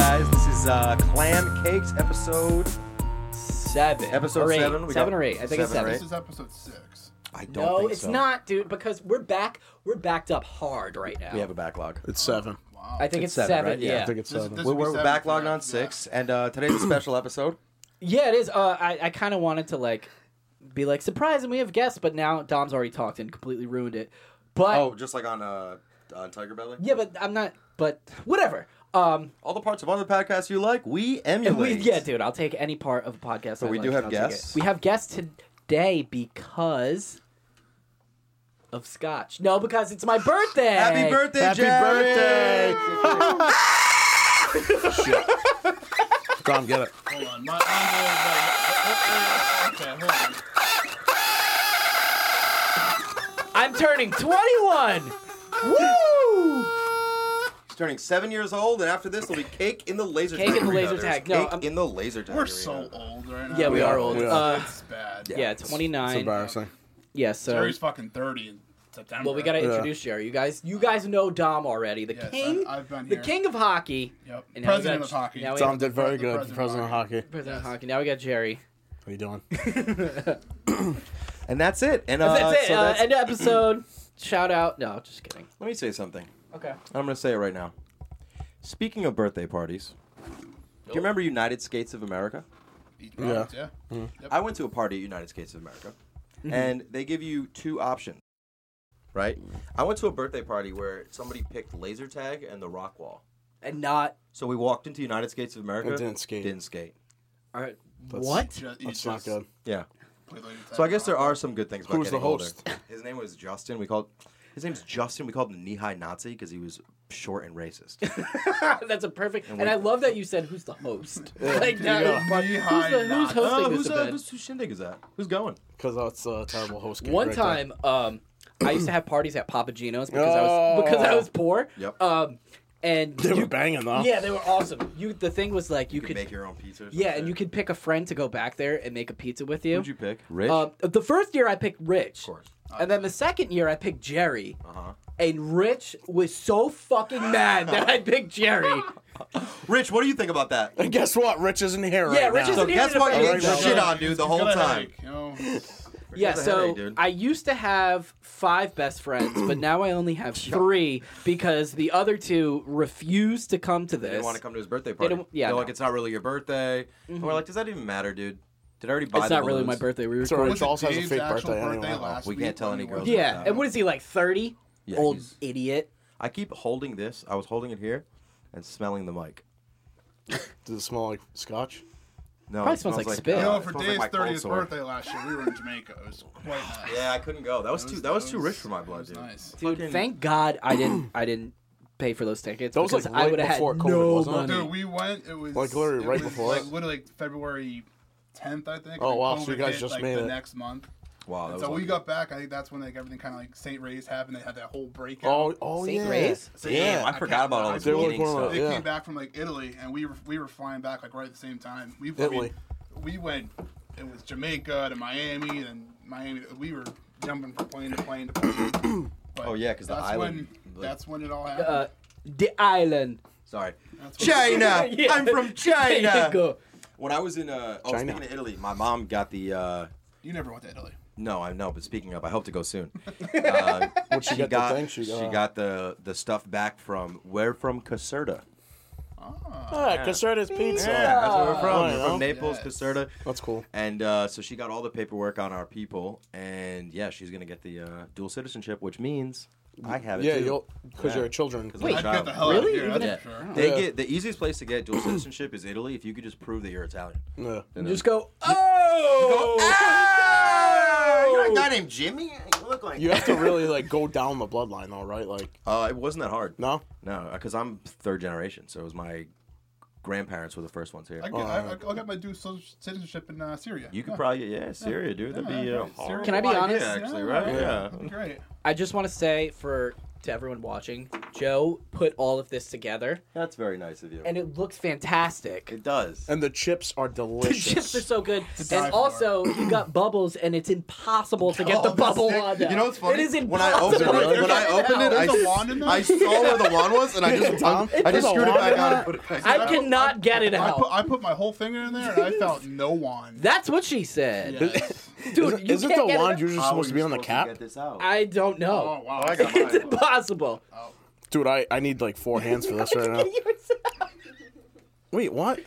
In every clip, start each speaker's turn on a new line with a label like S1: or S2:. S1: is uh, Clam Cakes episode.
S2: Seven.
S1: Episode
S2: or eight.
S1: seven, we
S2: seven
S1: got
S2: or eight. I think
S1: seven
S2: it's seven.
S1: or
S3: This is episode six.
S1: I don't
S2: No,
S1: think
S2: it's
S1: so.
S2: not, dude, because we're back. We're backed up hard right now.
S1: We have a backlog.
S4: It's seven.
S3: Wow.
S2: I think it's,
S1: seven,
S2: seven.
S1: right? Yeah,
S2: Yeah.
S4: I think it's
S3: This-
S4: seven.
S3: this
S1: We're,
S3: would be
S1: we're
S3: seven for
S1: backlogged
S3: that,
S1: on six, and uh, today's a special episode.
S2: Yeah, it is. Uh, I, I kind of wanted to like be like surprise, and we have guests, but now Dom's already talked and completely ruined it. But
S1: Oh, just like on uh, on Tiger Belly.
S2: yeah, but I'm not. But whatever. Um,
S1: All the parts of other podcasts you like, we
S2: and
S1: emulate.
S2: we, yeah, dude, I'll take any part of a podcast.
S1: But
S2: I
S1: we do
S2: like,
S1: have
S2: I'll take it.
S1: guests.
S2: We have guests today because of Scotch. No, because it's my birthday.
S1: Happy birthday,
S4: Happy
S1: Jack!
S4: birthday! Shit. Dom, get it.
S3: Hold on. My Andre is like, okay, hold on.
S2: I'm turning 21. Woo!
S1: He's turning seven years old, and after this, there'll be cake in the laser
S2: Cake
S1: tag.
S2: in the laser
S1: There's
S2: tag. No,
S1: Cake
S2: I'm-
S1: in the laser tag.
S3: We're
S1: arena.
S3: so old right now.
S2: Yeah, we,
S4: We
S2: are
S4: are,
S2: old.
S4: we are.
S2: Uh,
S3: It's bad.
S2: yeah,
S4: It's
S2: 29.
S4: embarrassing.
S2: Yeah, so
S3: Jerry's fucking 30 in September.
S2: Well, we gotta
S4: Yeah.
S2: introduce Jerry. You guys, you guys know Dom already. The
S3: Yes,
S2: king,
S3: I- I've been
S2: the
S3: here.
S2: king of hockey.
S3: Yep.
S2: And now we
S3: President
S2: got-
S3: of hockey.
S2: now we-
S4: Dom did very
S3: The
S4: good.
S3: president
S4: The president of hockey. What
S2: President of hockey. Now we got Jerry.
S4: are you doing?
S1: And that's it. And uh,
S2: that's it.
S1: so
S2: uh,
S1: that's-
S2: end of episode. Shout out. No, just kidding.
S1: let me say something.
S2: Okay.
S1: I'm gonna say it right now. Speaking of birthday parties, do you remember United States of America?
S3: Eat products, yeah.
S1: I went to a party at United States of America, and they give you two options, right? I went to a birthday party where somebody picked laser tag and the rock wall.
S2: And not.
S1: So we walked into United States of America.
S4: And didn't skate.
S1: Didn't skate.
S2: All right.
S4: That's-
S2: uh, what?
S3: Ju- you
S4: That's not
S3: just
S4: good.
S1: Yeah.
S3: play laser tag
S1: So I guess there
S3: rock.
S1: are some good things about
S4: Who was
S1: getting
S4: the host?
S1: older. His name was Justin. We called his name's Justin. We called him Knee High Nazi because he was short and racist.
S2: that's a perfect. And, I love that you said who's the host. like that
S4: Yeah.
S2: is fun. Who's,
S3: Behind
S2: the, who's
S3: knots.
S2: hosting
S1: Oh,
S2: this
S1: who's, uh,
S2: event?
S1: who's- whose shindig is that? Who's going?
S4: Because that's a terrible host. gig
S2: One
S4: right there.
S2: time, um, I used to have parties at Papa Gino's because I was because I
S4: Oh.
S2: was poor.
S1: Yep.
S2: Um, and
S4: They were banging though.
S2: Yeah, they were awesome. You the thing was like you,
S1: You
S2: could
S1: make your own pizza. or some
S2: yeah,
S1: shit.
S2: and you could pick a friend to go back there and make a pizza with you.
S1: Who'd you pick? Rich.
S2: Uh, the first year I picked Rich, of
S1: course.
S2: and then the second year I picked Jerry.
S1: Uh-huh.
S2: And Rich was so fucking mad that I picked Jerry.
S1: Rich, what do you think about that?
S4: And guess what? Rich isn't here
S2: Yeah,
S4: right
S2: Rich
S4: now.
S2: isn't
S1: So
S2: here.
S1: guess
S2: to
S1: what? You
S2: defend
S1: didn't
S2: me.
S1: shit on dude the whole
S3: He's got a
S1: time.
S3: headache, you know?
S2: yeah,
S1: That's a
S2: so
S1: headache, dude.
S2: I used to have five best friends, but now I only have three because the other two refuse to come to this.
S1: They didn't want to come to his birthday party.
S2: didn't- yeah,
S1: They're
S2: no. Mm-hmm.
S1: like, it's not really your birthday. And we're like, does that even matter, dude? Did I already buy
S2: It's
S1: the
S2: not really
S1: balloons?
S2: my birthday. We
S4: It's all
S2: recorded.
S4: right.
S3: Was it
S4: also has a
S3: Dave's
S4: fake
S3: actual
S4: birthday anyway.
S3: last
S1: We
S3: week
S1: can't tell
S3: when
S1: any
S3: we went
S1: girls
S3: to-
S1: about
S2: Yeah, and what is he like thirty?
S1: Yeah,
S2: Old
S1: he's-
S2: idiot.
S1: I keep holding this. I was holding it here and smelling the mic.
S4: Does it smell like scotch?
S1: No,
S2: Probably
S1: it
S2: smells like
S1: uh,
S2: spit.
S3: You know,
S1: it
S3: for
S1: smells
S3: Dave's
S1: my cold
S3: 30th
S1: sore.
S3: birthday last year, we were in Jamaica. It was quite nice.
S1: Yeah, I couldn't go. That was too. That was too rich for my blood,
S3: It
S1: dude.
S3: was nice.
S2: Dude,
S1: Fucking-
S2: thank God I didn't I didn't pay for those tickets.
S4: That was, like,
S2: because I
S4: right
S2: would have had
S4: before COVID,
S2: no
S4: wasn't it?
S2: money.
S3: Dude, we went. It was
S4: Like, literally
S3: it
S4: right
S3: was,
S4: before
S3: like,
S4: us?
S3: literally like, February 10th, I think.
S4: Oh,
S3: and
S4: wow, so
S3: COVID
S4: you guys
S3: hit,
S4: just
S3: like,
S4: made
S3: the
S4: it. Oh,
S3: next month.
S1: Wow, that was
S3: so we
S1: lucky.
S3: got back. I think that's when like everything kind of like St. Ray's happened. They had that whole breakout.
S4: Oh, oh
S2: Saint
S4: yeah.
S2: Ray's?
S1: Damn, I
S3: I
S1: forgot
S3: can't-
S1: about all
S3: I
S1: this
S3: feel like
S1: eating
S4: we're on
S1: stuff.
S4: a-
S3: They
S4: Yeah.
S3: came back from like Italy, and we were we were flying back like right at the same time. We I
S4: Italy.
S3: mean, we went. It was Jamaica to Miami, then Miami. We were jumping from plane to plane to plane. But
S1: Oh, yeah, 'cause the
S3: that's
S1: island,
S3: When,
S1: like-
S3: that's when it all happened.
S2: uh, the island.
S1: Sorry,
S3: That's what-
S1: China.
S2: Yeah.
S1: I'm from
S2: There
S1: China.
S2: you go.
S1: When I was in uh, oh,
S4: China.
S1: speaking of Italy, my mom got the. uh
S3: you never went to Italy.
S1: No, I know, but speaking of, I hope to go soon. Uh,
S4: What she, got, the thing? She got,
S1: the the stuff back from where from Caserta.
S4: Ah, Caserta's pizza.
S1: that's where we're from.
S4: Oh,
S1: we're
S4: yeah.
S1: from Naples,
S3: Yes.
S1: Caserta,
S4: That's cool.
S1: and uh, so she got all the paperwork on our people, and yeah, she's gonna get the uh, dual citizenship, which means I have it
S4: Yeah,
S1: too.
S4: you'll because
S1: Yeah.
S4: you're a children.
S1: 'Cause I'm a
S2: Wait,
S3: I'd get
S1: child.
S3: the hell
S2: Really?
S3: out of here.
S2: Even
S3: That's
S2: if-
S3: for sure.
S1: They
S4: Yeah.
S1: get the easiest place to get dual citizenship is Italy if you could just prove that you're Italian.
S4: Yeah.
S1: And
S2: Just go. Oh.
S1: You're a guy named Jimmy. You look like
S4: You have to really like go down the bloodline though, right? Like
S1: Uh, it wasn't that hard.
S4: no.
S1: No, because I'm third generation, so it was my grandparents were the first ones here. Oh,
S3: I get, I, I- I'll get my dual social citizenship in uh, Syria.
S1: You could
S3: Yeah.
S1: probably yeah, Syria, dude. That'd be
S3: Yeah,
S1: uh,
S3: right.
S1: horrible
S3: Syria.
S2: Can I be
S1: idea,
S2: honest?
S1: Actually, right? Yeah.
S3: Great.
S2: I just want to say for to everyone watching, Joe put all of this together,
S1: That's very nice of you.
S2: and it looks fantastic.
S1: it does.
S4: And the chips are
S2: The
S4: delicious.
S2: chips are so good,
S3: die
S2: and
S3: for.
S2: also you got bubbles, and it's impossible to get
S3: Oh,
S2: the
S3: that's
S2: bubble
S3: sick.
S2: wand. out.
S3: You know what's funny?
S2: It is impossible.
S1: When I opened it,
S2: to
S1: when I
S2: get
S1: opened
S2: out.
S1: it, I,
S3: There's a
S1: s-
S3: wand in there?
S1: I saw where the wand was, and I just
S4: Tom,
S1: I
S4: there's
S1: just
S4: a
S1: screwed it
S4: wand
S1: back
S4: in
S1: out
S4: that?
S1: and put it back.
S2: I cannot get it
S3: I put,
S2: out.
S3: I put my whole finger in there and I felt no wand.
S2: That's what she said,
S3: Yes.
S2: dude.
S4: Isn't,
S2: you
S4: isn't
S2: can't
S4: the
S2: get it
S4: wand
S2: out.
S4: usually
S1: How
S4: supposed
S1: are
S4: to
S1: you
S4: be on the
S1: supposed to
S4: cap?
S1: Get this out.
S2: I don't
S3: oh
S2: know.
S3: wow!
S1: I got
S2: It's
S1: mine.
S2: impossible.
S4: Dude, I, I need like four hands for this right now. Wait, what?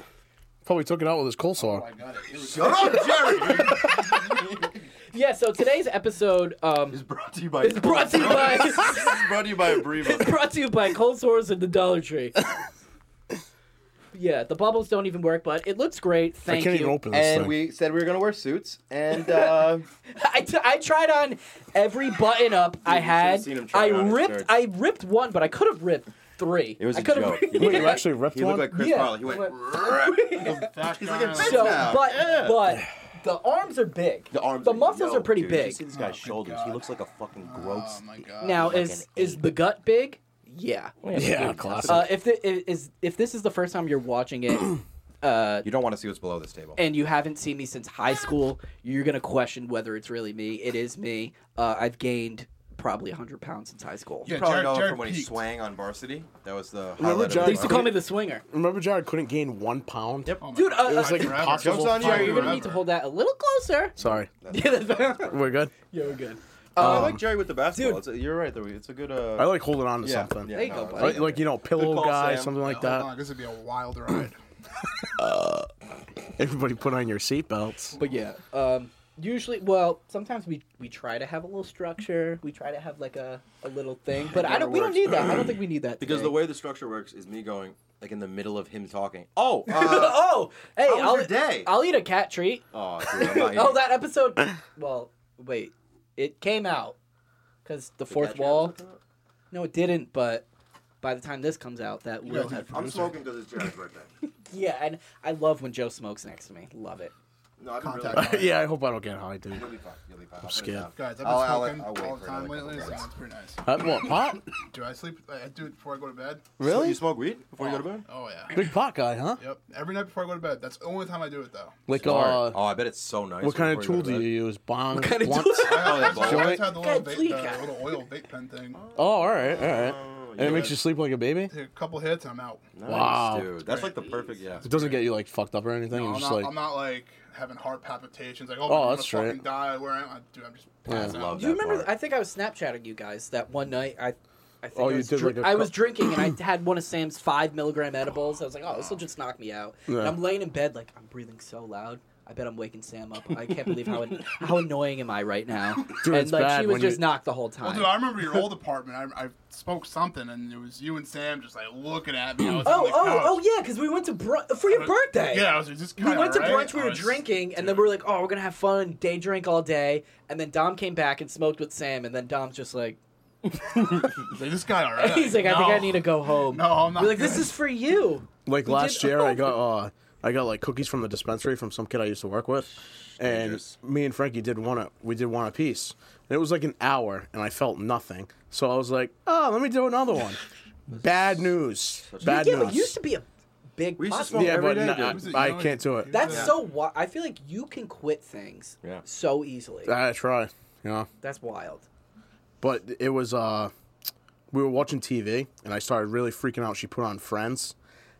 S4: Probably took it out with his
S3: Oh, I
S4: coleslaw.
S3: got it. It was-
S1: Shut up, Jerry.
S2: Yeah. So today's episode um,
S1: It's brought to you by.
S2: is brought to you by.
S1: It's brought to you by Abreva.
S2: It's brought to you by Cold Sores and the Dollar Tree. yeah, the bubbles don't even work, but it looks great.
S4: I
S2: Thank
S4: can't
S2: you.
S4: even open this
S1: And
S4: thing.
S1: we said we were gonna wear suits, and uh,
S2: I, t- I tried on every button up I
S1: you should've
S2: had.
S1: seen him try
S2: I
S1: on his
S2: ripped.
S1: shirt.
S2: I ripped one, but I could have ripped three.
S1: It was
S2: I
S1: a
S2: could've-
S1: joke.
S4: Wait, you actually ripped
S1: he
S4: one?
S1: looked like Chris
S2: Yeah.
S1: Farley. He went.
S3: That
S1: He's
S3: guy-
S1: like a bitch
S2: so,
S1: now.
S2: but
S1: Yeah.
S2: but the arms are big.
S1: The arms.
S2: The muscles
S1: yo,
S2: are pretty
S1: dude, You
S2: big.
S1: see this guy's
S3: good
S1: shoulders. He
S3: God.
S1: looks like a fucking
S3: Oh
S1: gross.
S3: my god! Oh,
S2: now
S1: like
S2: is
S1: an
S2: is
S1: ape.
S2: the gut big? Yeah.
S4: yeah, classic.
S2: Uh, if the, i- is if this is the first time you're watching it, uh,
S1: you don't want to see what's below this table.
S2: and you haven't seen me since high school, you're gonna question whether it's really me. It is me. Uh, I've gained probably 100 pounds since high school.
S3: Yeah,
S1: You probably
S3: Jared-
S1: know him
S3: Jared
S1: from when he
S3: peaked.
S1: swang on varsity. That was the.
S4: Remember
S1: highlight of
S4: Jared-
S1: his
S2: They used to
S1: career.
S2: call me the swinger.
S4: Remember Jared couldn't gain one pound?
S1: Yep.
S3: Oh my
S2: Dude,
S3: God.
S2: uh, It was,
S4: like,
S3: Forever.
S4: impossible
S1: Jokes on you,
S3: Forever.
S1: you're
S2: You're gonna need to hold that a little closer.
S4: Sorry.
S2: Yeah, that's-
S4: We're good?
S2: yeah, we're good.
S1: Oh, I like Jerry with the basketball.
S2: dude.
S1: It's a- you're right. though. It's a good. Uh,
S4: I like holding on to
S1: yeah,
S4: something.
S1: yeah,
S2: There you go,
S1: it's
S2: buddy.
S1: okay.
S4: Like, like, you know, pillow
S1: call,
S4: guy,
S1: Sam.
S4: something like
S3: Hold
S4: that.
S3: on, Oh, this would be a wild ride.
S4: Everybody put on your seatbelts.
S2: But yeah, um, usually, well, sometimes we we try to have a little structure. We try to have like a, a little thing, but I
S1: never
S2: don't. We don't
S1: works.
S2: need that. I don't think we need that
S1: Because
S2: today.
S1: the way the structure works is me going like in the middle of him talking. Oh, uh,
S2: oh, hey,
S1: was
S2: I'll
S1: your day?
S2: I'll eat a cat treat.
S1: oh, dude, I'm not eating.
S2: oh, that episode. Well, wait, it came out because the fourth wall. No, it didn't. But by the time this comes out, that will
S3: guys
S2: have.
S3: need-
S1: I'm smoking because it's Jared's birthday.
S2: Yeah, and I love when Joe smokes next to me. Love it.
S1: No, I've been really.
S3: Contact.
S4: yeah, I hope I don't get high, dude.
S1: You'll be fine. You'll be fine. I'm
S4: scared.
S3: Guys, I've been
S1: I'll- I'll-
S3: smoking
S1: I'll wait
S3: all
S1: for
S3: the time
S1: another
S3: lately, so
S1: couple
S3: it's
S1: days.
S3: pretty nice.
S4: Uh, what, pot?
S3: Do I sleep? I do it before I go to bed.
S1: You
S4: Really?
S1: smoke weed before you go to bed?
S3: Oh yeah.
S4: Big pot guy, huh?
S3: Yep. Every night before I go to bed. That's the only time I do it though.
S4: Like, uh,
S1: Smart. oh, I bet it's so nice.
S4: what kind of
S1: before
S4: tool
S1: go to bed.
S4: do you use? Bong? What
S2: kind of tool?
S3: I,
S1: Oh,
S3: I,
S1: that
S3: I,
S1: ball.
S3: I just had the little,
S2: God,
S3: vape,
S2: leak.
S3: the little oil vape pen thing.
S4: Oh, all right, all right.
S1: Oh,
S4: And it makes
S1: yeah.
S4: you sleep like a baby.
S3: Take a couple hits and I'm out.
S1: Nice,
S4: Wow.
S1: dude. That's like the perfect. Yeah.
S4: It doesn't get you like fucked up or anything.
S3: I'm,
S4: It's just
S3: not,
S4: like
S3: I'm not like having heart palpitations. Like, oh,
S4: Oh,
S3: I'm
S4: that's
S3: gonna fucking
S4: right.
S3: die. Where am I? Dude, I'm just passing
S1: love
S3: out.
S2: Do you
S1: That
S2: remember?
S1: part.
S2: I think I was Snapchatting you guys that one night. I, I think
S4: Oh,
S2: I
S4: you
S2: was
S4: did,
S2: drink-
S4: like, a
S2: I
S4: cou-
S2: was drinking and I had one of Sam's five milligram edibles. I was like, oh, this will just knock me out. And
S4: Yeah.
S2: I'm laying in bed like I'm breathing so loud. I bet I'm waking Sam up. I can't believe how an- how annoying am I right now.
S4: Dude,
S2: and
S4: it's
S2: like
S4: bad
S2: she was
S4: when you-
S2: just knocked the whole time.
S3: Well, dude, I remember your old apartment. I, I spoke something, and it was you and Sam just like looking at me. I was on
S2: oh,
S3: the couch.
S2: oh, oh, yeah, because we went to brunch for your birthday.
S3: Yeah, I was just kind
S2: We went to brunch, we were drinking, and then we were like, oh, we're going to have fun, day drink all day. And then Dom came back and smoked with Sam, and then Dom's just like,
S3: This guy, all right.
S2: he's like, I think I need to go home.
S3: No, I'm not.
S2: We're like, this
S3: good.
S2: is for you.
S4: like
S2: We
S4: last
S2: did-
S4: year I got uh I got like cookies from the dispensary from some kid I used to work with, and
S1: Dangerous.
S4: me and Frankie did one a we did one a piece. And it was like an hour, and I felt nothing. So I was like, oh, let me do another one. Bad news. Bad
S2: yeah,
S4: news.
S2: but used to be a big
S1: We used to
S2: pot-
S1: smoke
S4: yeah,
S1: every
S4: but
S1: day,
S4: nah,
S1: dude.
S4: I-
S1: Was
S3: it-
S4: I
S3: you know,
S4: can't do it.
S2: That's
S3: Yeah.
S2: so wild. I feel like you can quit things
S1: Yeah.
S2: so easily.
S4: I try. You know.
S2: That's wild.
S4: but it was uh we were watching TV and I started really freaking out. She put on Friends,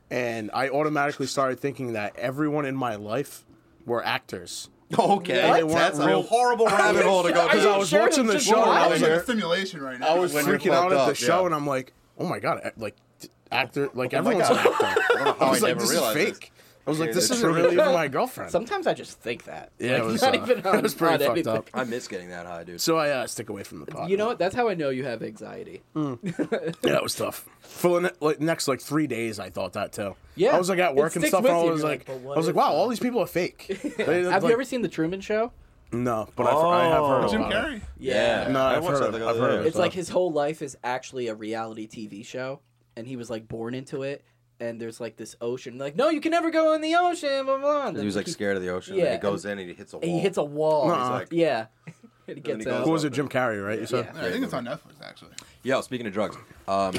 S4: and I automatically started thinking that everyone in my life were actors.
S1: Okay,
S4: What?
S1: that's a
S4: Real-
S1: horrible rabbit hole to go.
S4: Because
S1: down.
S4: I was
S2: sure
S4: watching
S2: it's
S4: the
S2: just
S4: show and
S2: one?
S4: I
S3: I was
S4: was like,
S3: in stimulation right now.
S4: I was
S1: When you're
S4: freaking out
S1: fucked
S4: at the
S1: up,
S4: show,
S1: yeah. Oh
S4: and I'm like, oh my god, I- like d- actor, like
S1: my
S4: everyone's an
S1: God.
S4: actor.
S1: I don't know how
S4: I
S1: I,
S4: was like,
S1: never
S4: this is
S1: realized this.
S4: fake. I was like,
S1: Yeah,
S4: this
S1: the
S4: isn't
S1: truth.
S4: really even my girlfriend.
S2: Sometimes I just think that. Like,
S4: yeah, it was,
S2: not
S4: uh,
S2: even. On,
S4: it was pretty
S2: on
S4: fucked
S2: anything.
S4: up.
S1: I miss getting that high, dude.
S4: So I uh, stick away from the pot.
S2: You know what? That's how I know you have anxiety.
S4: Yeah, it was tough. For the ne- like, next like three days, I thought that too.
S2: Yeah.
S4: I was like at
S2: It
S4: work and
S2: sticks
S4: stuff.
S2: with
S4: And I
S2: you,
S4: was
S2: you're
S4: like,
S2: like, but
S4: I
S2: what
S4: was like,
S2: if- uh,
S4: wow, all these people are fake. They-
S2: Have
S4: like-
S2: you ever seen the Truman Show?
S4: No, but I've, I have
S1: Oh.
S4: heard
S3: Jim
S4: about it.
S3: Carrey.
S1: yeah,
S4: No,
S1: I
S4: I've
S1: watched
S4: heard
S1: that
S4: of-
S1: the
S4: I've
S1: other
S4: heard of
S1: day.
S4: it.
S2: It's like his whole life is actually a reality TV show, and he was like born into it. And there's like this ocean, like no, you can never go in the ocean. Blah blah. And
S1: He was like scared of the ocean.
S2: Yeah,
S1: and he goes in and he hits a wall.
S2: and he hits a wall.
S4: Nuh-uh.
S1: He's like,
S2: Yeah, and he
S1: then
S2: gets
S1: he goes
S2: out.
S4: Who was it? Jim Carrey, right? You said.
S2: Yeah.
S3: Yeah, I think it's on Netflix actually.
S1: Yo, speaking of drugs, um,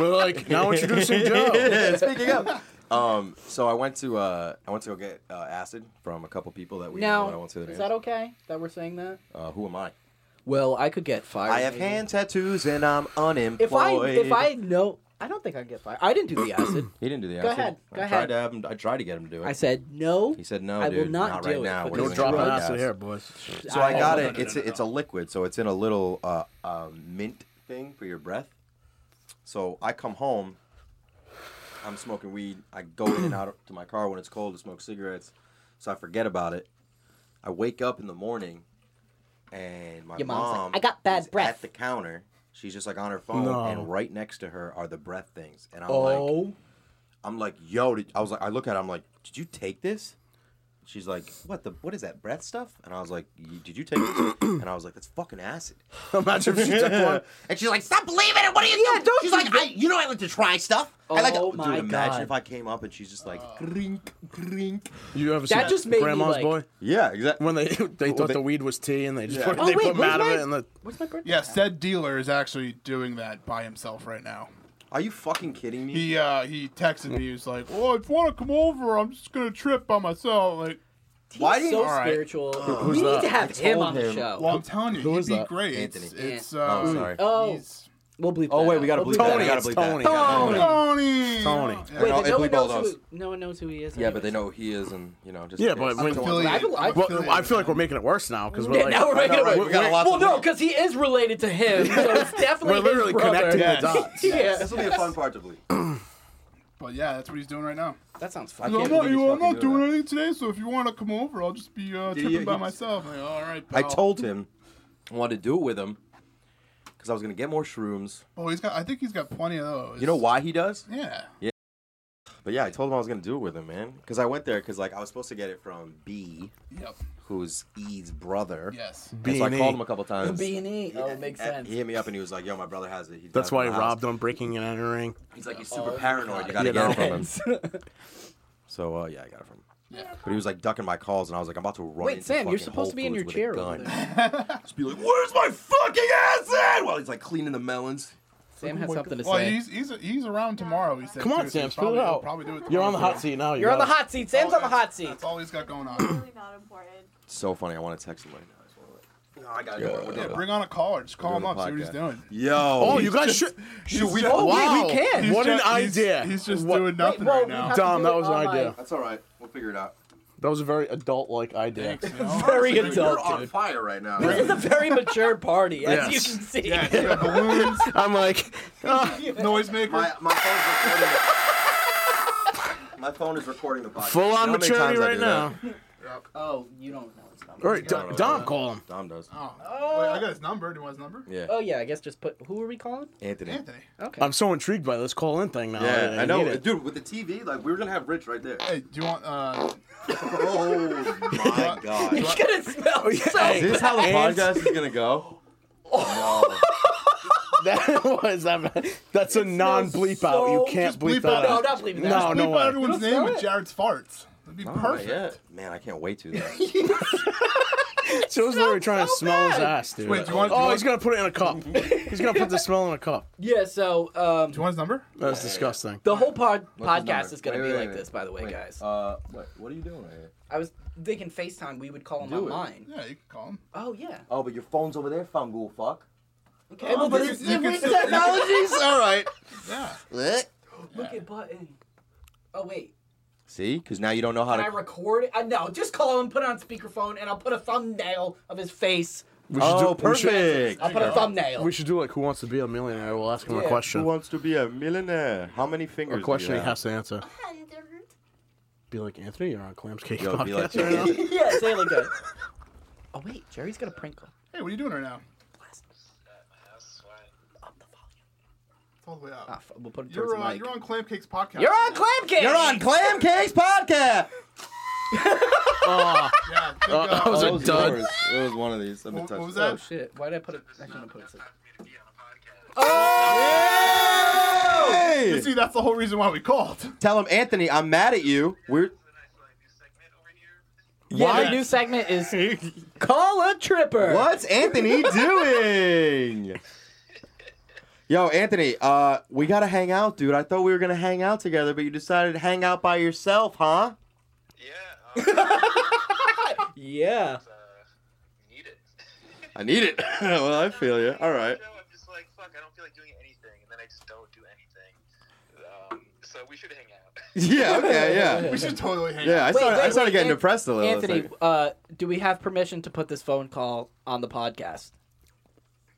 S4: We're like now introducing Joe.
S1: speaking of, um, so I went to uh, I went to go get uh, acid from a couple people that we know. and I
S2: Now,
S1: won't say their names.
S2: is that okay that we're saying that?
S1: Uh, who am I?
S2: Well, I could get fired.
S1: I have
S2: maybe.
S1: hand tattoos and I'm unemployed.
S2: If I if I know, I don't think I can get fired. I didn't do the acid.
S1: he didn't do the
S2: Go
S1: acid.
S2: ahead, go
S1: I
S2: ahead.
S1: tried to have him. I tried to get him to do it.
S2: I said no.
S1: he said no,
S2: I
S1: dude.
S2: will not
S1: right
S2: do it
S1: now.
S2: because
S1: We're
S4: No
S1: doing
S4: dropping
S1: drugs."
S4: acid here, boys.
S1: So I
S2: I-
S1: got it.
S3: no, no, no,
S1: it's
S3: no,
S1: a,
S3: no.
S1: it's a liquid, so it's in a little uh, uh, mint thing for your breath. So I come home, I'm smoking weed. I go in and out to my car when it's cold to smoke cigarettes, so I forget about it. I wake up in the morning, and my
S2: Your mom's like,
S1: mom
S2: "I got bad
S1: is
S2: breath."
S1: at the counter. She's just like on her phone,
S4: No.
S1: and right next to her are the breath things. And I'm like,
S2: Oh,
S1: I'm like, yo, did, I was like, I look at her, I'm like, did you take this? She's like, what the, what is that breath stuff? And I was like, "You- did you take this? And I was like, that's fucking acid.
S4: Oh, Imagine if she took one.
S1: And she's like, stop believing it. What are you doing?
S2: don't
S1: she's
S2: you
S1: like, I, you know, I like to try stuff. I like to,
S2: Oh
S1: dude,
S2: my
S1: imagine
S2: God.
S1: if I came up and she's just like, grink, grink.
S4: You ever
S2: That
S4: seen
S2: just made me,
S4: Grandma's
S2: like-
S4: Boy?
S1: Yeah, exactly.
S4: When they they thought
S1: they-
S4: the weed was tea and they just
S3: Yeah.
S4: put,
S3: Oh,
S4: they
S2: wait,
S4: put
S2: where's
S4: mad of
S2: my-
S4: it and the
S2: what's my birthday?
S3: Yeah, said dealer is actually doing that by himself right now.
S1: Are you fucking kidding me?
S3: He uh he texted me. He's like, "Oh, if you want to come over, I'm just gonna trip by myself." Like,
S2: He's
S1: Why do you-
S2: so
S1: All
S3: right.
S2: spiritual.
S4: who's
S2: we need
S4: that?
S2: to have
S1: I
S2: him
S1: told
S2: on the
S1: him.
S2: show.
S3: well, I'm telling you,
S4: Who
S3: he'd
S4: is
S3: be
S4: that?
S3: great.
S1: Anthony.
S3: It's, it's uh,
S1: Oh, sorry.
S2: Oh.
S3: he's-
S2: we'll bleep.
S1: Oh,
S2: that
S1: wait,
S2: out.
S1: we gotta
S2: We'll
S1: bleep that.
S4: Tony,
S1: We gotta
S4: it's
S1: bleep that.
S4: Tony.
S1: We gotta bleep that.
S3: Tony.
S4: Tony.
S3: Yeah.
S2: Wait,
S1: No,
S2: but
S1: if
S2: no
S1: we
S2: one
S1: bleep all
S2: knows
S1: those.
S2: who. No one knows who he is.
S1: Yeah, but they
S2: anyways.
S1: know who he is and, you know, just.
S4: yeah,
S1: in
S4: but
S1: case.
S4: when,
S3: Affiliated-
S2: I feel- I feel-
S3: I'm
S4: well,
S3: affiliated.
S4: I feel like we're making it worse now because we're
S2: Yeah,
S4: like
S2: now
S1: I
S2: we're making
S1: know,
S2: it
S1: right?
S2: work.
S1: We got a lot
S2: Well,
S1: to
S2: no,
S1: learn.
S2: because he is related to him, so it's definitely
S4: we're literally
S2: his brother.
S4: connecting
S3: Yeah.
S4: the dots.
S2: Yeah,
S1: This will be a fun part to bleep.
S3: But yeah, that's what he's doing right now.
S2: that sounds
S1: I
S2: fun.
S1: can't
S3: I'm not,
S1: believe he's
S3: you, I'm
S1: fucking
S3: not
S1: doing
S3: doing anything today, so if you want to come over, I'll just be uh,
S1: Yeah,
S3: tripping
S1: yeah,
S3: by
S1: he-
S3: myself. I'm like, all right,
S1: I
S3: pal."
S1: told him I wanted to do it with him because I was gonna get more shrooms.
S3: Oh, he's got. I think he's got plenty of those.
S1: You know why he does?
S3: Yeah.
S1: But yeah, I told him I was gonna do it with him, man. Because I went there because like I was supposed to get it from B,
S3: Yep.
S1: who's E's brother.
S3: Yes.
S1: And so I
S4: B&E.
S1: called him a couple times.
S2: E. B and E. Oh,
S1: And-
S2: makes
S1: and
S2: sense.
S1: He hit me up and he was like, "Yo, my brother has it." He
S4: That's
S1: got
S4: why
S1: it
S4: he
S1: from the house."
S4: robbed on breaking and entering.
S1: He's like, "He's super
S2: Oh,
S1: paranoid.
S2: God.
S1: You gotta
S4: You
S1: get it
S4: know.
S1: from him." So uh, yeah, I got it from him.
S3: Yeah.
S1: But he was like ducking my calls, and I was like, "I'm about to run."
S2: Wait,
S1: into
S2: Sam, you're
S1: fucking
S2: supposed
S1: Whole
S2: to be in
S1: Foods
S2: your
S1: with a
S2: chair
S1: gun."
S2: over there.
S1: Just be like, "Where's my fucking acid?" While he's like cleaning the melons.
S2: Sam has something to
S3: Well,
S2: say.
S3: he's he's he's around tomorrow. He said.
S4: Come on,
S3: too, so
S4: Sam,
S3: he's
S4: spill
S3: probably-
S4: it
S3: he'll
S4: out.
S3: Probably do it.
S4: You're on the
S3: tomorrow,
S4: hot seat now. You
S2: You're on the
S4: got it.
S2: hot seat. Sam's on the hot seat.
S3: That's all he's got going on.
S5: really not important.
S1: It's so funny. I want to text him right now. No, I gotta go.
S3: yeah, bring on a caller. Just call him
S1: Doing
S3: up.
S1: the
S3: See what he's
S1: podcast.
S3: doing.
S1: Yo.
S4: Oh, you guys should. should we,
S3: just- Oh,
S4: wow.
S2: wait, we can.
S3: He's
S4: What an
S3: just- he's-
S4: idea.
S3: He's just
S4: What-
S3: doing nothing
S2: Wait, well,
S3: right
S2: we
S3: now.
S2: have-
S4: Dumb.
S2: do
S4: That
S2: it
S4: was an
S2: on
S4: idea.
S2: my-
S1: That's all right. We'll figure it out.
S4: That was a very adult-like idea.
S3: Thanks, you know?
S2: Very
S1: Dude, You're
S2: adult,
S1: on
S2: dude.
S1: fire right now.
S2: This is a very mature party, as
S4: Yes.
S2: you can see.
S3: Yeah, you got balloons,
S4: I'm like, ah,
S3: noisemaker.
S1: My my phone's recording. the- my phone is recording the podcast.
S4: full
S1: You
S4: on
S1: know how many
S4: maturity
S1: times I
S4: right
S1: do
S4: now.
S1: that?
S2: Oh, you don't know his number.
S4: All right,
S1: No, no,
S4: Dom,
S1: no,
S4: Dom,
S1: no.
S4: call him.
S1: Dom does.
S3: Oh, wait, I got his number. Do you want his number?
S1: Yeah.
S2: Oh yeah, I guess just put. Who are we calling?
S1: Anthony.
S3: Anthony.
S2: Okay.
S4: I'm so intrigued by this call-in thing now.
S1: Yeah, I,
S4: Oh, need
S1: know,
S4: it.
S1: dude. With the TV, like we were gonna have Rich right there.
S3: Hey, do you want? Uh,
S1: oh my god.
S2: He's gonna smell
S1: Is
S2: so.
S1: this how the
S4: And-
S1: podcast is gonna go? No.
S4: That was that. That's a non-bleep
S2: so-
S4: out. You can't
S3: Just
S4: bleep,
S3: bleep
S4: that
S3: it
S2: No,
S4: out.
S2: not leaving
S4: No,
S2: that.
S3: bleep out
S4: way.
S3: everyone's
S2: You'll
S3: name
S2: sell
S3: with
S2: it.
S3: Jared's farts. That'd be
S1: Not
S3: perfect.
S1: yet. Man, I can't wait to. That.
S4: Shows literally trying to
S2: so
S4: smell his
S2: bad.
S4: ass, dude.
S3: Wait, do you want? do you
S4: oh,
S3: want-
S4: he's gonna put it in a cup. he's gonna put the smell in a cup.
S2: Yeah. So
S3: Do you
S2: um,
S3: want his number?
S4: That's disgusting.
S2: the whole pod
S1: What's his
S2: podcast
S1: number?
S2: is gonna
S1: Wait,
S2: be
S1: wait,
S2: like
S1: wait.
S2: this, by the way,
S1: Wait,
S2: guys.
S1: Uh, what, what are you doing right here?
S2: I was thinking FaceTime. We would call him
S1: Do
S2: on
S1: it.
S2: mine.
S3: Yeah, you can call him.
S2: Oh yeah.
S1: Oh, but your phone's over there, fungal fuck.
S2: Okay. well, but
S3: you
S2: it's
S3: can- you
S2: different
S3: can still-
S2: technologies.
S1: All right.
S3: Yeah.
S2: Look at button. Oh wait.
S1: See, because now you don't know how
S2: Can I
S1: to.
S2: record it? Uh, no, just call him, put it on speakerphone, and I'll put a thumbnail of his face.
S4: We should
S1: Oh,
S4: do. We should,
S1: perfect.
S2: I'll put a thumbnail.
S4: we should do like Who Wants to Be a Millionaire? We'll ask him a
S2: Yeah.
S1: Who
S4: question.
S1: wants to be a millionaire? How many fingers?
S4: A question
S1: do
S4: he
S1: you have?
S4: has to answer. Be like Anthony, you're on Clams Cake
S1: Yo, be like
S4: podcast right now.
S2: yeah, say it like that. Oh wait, Jerry's got a prinkle.
S3: Hey, what are you doing right now?
S2: Up the volume.
S3: It's all the way up.
S2: Ah, f- we'll put it towards
S3: you're,
S2: the
S3: uh,
S2: mic.
S3: you're on Clam Cakes podcast.
S2: You're on clam cake.
S1: You're on Clam Cakes podcast.
S4: Oh,
S3: Yeah. I think,
S4: Uh,
S3: uh,
S4: I
S1: Oh,
S4: was
S1: That
S4: a
S1: was
S4: dud.
S1: yours. It was one of these. I've been
S3: What-
S1: touched.
S3: what was
S2: Oh
S3: that?
S2: shit! Why did I put it? I shouldn't have put it. so-
S3: You
S1: Oh, Hey!
S3: see, that's the whole reason why we called.
S1: Oh! Tell him, Anthony, I'm mad at you. We're
S2: Yeah,
S3: Why?
S2: the new segment is call a tripper.
S1: what's Anthony doing? Yo, Anthony, uh, we gotta hang out, dude. I thought we were gonna hang out together, but you decided to hang out by yourself, huh?
S2: Yeah.
S5: Yeah, um, uh, need it.
S1: I need it. well, I feel you. All right.
S5: You know, I'm just like, fuck, I don't feel like doing anything, and then I just don't do anything. Um, so we should hang out.
S1: Yeah. Okay. Yeah.
S3: We should totally hang
S1: Yeah. I
S2: Wait,
S1: started. I
S2: wait,
S1: started
S2: wait,
S1: getting
S2: An-
S1: depressed a little. It's
S2: Anthony,
S1: like-
S2: uh, do we have permission to put this phone call on the podcast?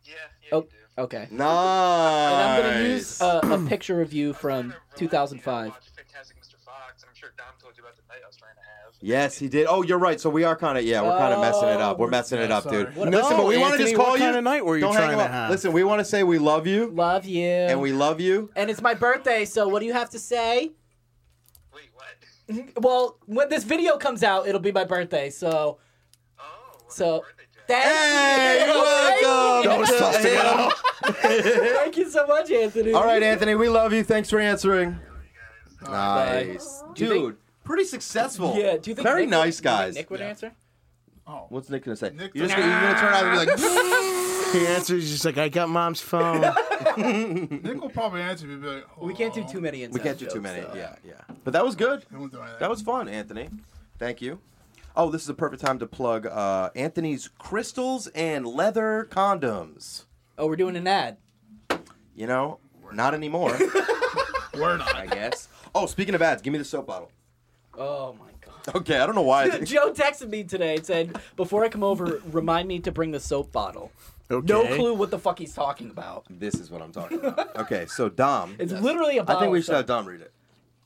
S5: yeah, yeah,
S2: Oh,
S5: we do.
S2: okay.
S1: nice.
S2: And I'm gonna use uh, a, a picture of you from 2005.
S5: Watch Fantastic Mr. Fox, and I'm sure Dom told you about the night I was trying to have.
S1: Yes, he did. Oh, you're right. So we are kind of yeah, we're kind of messing it up. We're
S2: Oh,
S1: messing it
S3: yeah,
S1: up, dude.
S3: sorry.
S1: Listen, but we want to
S4: Oh, Anthony,
S1: just call
S4: what
S1: you.
S4: kind of night were you
S1: Don't hang
S4: trying to
S1: up.
S4: have?
S1: Listen, we want to say we love you
S2: Love you.
S1: and we love you.
S2: And it's my birthday, so what do you have to say?
S5: Wait, what?
S1: Mm-hmm.
S2: Well, when this video comes out, it'll be my birthday, so
S5: Oh, well,
S2: So,
S5: happy birthday, Jack.
S2: thank
S1: Hey,
S2: you.
S1: you're welcome.
S2: Thank you.
S4: supposed to go.
S2: Thank you so much, Anthony.
S1: All right, Anthony, we love you. Thanks for answering. Nice,
S2: Do you think-
S1: dude. Pretty successful.
S2: Yeah, do you think
S1: very
S2: Nick
S1: nice
S2: would, do you think
S1: guys?
S2: Nick would
S3: Yeah.
S2: answer?
S3: Oh,
S1: What's Nick gonna say?
S3: Nick
S1: you're, just
S3: does-
S1: gonna, you're gonna turn out and be like, "Mm."
S4: He answers. He's just like, I got mom's phone.
S3: Nick will probably answer me. Be like, "Oh,
S2: We can't do
S3: "Hello?"
S2: too many.
S1: we
S2: inside
S1: can't do too
S2: jokes,
S1: many.
S2: so.
S1: Yeah, yeah. But that was good.
S3: We won't do any of
S1: That was fun, Anthony. Thank you. Oh, this is a perfect time to plug uh, Anthony's crystals and leather condoms.
S2: Oh, we're doing an ad.
S1: You know, not anymore,
S3: We're
S1: I
S3: not.
S1: guess. Oh, speaking of ads, give me the soap bottle.
S2: Oh my god.
S1: Okay, I don't know why. I did-
S2: Joe texted me today and said, "Before I come over, remind me to bring the soap bottle."
S4: Okay.
S2: No clue what the fuck he's talking about.
S1: this is what I'm talking about. Okay, so Dom.
S2: It's literally a
S1: I
S2: bottle.
S1: think we
S2: of
S1: should have
S2: soap.
S1: Dom read it.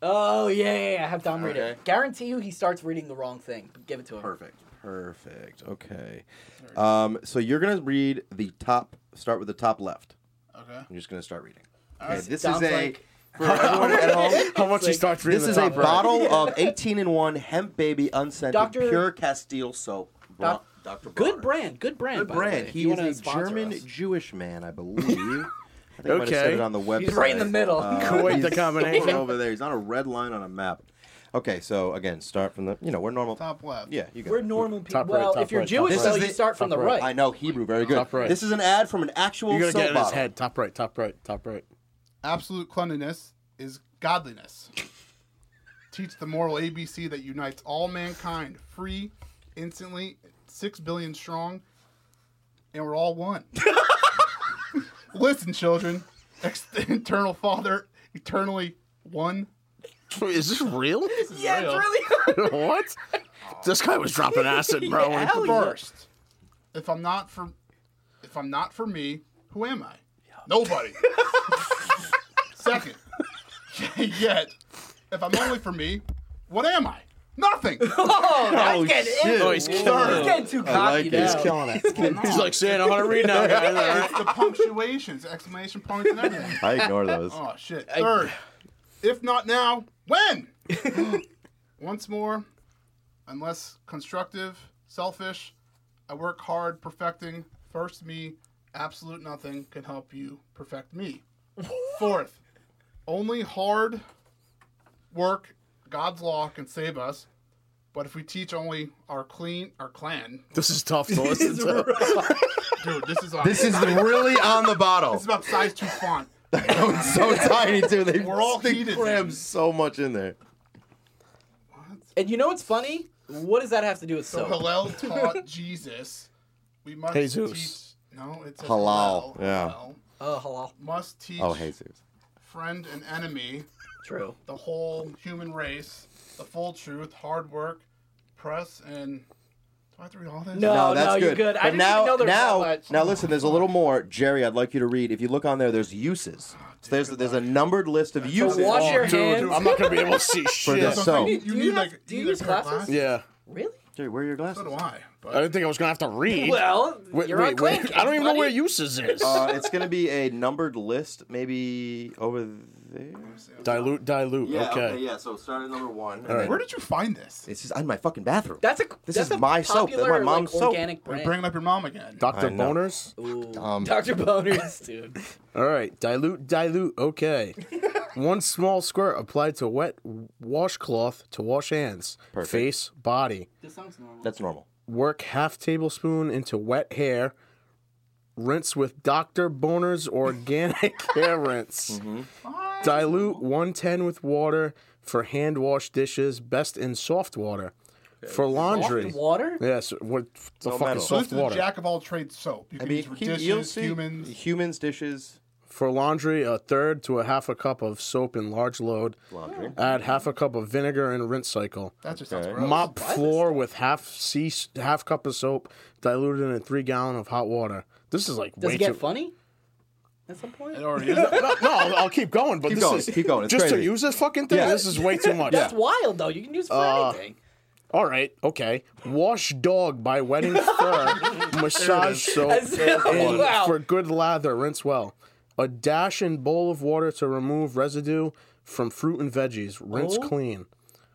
S2: Oh yeah, yeah, yeah. Have Dom read
S1: Okay.
S2: it. Guarantee you, he starts reading the wrong thing. Give it to him.
S1: Perfect. Perfect. Okay. Um, so you're gonna read the top. Start with the top left.
S3: Okay.
S1: I'm just gonna start reading. Okay. This
S2: Dom's
S1: is a.
S2: like-
S1: for everyone at home,
S4: How much he
S2: Like,
S4: starts
S1: This
S4: reading the
S1: is a
S4: top right.
S1: bottle of 18 in 1 hemp baby unscented
S2: Doctor-
S1: pure Castile soap. Bra-
S2: Doc-
S1: Dr. Bronner.
S2: Good brand. Good brand.
S1: Good
S2: by the way,
S1: brand.
S2: if
S1: He
S2: you
S1: is
S2: wanna
S1: a
S2: sponsor
S1: German
S2: us.
S1: Jewish man, I believe. I think I might have said
S4: Okay.
S1: it on the website. Uh,
S2: He's right in the middle.
S4: Quite
S1: he's
S4: the combination.
S1: somewhere over there. He's on a red line on a map. Okay, so again, start from the. You know, we're normal.
S3: Top left.
S1: Yeah, you go.
S2: We're normal people.
S4: Top right,
S2: well,
S4: top
S2: if you're
S4: right, top
S2: Jewish,
S1: right.
S2: though,
S1: This is
S2: you
S1: the-
S2: start from the
S4: top
S2: right.
S4: right.
S1: I know Hebrew very good.
S4: Top right.
S1: This is an ad from an actual
S4: You're gonna
S1: soap
S4: get it in his
S1: bottle.
S4: head. Top right. Top right. Top right.
S3: Absolute cleanliness is godliness. Teach the moral ABC that unites all mankind, free, instantly, six billion strong, and we're all one. Listen, children, ex- eternal Father, eternally one.
S4: Wait, is this real?
S2: yeah, it's really. Oh,
S4: what? This guy was dropping acid, bro.
S2: Yeah,
S4: when-
S2: hell yeah.
S3: First, if I'm not for, if I'm not for me, who am I? Nobody. Second, yet, if I'm only for me, what am I? Nothing.
S2: Oh, that's getting
S1: shit.
S4: Oh, he's killing
S2: He's
S4: it.
S2: getting too cocky
S1: I like it.
S2: now.
S1: He's killing it.
S4: He's like saying, "I want to read now." guys."
S3: it's the punctuations, exclamation points, and everything.
S1: I ignore those.
S3: Oh shit! Third, if not now, when? Once more, unless constructive, selfish, I work hard perfecting first me. Absolute nothing can help you perfect me. Fourth, only hard work, God's law can save us. But if we teach only our clean, our clan,
S4: This is tough to listen to.
S3: dude, this is on,
S1: This is really on the bottle.
S3: it's about size two font.
S1: It's so tiny too. They,
S3: We're all
S1: they
S3: heated,
S1: cram
S3: dude.
S1: so much in there.
S2: And you know what's funny? What does that have to do with
S3: So
S2: soap?
S3: Hillel taught Jesus, we must
S4: Jesus.
S3: teach. No, it's
S1: Halal, yeah.
S2: Oh, hello.
S3: Must teach
S1: Oh, Jesus.
S3: friend and enemy,
S2: True.
S3: the whole human race, the full truth, hard work, press, and do I have to read all this?
S2: No. Oh,
S1: that's
S2: you're
S1: good.
S2: good.
S1: But
S2: I didn't
S1: now,
S2: even know there was
S1: now,
S2: that much.
S1: now, listen. There's a little more, Jerry. I'd like you to read. If you look on there, there's uses. So there's there's a numbered list of uses.
S2: wash your
S4: Oh, Dude,
S2: hands.
S4: I'm not gonna be able to see shit.
S1: this-
S3: So,
S1: So-
S3: you,
S2: Do you
S3: need
S2: have-
S3: like
S2: do
S3: you
S2: you
S3: need a
S2: use
S3: pair of
S2: glasses?
S4: Yeah,
S2: Really?
S1: Jerry, where are your
S3: So
S1: glasses?
S3: do I. But
S4: I didn't think I was gonna have to read.
S2: Well,
S4: Wait,
S2: you're
S4: wait,
S2: on
S4: wait.
S2: clan cams,
S4: I don't even know
S2: buddy.
S4: where uses is.
S1: Uh, it's gonna be a numbered list, maybe over there.
S4: dilute, dilute. okay.
S1: yeah. So start at number one.
S4: All right.
S3: where did you find this?
S1: It's just in my fucking bathroom.
S2: That's a.
S1: This
S2: that's
S1: is
S2: a
S1: my soap. That's my
S2: popular,
S1: mom's
S2: like,
S1: soap.
S2: Organic
S3: We're
S2: brand.
S3: bringing up your mom again.
S4: Doctor
S1: I know.
S4: Boners.
S2: Ooh.
S1: Um,
S2: Dr. Boners, dude.
S4: All right, dilute, dilute. Okay. One small squirt applied to wet washcloth to wash hands,
S1: Perfect.
S4: face, body.
S2: This sounds normal.
S1: That's normal.
S4: Work half tablespoon into wet hair. Rinse with Dr. Boner's organic hair rinse.
S1: Mm-hmm.
S4: Dilute 110 with water for hand wash dishes, best in soft water. For laundry.
S2: Soft water?
S4: Yes, what the
S1: No
S4: fuck
S1: metal.
S4: is
S1: So
S3: So this
S4: soft
S3: is a
S4: water?
S3: jack of all trades soap.
S1: I
S3: You can
S1: mean,
S3: use for
S1: hu-
S3: dishes,
S1: you'll see
S3: humans.
S1: humans, dishes,
S4: For laundry, a third to a half a cup of soap in large load.
S1: laundry.
S4: Add half a cup of vinegar and rinse cycle.
S3: That just sounds
S1: Okay.
S3: gross.
S4: Mop floor with half sea, half cup of soap diluted in a three gallon of hot water. This is like
S2: Does
S4: way
S2: it get
S4: too.
S2: funny? At some point,
S3: It already is.
S4: no, no, I'll, I'll keep going. But
S1: Keep
S4: this
S1: going,
S4: is
S1: keep going, it's
S4: just to
S1: crazy.
S4: use this fucking thing.
S1: Yeah.
S4: This is way too much.
S2: that's wild though. You can use it for anything.
S4: All right, okay. Wash dog by wetting fur, massage soap
S2: As if-
S4: and
S2: wow.
S4: for good lather. Rinse well. A dash and bowl of water to remove residue from fruit and veggies. Rinse
S2: Oh.
S4: clean.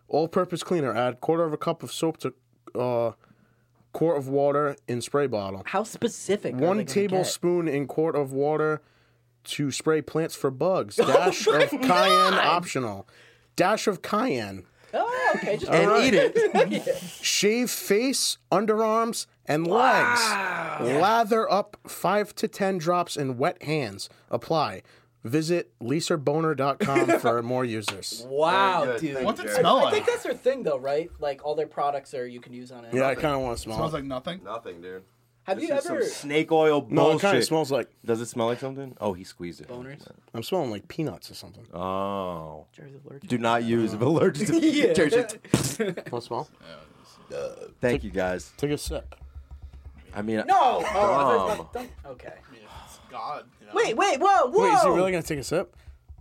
S4: All-purpose cleaner. Add quarter of a cup of soap to uh, quart of water in spray bottle.
S2: How specific? are they
S4: One
S2: gonna
S4: tablespoon in quart of water to spray plants for bugs.
S2: Oh
S4: Dash of cayenne optional. Dash of cayenne.
S2: get? Oh, okay. Just
S1: And eat it.
S4: Shave face, underarms, and
S2: Wow.
S4: legs. Lather up five to ten drops in wet hands. Apply. Visit leaserboner.com for more users.
S1: Very
S2: Wow,
S1: good.
S2: dude.
S1: Thank
S3: What's
S1: you,
S3: it
S1: Jared.
S3: smell
S2: I think
S3: like?
S2: that's their thing, though, right? Like all their products are you can use on it.
S4: Yeah, I kind of want to smell.
S3: Smells
S4: it.
S3: like nothing.
S1: Nothing, dude.
S2: Have
S1: This
S2: you
S1: is
S2: ever?
S1: some snake oil
S4: no,
S1: bullshit.
S4: it kind of smells like
S1: Does it smell like something? Oh, he squeezed it.
S2: Boners.
S4: I'm smelling like peanuts or something.
S1: Oh.
S2: Jerry's allergic.
S1: Do not use if allergic to
S2: Yeah.
S1: Jerry, shit.
S4: Want to smell?
S1: Thank you guys.
S4: Take a sip.
S1: I mean,
S2: No. Oh,
S1: Dumb.
S2: that's- that's- okay.
S3: It's God. You know?
S2: Wait, wait, whoa, whoa.
S4: Wait, is he really gonna take a sip?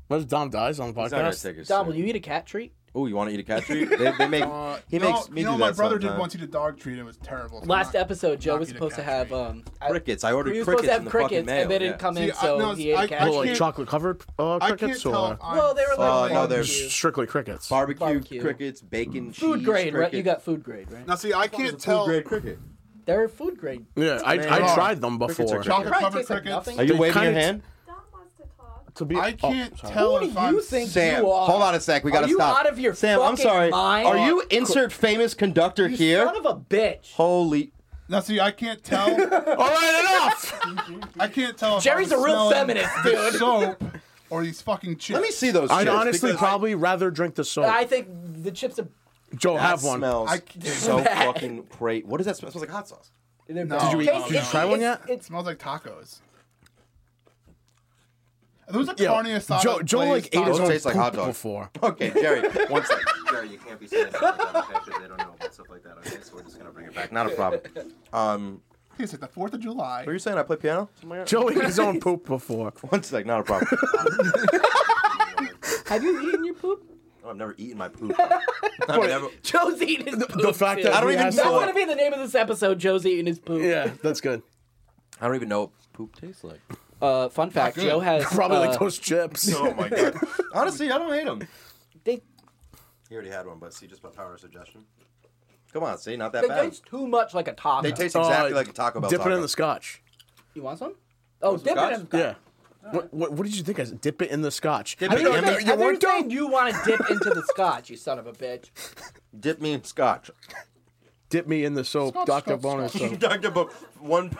S4: What if Dom dies on the
S1: he's not gonna
S4: podcast?
S1: take a
S2: Dom,
S1: sip.
S2: will you eat a cat treat?
S1: Oh, you want to eat a cat treat? They, they make.
S3: Uh,
S1: he
S3: you know-
S1: makes me
S3: you know,
S1: do
S3: my
S1: that
S3: brother did
S1: sometime.
S3: once eat a dog treat. It was terrible. So
S2: Last
S3: I'm
S2: episode, Joe
S3: not
S2: was
S3: eat a
S2: supposed to
S3: cat
S2: have
S3: treat.
S2: um. I-
S1: crickets. I ordered
S2: We were supposed
S1: crickets
S2: to have
S1: in the fucking
S2: crickets,
S1: mail.
S2: and they didn't
S1: yeah.
S2: come in,
S3: See, I-
S2: so
S3: no,
S2: he ate
S3: I-
S2: a cat
S4: Well, like
S2: treat.
S3: can't-
S4: chocolate covered uh,
S3: I can't
S4: crickets
S3: tell
S4: or
S3: if I'm
S2: Well, they were
S1: Uh,
S2: like
S1: no,
S2: barbecue.
S1: there's
S4: strictly crickets.
S1: Barbecue,
S2: Barbecue.
S1: crickets, bacon,
S2: food
S1: cheese,
S2: grade, right?
S1: cricket.
S2: You got food grade, right?
S3: Now, see, I can't
S1: Food
S3: tell.
S1: grade cricket.
S2: They're food grade.
S4: yeah, I,
S1: Man.
S4: I tried them before.
S1: Crickets are
S3: Chocolate
S2: Probably
S3: covered
S2: tastes like
S3: crickets.
S2: nothing.
S1: Are you
S4: They
S1: waving your
S4: kinda-
S1: hand?
S6: Dom wants to talk.
S4: To be,
S3: I
S4: oh,
S3: can't
S4: sorry.
S3: tell
S2: Who
S3: if
S2: do
S3: I'm
S2: you think
S1: Sam,
S2: you are?
S1: hold on a sec. We gotta
S2: Are you
S1: stop.
S2: out of your
S1: Sam, I'm
S2: fucking
S1: sorry.
S2: mind?
S1: Are you insert famous conductor
S2: You
S1: here?
S2: Son of a bitch.
S1: Holy.
S3: Now, see, I can't tell.
S4: All right, enough.
S3: I can't tell. If
S2: Jerry's
S3: I'm
S2: a real
S3: smelling
S2: feminist,
S3: the
S2: dude.
S3: Soap or these fucking chips.
S1: Let me see those.
S4: I'd
S1: chips,
S4: honestly
S1: because
S4: probably rather drink the soap.
S2: I think the chips are.
S4: Joe,
S1: that
S4: have one.
S1: Smells
S3: I can't-
S1: so
S2: Bad.
S1: fucking great. What does that smell? It smells like hot sauce.
S2: Did
S3: Did you eat- did you
S4: try one yet?
S3: It smells like tacos. There was a
S4: Yeah.
S3: carne asada.
S4: Joe, Joe like
S3: place-
S4: ate his
S1: Those
S4: own
S1: taste like hot
S4: poop
S1: dogs.
S4: before.
S1: Okay, Jerry. One sec. Jerry, you can't be saying stuff like that because they don't know about stuff like that. Okay, so we're just gonna bring it back. Not a problem. Um,
S3: Tastes like the Fourth of July.
S1: were you saying I play piano? Something like that?
S4: Joe ate his own poop before.
S1: One sec. Not a problem.
S2: Have you eaten your poop?
S1: No, Oh, I've never eaten my poop. I've never.
S2: Joe's eating his poop.
S4: The fact
S2: dude.
S4: that
S1: I don't
S4: he
S1: even
S4: has
S1: know
S2: That's
S1: So-
S2: gonna be the name of this episode. Joe's eating his poop.
S4: Yeah, that's good.
S1: I don't even know what poop tastes like.
S2: Uh, fun fact:
S3: good.
S2: Joe has
S4: Probably
S2: uh,
S4: like those chips.
S1: Oh my god. Honestly, I don't hate them.
S2: They,
S1: He already had one, but see, just by power of suggestion. Come on, see, not that
S2: they
S1: bad.
S2: taste too much like a taco.
S1: They taste exactly
S4: Uh,
S1: like a Taco Bell.
S4: Dip
S1: taco.
S4: it in the scotch.
S2: you want some? Oh, dip it
S1: scotch?
S2: in.
S4: Yeah. What, what, what did you think? I said? Dip it in the scotch.
S1: Dip
S2: I
S1: it
S2: think
S1: in
S2: you're
S1: the-
S2: saying-
S4: you
S2: I think
S4: weren't
S2: you're saying you want to dip into the scotch, you son of a bitch.
S1: Dip me in scotch.
S4: Dip me in the soap,
S3: Scotch,
S4: Dr.
S3: scotch,
S4: Boner
S3: scotch.
S4: soap.
S1: Dr. Bo- one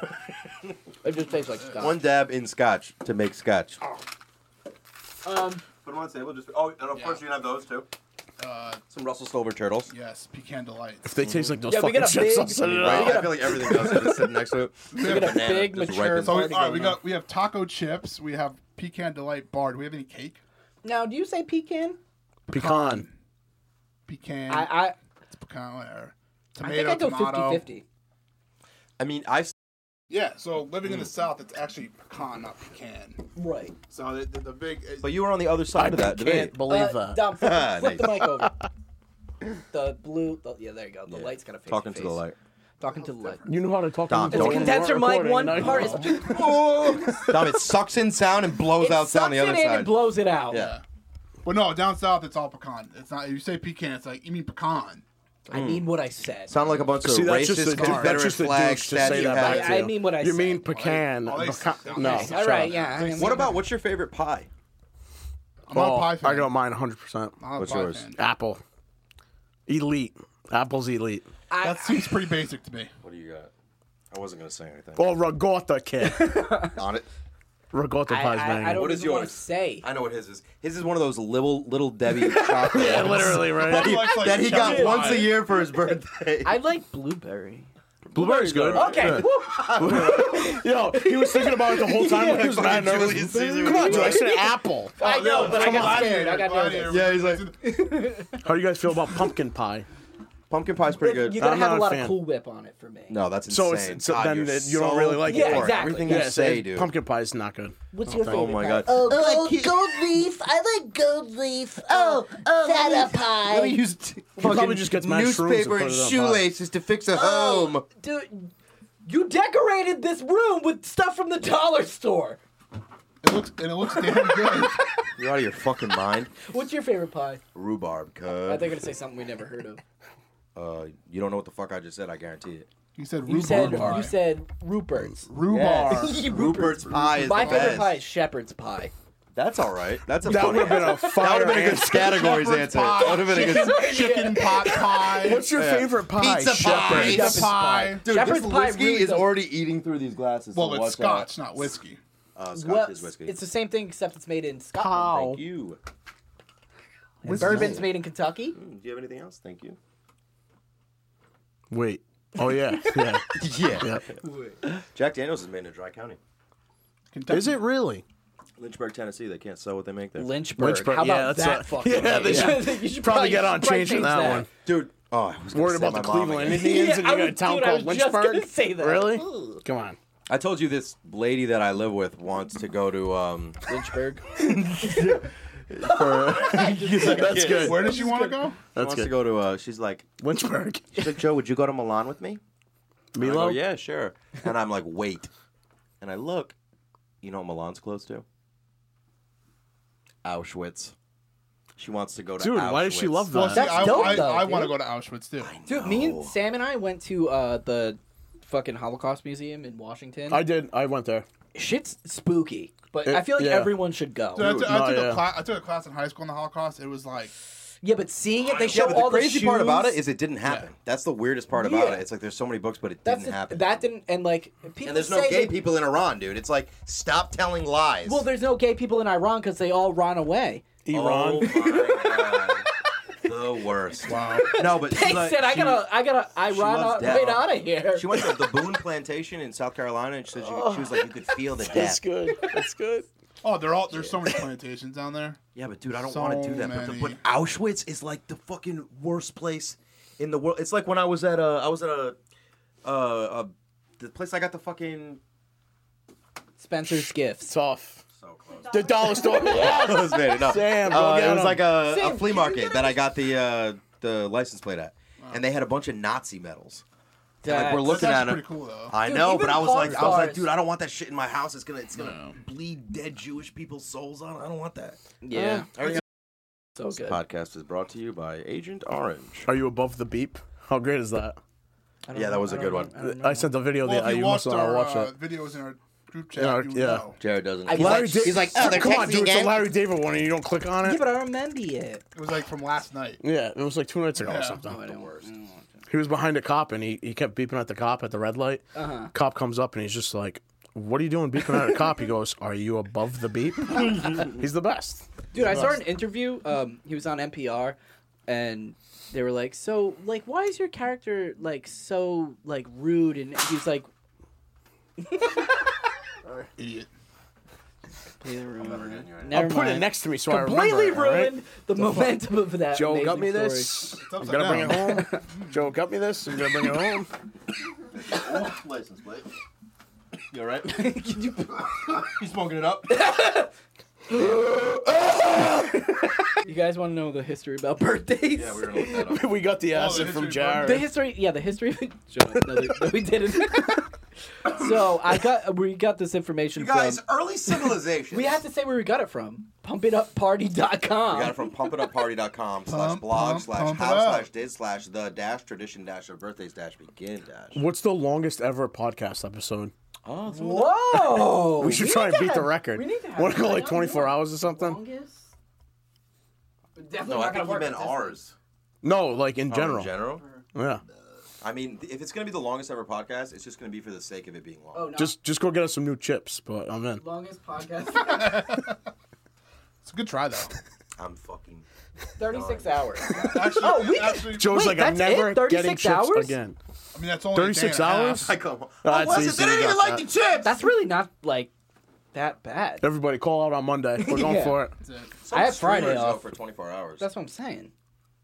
S2: It just tastes like scotch.
S1: one dab in scotch to make scotch.
S2: Um,
S1: Put them on the table. Just oh, and of
S3: course
S1: you can have those too.
S3: Uh,
S1: Some Russell Stover turtles.
S3: yes, pecan delight.
S4: If they taste like those
S2: Yeah, we
S4: fucking
S2: got a
S4: chips,
S2: big-
S4: I'll send it
S2: Right.
S4: out.
S2: got
S1: I feel like everything else is just sitting next to it.
S2: we got a
S1: Banana,
S2: big
S1: just
S2: mature.
S1: ripen.
S3: So we, all
S2: party
S3: right, we
S2: going on.
S3: got we have taco chips. We have pecan delight bar. Do we have any cake?
S2: Now, do you say
S1: Mm.
S2: pecan?
S4: Pecan.
S3: Pecan.
S2: I I,
S3: it's pecan. Whatever.
S2: I
S3: Tomato.
S2: think I go
S3: tomato.
S2: 50-50.
S1: I mean, I.
S3: Yeah. So living
S4: Mm.
S3: in the south, it's actually pecan, not pecan.
S2: Right.
S3: So the, the, the big.
S1: But you were on the uh, other side of that
S4: I
S1: debate.
S4: can't believe
S2: Uh,
S4: that.
S2: Dom, flip, flip the
S1: Nice.
S2: mic over. The blue. The, yeah, there you go. The
S1: Yeah.
S2: light's gonna face.
S1: Talking to
S2: your
S1: the
S2: face.
S1: light.
S2: Talking to the light.
S4: You know how to talk.
S1: Dom,
S4: to
S2: It's
S1: Don't worry,
S2: a condenser mic. One part is.
S4: It
S1: Dom, it sucks in sound and blows
S2: It
S1: out
S2: sucks
S1: sound the
S2: it
S1: other
S2: in and
S1: side.
S2: blows it out.
S1: yeah.
S3: But no, down south it's all pecan. It's not. You say pecan, it's like you mean pecan.
S2: I mean what I said.
S1: Sound like a bunch of
S4: See, that's just
S1: racist
S4: the
S3: Confederate
S1: Confederate flag
S4: douche to say
S1: stats you
S2: had.
S4: that back
S1: have.
S4: to
S2: I- I
S4: you.
S2: mean what I
S4: You
S2: said.
S4: mean pecan?
S3: All they-
S4: Pecan-
S3: all they-
S4: No.
S3: all
S2: All
S4: shut
S2: right.
S4: up.
S2: Yeah. I mean,
S1: What about what's your favorite pie?
S3: I'm not a
S4: Oh,
S3: pie fan.
S4: I got mine 100. percent
S3: I'm not a
S1: What's
S3: pie
S1: yours?
S3: fan.
S4: Apple, elite. Apple's elite.
S2: I,
S3: That seems pretty basic to me.
S1: What do you got? I wasn't gonna say anything.
S4: Or Ragota kid.
S1: On it.
S4: Ragota
S2: I,
S4: pie's
S2: I, I
S4: banging.
S2: don't
S1: What is
S2: even want
S1: yours?
S2: to say.
S1: I know what his is. His is one of those little little Debbie chocolate ones
S4: Literally,
S1: that
S4: right?
S1: he,
S3: Like- like
S1: that he got
S3: chocolate
S1: once a
S3: pie.
S1: year for his birthday.
S2: I like blueberry.
S4: Blueberry's good.
S2: Okay.
S4: Good.
S1: Oh,
S4: Yo, he was thinking about it the whole time. he was
S1: Fucking
S4: mad nervous.
S1: Julius Caesar.
S4: Come on, Joe. I said apple.
S2: I know, but I
S3: Come
S2: got
S3: on,
S2: scared. I
S3: Gladiator,
S2: got nervous.
S3: Gladiator.
S1: Yeah, he's like
S4: How do you guys feel about pumpkin pie?
S1: pumpkin pie's pretty good. Uh,
S2: You're gonna
S4: I'm
S2: have
S4: not
S2: a
S4: a
S2: lot
S4: fan.
S2: of Cool Whip on it for me.
S1: no, that's
S4: So
S1: insane.
S4: it's- so
S1: God,
S4: then
S1: you're
S4: it- you don't
S1: so
S4: really like it.
S1: boring.
S2: Yeah, exactly.
S1: Everything
S2: Yeah,
S1: you say, dude.
S4: Pumpkin pie is not good.
S2: What's your
S1: oh
S2: favorite?
S1: my
S2: kind?
S1: god.
S6: Oh, gold, gold leaf. I like gold leaf. Oh, oh, that a pie.
S1: Let me use t-
S4: probably
S1: fucking
S4: just gets mashed shrooms and
S1: newspaper
S4: put
S1: and
S4: it on pie.
S1: shoelaces to fix a
S2: Oh,
S1: home.
S2: dude, you decorated this room with stuff from the dollar store.
S3: It looks and it looks damn good.
S1: You're out of your fucking mind.
S2: What's your favorite pie?
S1: Rhubarb,
S2: I
S1: cuz.
S2: think they're gonna say something we never heard of.
S1: Uh, you don't know what the fuck I just said. I guarantee it.
S3: You said
S2: You said
S3: rhubarb.
S2: you said Rupert's.
S3: rhubarb.
S1: Yes. Rupert's pie is
S2: My
S1: the
S2: favorite
S1: best.
S2: pie is shepherd's pie.
S1: That's all right. That's a
S4: That
S1: funny
S4: would have been a
S1: answer. That
S4: fire
S1: would have been a good
S4: answer.
S1: categories answer. That would have been a good.
S3: Chicken pot pie.
S4: What's your
S1: Yeah.
S4: favorite pie?
S1: Pizza
S4: Shepherd's?
S1: pie.
S3: Shepherd's pie.
S1: Dude,
S2: Shepherd's
S1: this
S2: pie
S1: whiskey
S2: really
S1: is
S2: does-
S1: already eating through these glasses.
S3: Well,
S1: so
S3: it's
S1: watch out.
S3: scotch, not whiskey.
S1: Uh, scotch
S2: Well,
S1: is whiskey.
S2: it's the same thing except it's made in Scotland.
S4: Cow.
S1: Thank you.
S2: And bourbon's made in Kentucky.
S1: Mm, Do you have anything else? Thank you.
S4: Wait. Oh yeah. Yeah.
S1: Yeah.
S4: yeah.
S1: Jack Daniels is made in Dry County,
S3: Kentucky.
S4: Is it really?
S1: Lynchburg, Tennessee. They can't sell what they make there.
S2: Lynchburg.
S4: Lynchburg,
S2: How about
S4: yeah, that's
S2: that
S4: a-
S2: fucking
S4: yeah,
S2: name?
S4: they should-
S2: you should
S4: probably get on
S2: probably
S4: changing
S2: change
S4: that one.
S1: Dude, oh, I was gonna
S4: Worried
S1: say
S4: about
S1: my
S4: the
S1: mom
S4: Cleveland
S1: again.
S4: Indians
S2: Yeah,
S4: and
S2: I
S4: you got a
S2: was-
S4: town
S2: dude, I
S4: called
S2: was just
S4: Lynchburg?
S2: gonna say that.
S4: Really?
S2: Ooh.
S4: Come on.
S1: I told you this lady that I live with wants to go to um
S2: Lynchburg.
S4: That's good.
S3: Where does she want to go?
S4: That's
S1: wants to
S4: good.
S1: go to uh she's like
S4: Lynchburg.
S1: she's like Joe, would you go to Milan with me? And I go,
S4: Milo.
S1: yeah, sure. And I'm like, wait. And I look, you know what Milan's close to? Auschwitz. She wants to go to
S4: Dude,
S1: Auschwitz.
S4: why does she love
S3: Well,
S4: that?
S3: see,
S2: That's
S3: I,
S2: dope,
S3: I,
S2: though,
S3: I want to
S2: dude.
S3: go to Auschwitz too.
S2: Dude, me
S1: No.
S2: and Sam and I went to uh, the fucking Holocaust Museum in Washington.
S4: I did. I went there.
S2: Shit's spooky, but
S4: It-
S2: I feel like
S4: yeah.
S2: everyone should go.
S3: Dude, I, took- I
S4: no,
S3: took
S4: yeah.
S3: a cla- I took a class in high school on the Holocaust. It was like
S2: yeah, but seeing it, they
S1: Yeah,
S2: show
S1: but the
S2: all
S1: crazy
S2: shoes.
S1: part about it is it didn't happen. That's the weirdest part about
S2: Yeah.
S1: it. It's like there's so many books, but it
S2: that's
S1: didn't
S2: the-
S1: happen.
S2: that didn't and like people
S1: and there's no
S2: say
S1: gay
S2: that-
S1: people in Iran, dude. It's like stop telling lies.
S2: Well, there's no gay people in Iran because they all ran away.
S1: Oh
S4: Iran.
S1: my God. the worst.
S3: wow.
S1: No, but
S2: They
S1: she, like,
S2: said, "I
S1: she-
S2: gotta, I gotta, I
S1: loves
S2: run
S1: death.
S2: right out of here."
S1: She went to the Boone Plantation in South Carolina, and she, said she, she was like, "You could feel the
S4: That's
S1: death."
S4: good. That's good.
S3: Oh, they're all there's so many plantations down there.
S1: Yeah, but dude, I don't
S3: So
S1: want to do that. But, the,
S3: many.
S1: but Auschwitz is like the fucking worst place in the world. It's like when I was at a, I was at a, uh, a the place I got the fucking
S2: Spencer's gifts.
S4: Tough.
S1: so close.
S4: The dollar store.
S1: it was made, no.
S4: Sam, go
S1: Uh,
S4: get
S1: it was
S4: him.
S1: like a,
S2: Sam,
S1: a flea
S2: can you get
S1: market that
S2: him?
S1: I got the uh, the license plate at, and they had a bunch of Nazi medals. Like we're
S2: That's-
S1: looking
S3: That's
S1: at
S3: pretty
S1: them.
S3: cool though.
S1: I
S2: Dude,
S1: know,
S2: even
S1: but I was
S2: porn
S1: like, I was like,
S2: stars-
S1: dude, I don't want that shit in my house. It's gonna, it's gonna bleed dead Jewish people's souls on. it. I don't want that.
S2: Yeah,
S1: Everything-
S2: so good. I
S1: podcast is brought to you by Agent Orange.
S4: Are you above the beep? How great is that?
S2: don't
S1: Yeah, that
S2: know-
S1: was a
S2: I
S1: good
S2: don't
S1: one.
S2: know- I don't know.
S4: I sent the video.
S3: Well,
S4: that
S3: if you
S4: you must
S3: watched
S4: want to
S3: our
S4: watch
S3: uh,
S4: it.
S3: videos in our group
S4: In our-
S3: chat, you would
S4: yeah.
S3: know.
S1: Jared doesn't.
S2: I- Larry David-
S1: he's like, oh, they're
S4: come on,
S1: texting
S4: dude. It's
S1: again?
S4: a Larry David one, and you don't click on
S2: Yeah,
S4: it.
S2: but I remember it.
S3: It was like from last night.
S4: Yeah, it was like two nights ago or
S3: Yeah.
S4: something.
S2: I don't
S4: He was behind a cop, and he, he kept beeping at the cop at the red light.
S2: Uh-huh.
S4: Cop comes up, and he's just like, "What are you doing beeping at a cop?" He goes, "Are you above the beep?" he's the best.
S2: Dude, I saw an interview. Um, he was on NPR, and they were like, "So, like, why is your character like so like rude?" And he's like,
S3: Idiot.
S2: "Completely ruined." Never
S4: I'll put it
S2: mind.
S4: next to me so I remember.
S2: Completely
S4: it, all right?
S2: ruined the momentum of that.
S4: Joe
S2: amazing
S4: got me
S2: story.
S4: this. I'm
S3: upside
S4: gonna bring it
S3: down.
S4: home. Joe got me this. I'm gonna bring it home.
S1: license plate. You all right? you smoking it up?
S2: You guys want to know the history about birthdays?
S1: yeah, we were gonna look that up.
S4: we got the acid
S3: the
S4: from
S3: history part.
S2: The
S4: Jared.
S2: history, yeah, the history. Joe, no, they- no, we didn't. so I got we got this information
S1: You guys,
S2: from.
S1: early civilization.
S2: We have to say where we got it from. Pumpitupparty.com.
S1: We got it from pumpitupparty.com slash
S3: Pump,
S1: blog
S3: pump,
S1: slash
S3: pump it
S1: how
S3: up.
S1: slash did slash the dash tradition dash or birthdays dash begin dash.
S4: What's the longest ever podcast episode?
S1: Oh,
S2: Whoa!
S4: We should
S2: Oh, need
S4: try and
S2: to
S4: beat the
S2: have-
S4: record.
S2: We need to have
S4: Want to go like
S2: Leon
S4: 24
S2: Moore.
S4: hours or something?
S2: Longest? But Definitely
S1: no, I
S2: not
S1: think
S2: gonna
S1: he
S2: work
S1: meant
S2: with this
S1: ours.
S4: No, like in
S1: Oh,
S4: general. Mm.
S1: in general.
S4: Yeah.
S1: I mean, if it's gonna be the longest ever podcast, it's just gonna be for the sake of it being long.
S2: Oh no.
S4: Just just go get us some new chips, but I'm in.
S2: longest podcast.
S3: It's a good try though.
S1: I'm fucking.
S2: Thirty six hours.
S3: Actually,
S2: Oh, we can-
S3: actually,
S4: Joe's
S2: Wait,
S4: like, I'm
S2: that's
S4: never
S2: it? 36
S4: getting chips
S2: hours?
S4: again.
S3: I mean, that's only a day
S4: 36
S3: and a half.
S4: hours?
S1: I come. home.
S4: Ah,
S1: Oh,
S4: it's
S1: Weston,
S4: easy,
S1: they didn't
S4: you
S1: even
S4: got
S1: like the
S4: that.
S1: chips.
S2: That's really not like that bad.
S4: Everybody call out on Monday. We're going
S2: Yeah.
S4: for it.
S3: That's it.
S1: Some
S2: I had Friday
S1: streamers, though,
S2: off.
S1: for 24 hours.
S2: That's what I'm saying.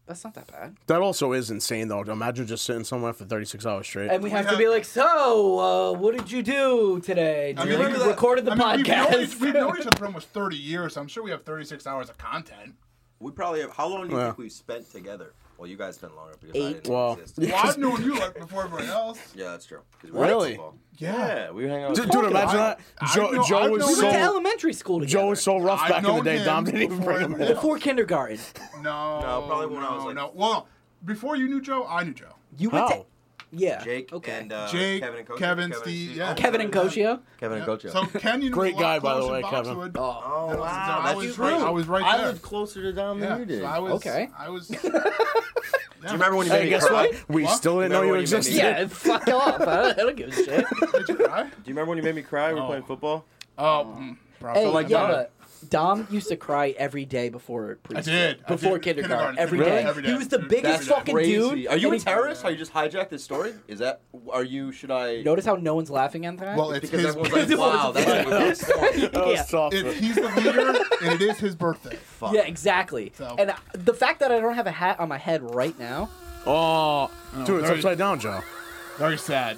S2: That's not that bad.
S4: That also is insane, though. Imagine just sitting somewhere for 36 hours straight.
S2: And we have to
S3: have-
S2: be like, so uh, what did you do today?
S3: I
S2: dude?
S3: mean,
S2: you
S3: we-
S2: recorded the
S3: I mean, we've known each-
S2: podcast.
S3: We've known each other for almost 30 years. So I'm sure we have 36 hours of content.
S1: we probably have. How long do you
S4: Yeah.
S1: think we've spent together? Well, you guys spent longer because I
S2: Eight.
S1: didn't
S4: Well,
S1: exist.
S4: yeah.
S3: Well, I've known you like before everyone else.
S1: Yeah, that's true. 'Cause we
S4: Really?
S1: played football. Yeah, we hang out.
S4: Dude,
S1: with
S4: dude,
S1: people.
S4: imagine
S3: I-
S4: that.
S3: I
S4: Joe,
S3: know- I
S4: Joe
S3: know
S4: was
S2: we went to
S4: so
S2: elementary school together.
S4: Joe was so rough
S3: I've
S4: back in the
S3: known
S4: day.
S3: him
S4: Dom didn't even
S3: before
S4: bring him
S3: everyone
S4: in.
S3: else.
S2: before kindergarten.
S3: No.
S1: No, probably when I was,
S3: no,
S1: like-
S3: No. Well, before you knew Joe, I knew Joe.
S2: You went
S4: How?
S2: to yeah.
S1: Jake
S2: okay.
S1: and uh,
S3: Jake,
S1: Kevin and Oh, Kochi.
S3: Kevin, Steve, yeah.
S2: Kevin and Koshio.
S1: Kevin
S3: Yep.
S1: and Kochi.
S3: So Ken, you know,
S4: Great
S3: a lot
S4: guy, by the
S3: closer
S4: way,
S3: in
S4: Kevin.
S3: Boxwood. Um,
S2: Oh,
S1: Oh
S3: That was-
S1: wow,
S3: I
S1: that's
S3: was
S1: true.
S3: right- I was right
S1: I
S3: there.
S1: lived closer to Dom
S3: Yeah,
S1: than you did.
S3: so I was.
S2: Okay.
S3: I was.
S1: Do you remember when you made
S4: Hey,
S1: me
S4: guess
S1: cry?
S4: what? We
S3: What?
S4: still didn't know
S1: Remember
S4: you
S1: when you made me-
S4: existed.
S2: Yeah, fuck off. I don't give a shit.
S3: Did you cry?
S1: Do you remember when you made me cry? We were
S3: Oh.
S1: playing football.
S3: Oh, mm, probably.
S2: hey,
S1: like
S2: yeah,
S1: Dom.
S2: but Dom used to cry every day before preschool.
S3: I did. I
S2: Before
S3: did.
S2: kindergarten,
S3: Kindergarten.
S2: every
S3: Really?
S2: day.
S3: Every
S2: He
S3: day.
S2: was the
S3: Dude,
S2: biggest
S3: that's
S2: fucking dude.
S1: Are you
S2: and
S1: a
S2: he-
S1: terrorist? How you just hijacked this story? Is that? Are you? Should I?
S2: Notice how no one's laughing at that.
S3: Well, it's
S1: because
S3: his.
S1: everyone's like,
S2: It was-
S1: wow, that's a good story.
S4: That was
S2: Yeah.
S4: tough.
S3: it's, he's the leader, and it is his birthday.
S1: Fuck.
S2: yeah, exactly.
S3: So-
S2: And I, the fact that I don't have a hat on my head right now,
S4: Oh, dude, it's
S3: very-
S4: upside down, Joe.
S3: Very sad.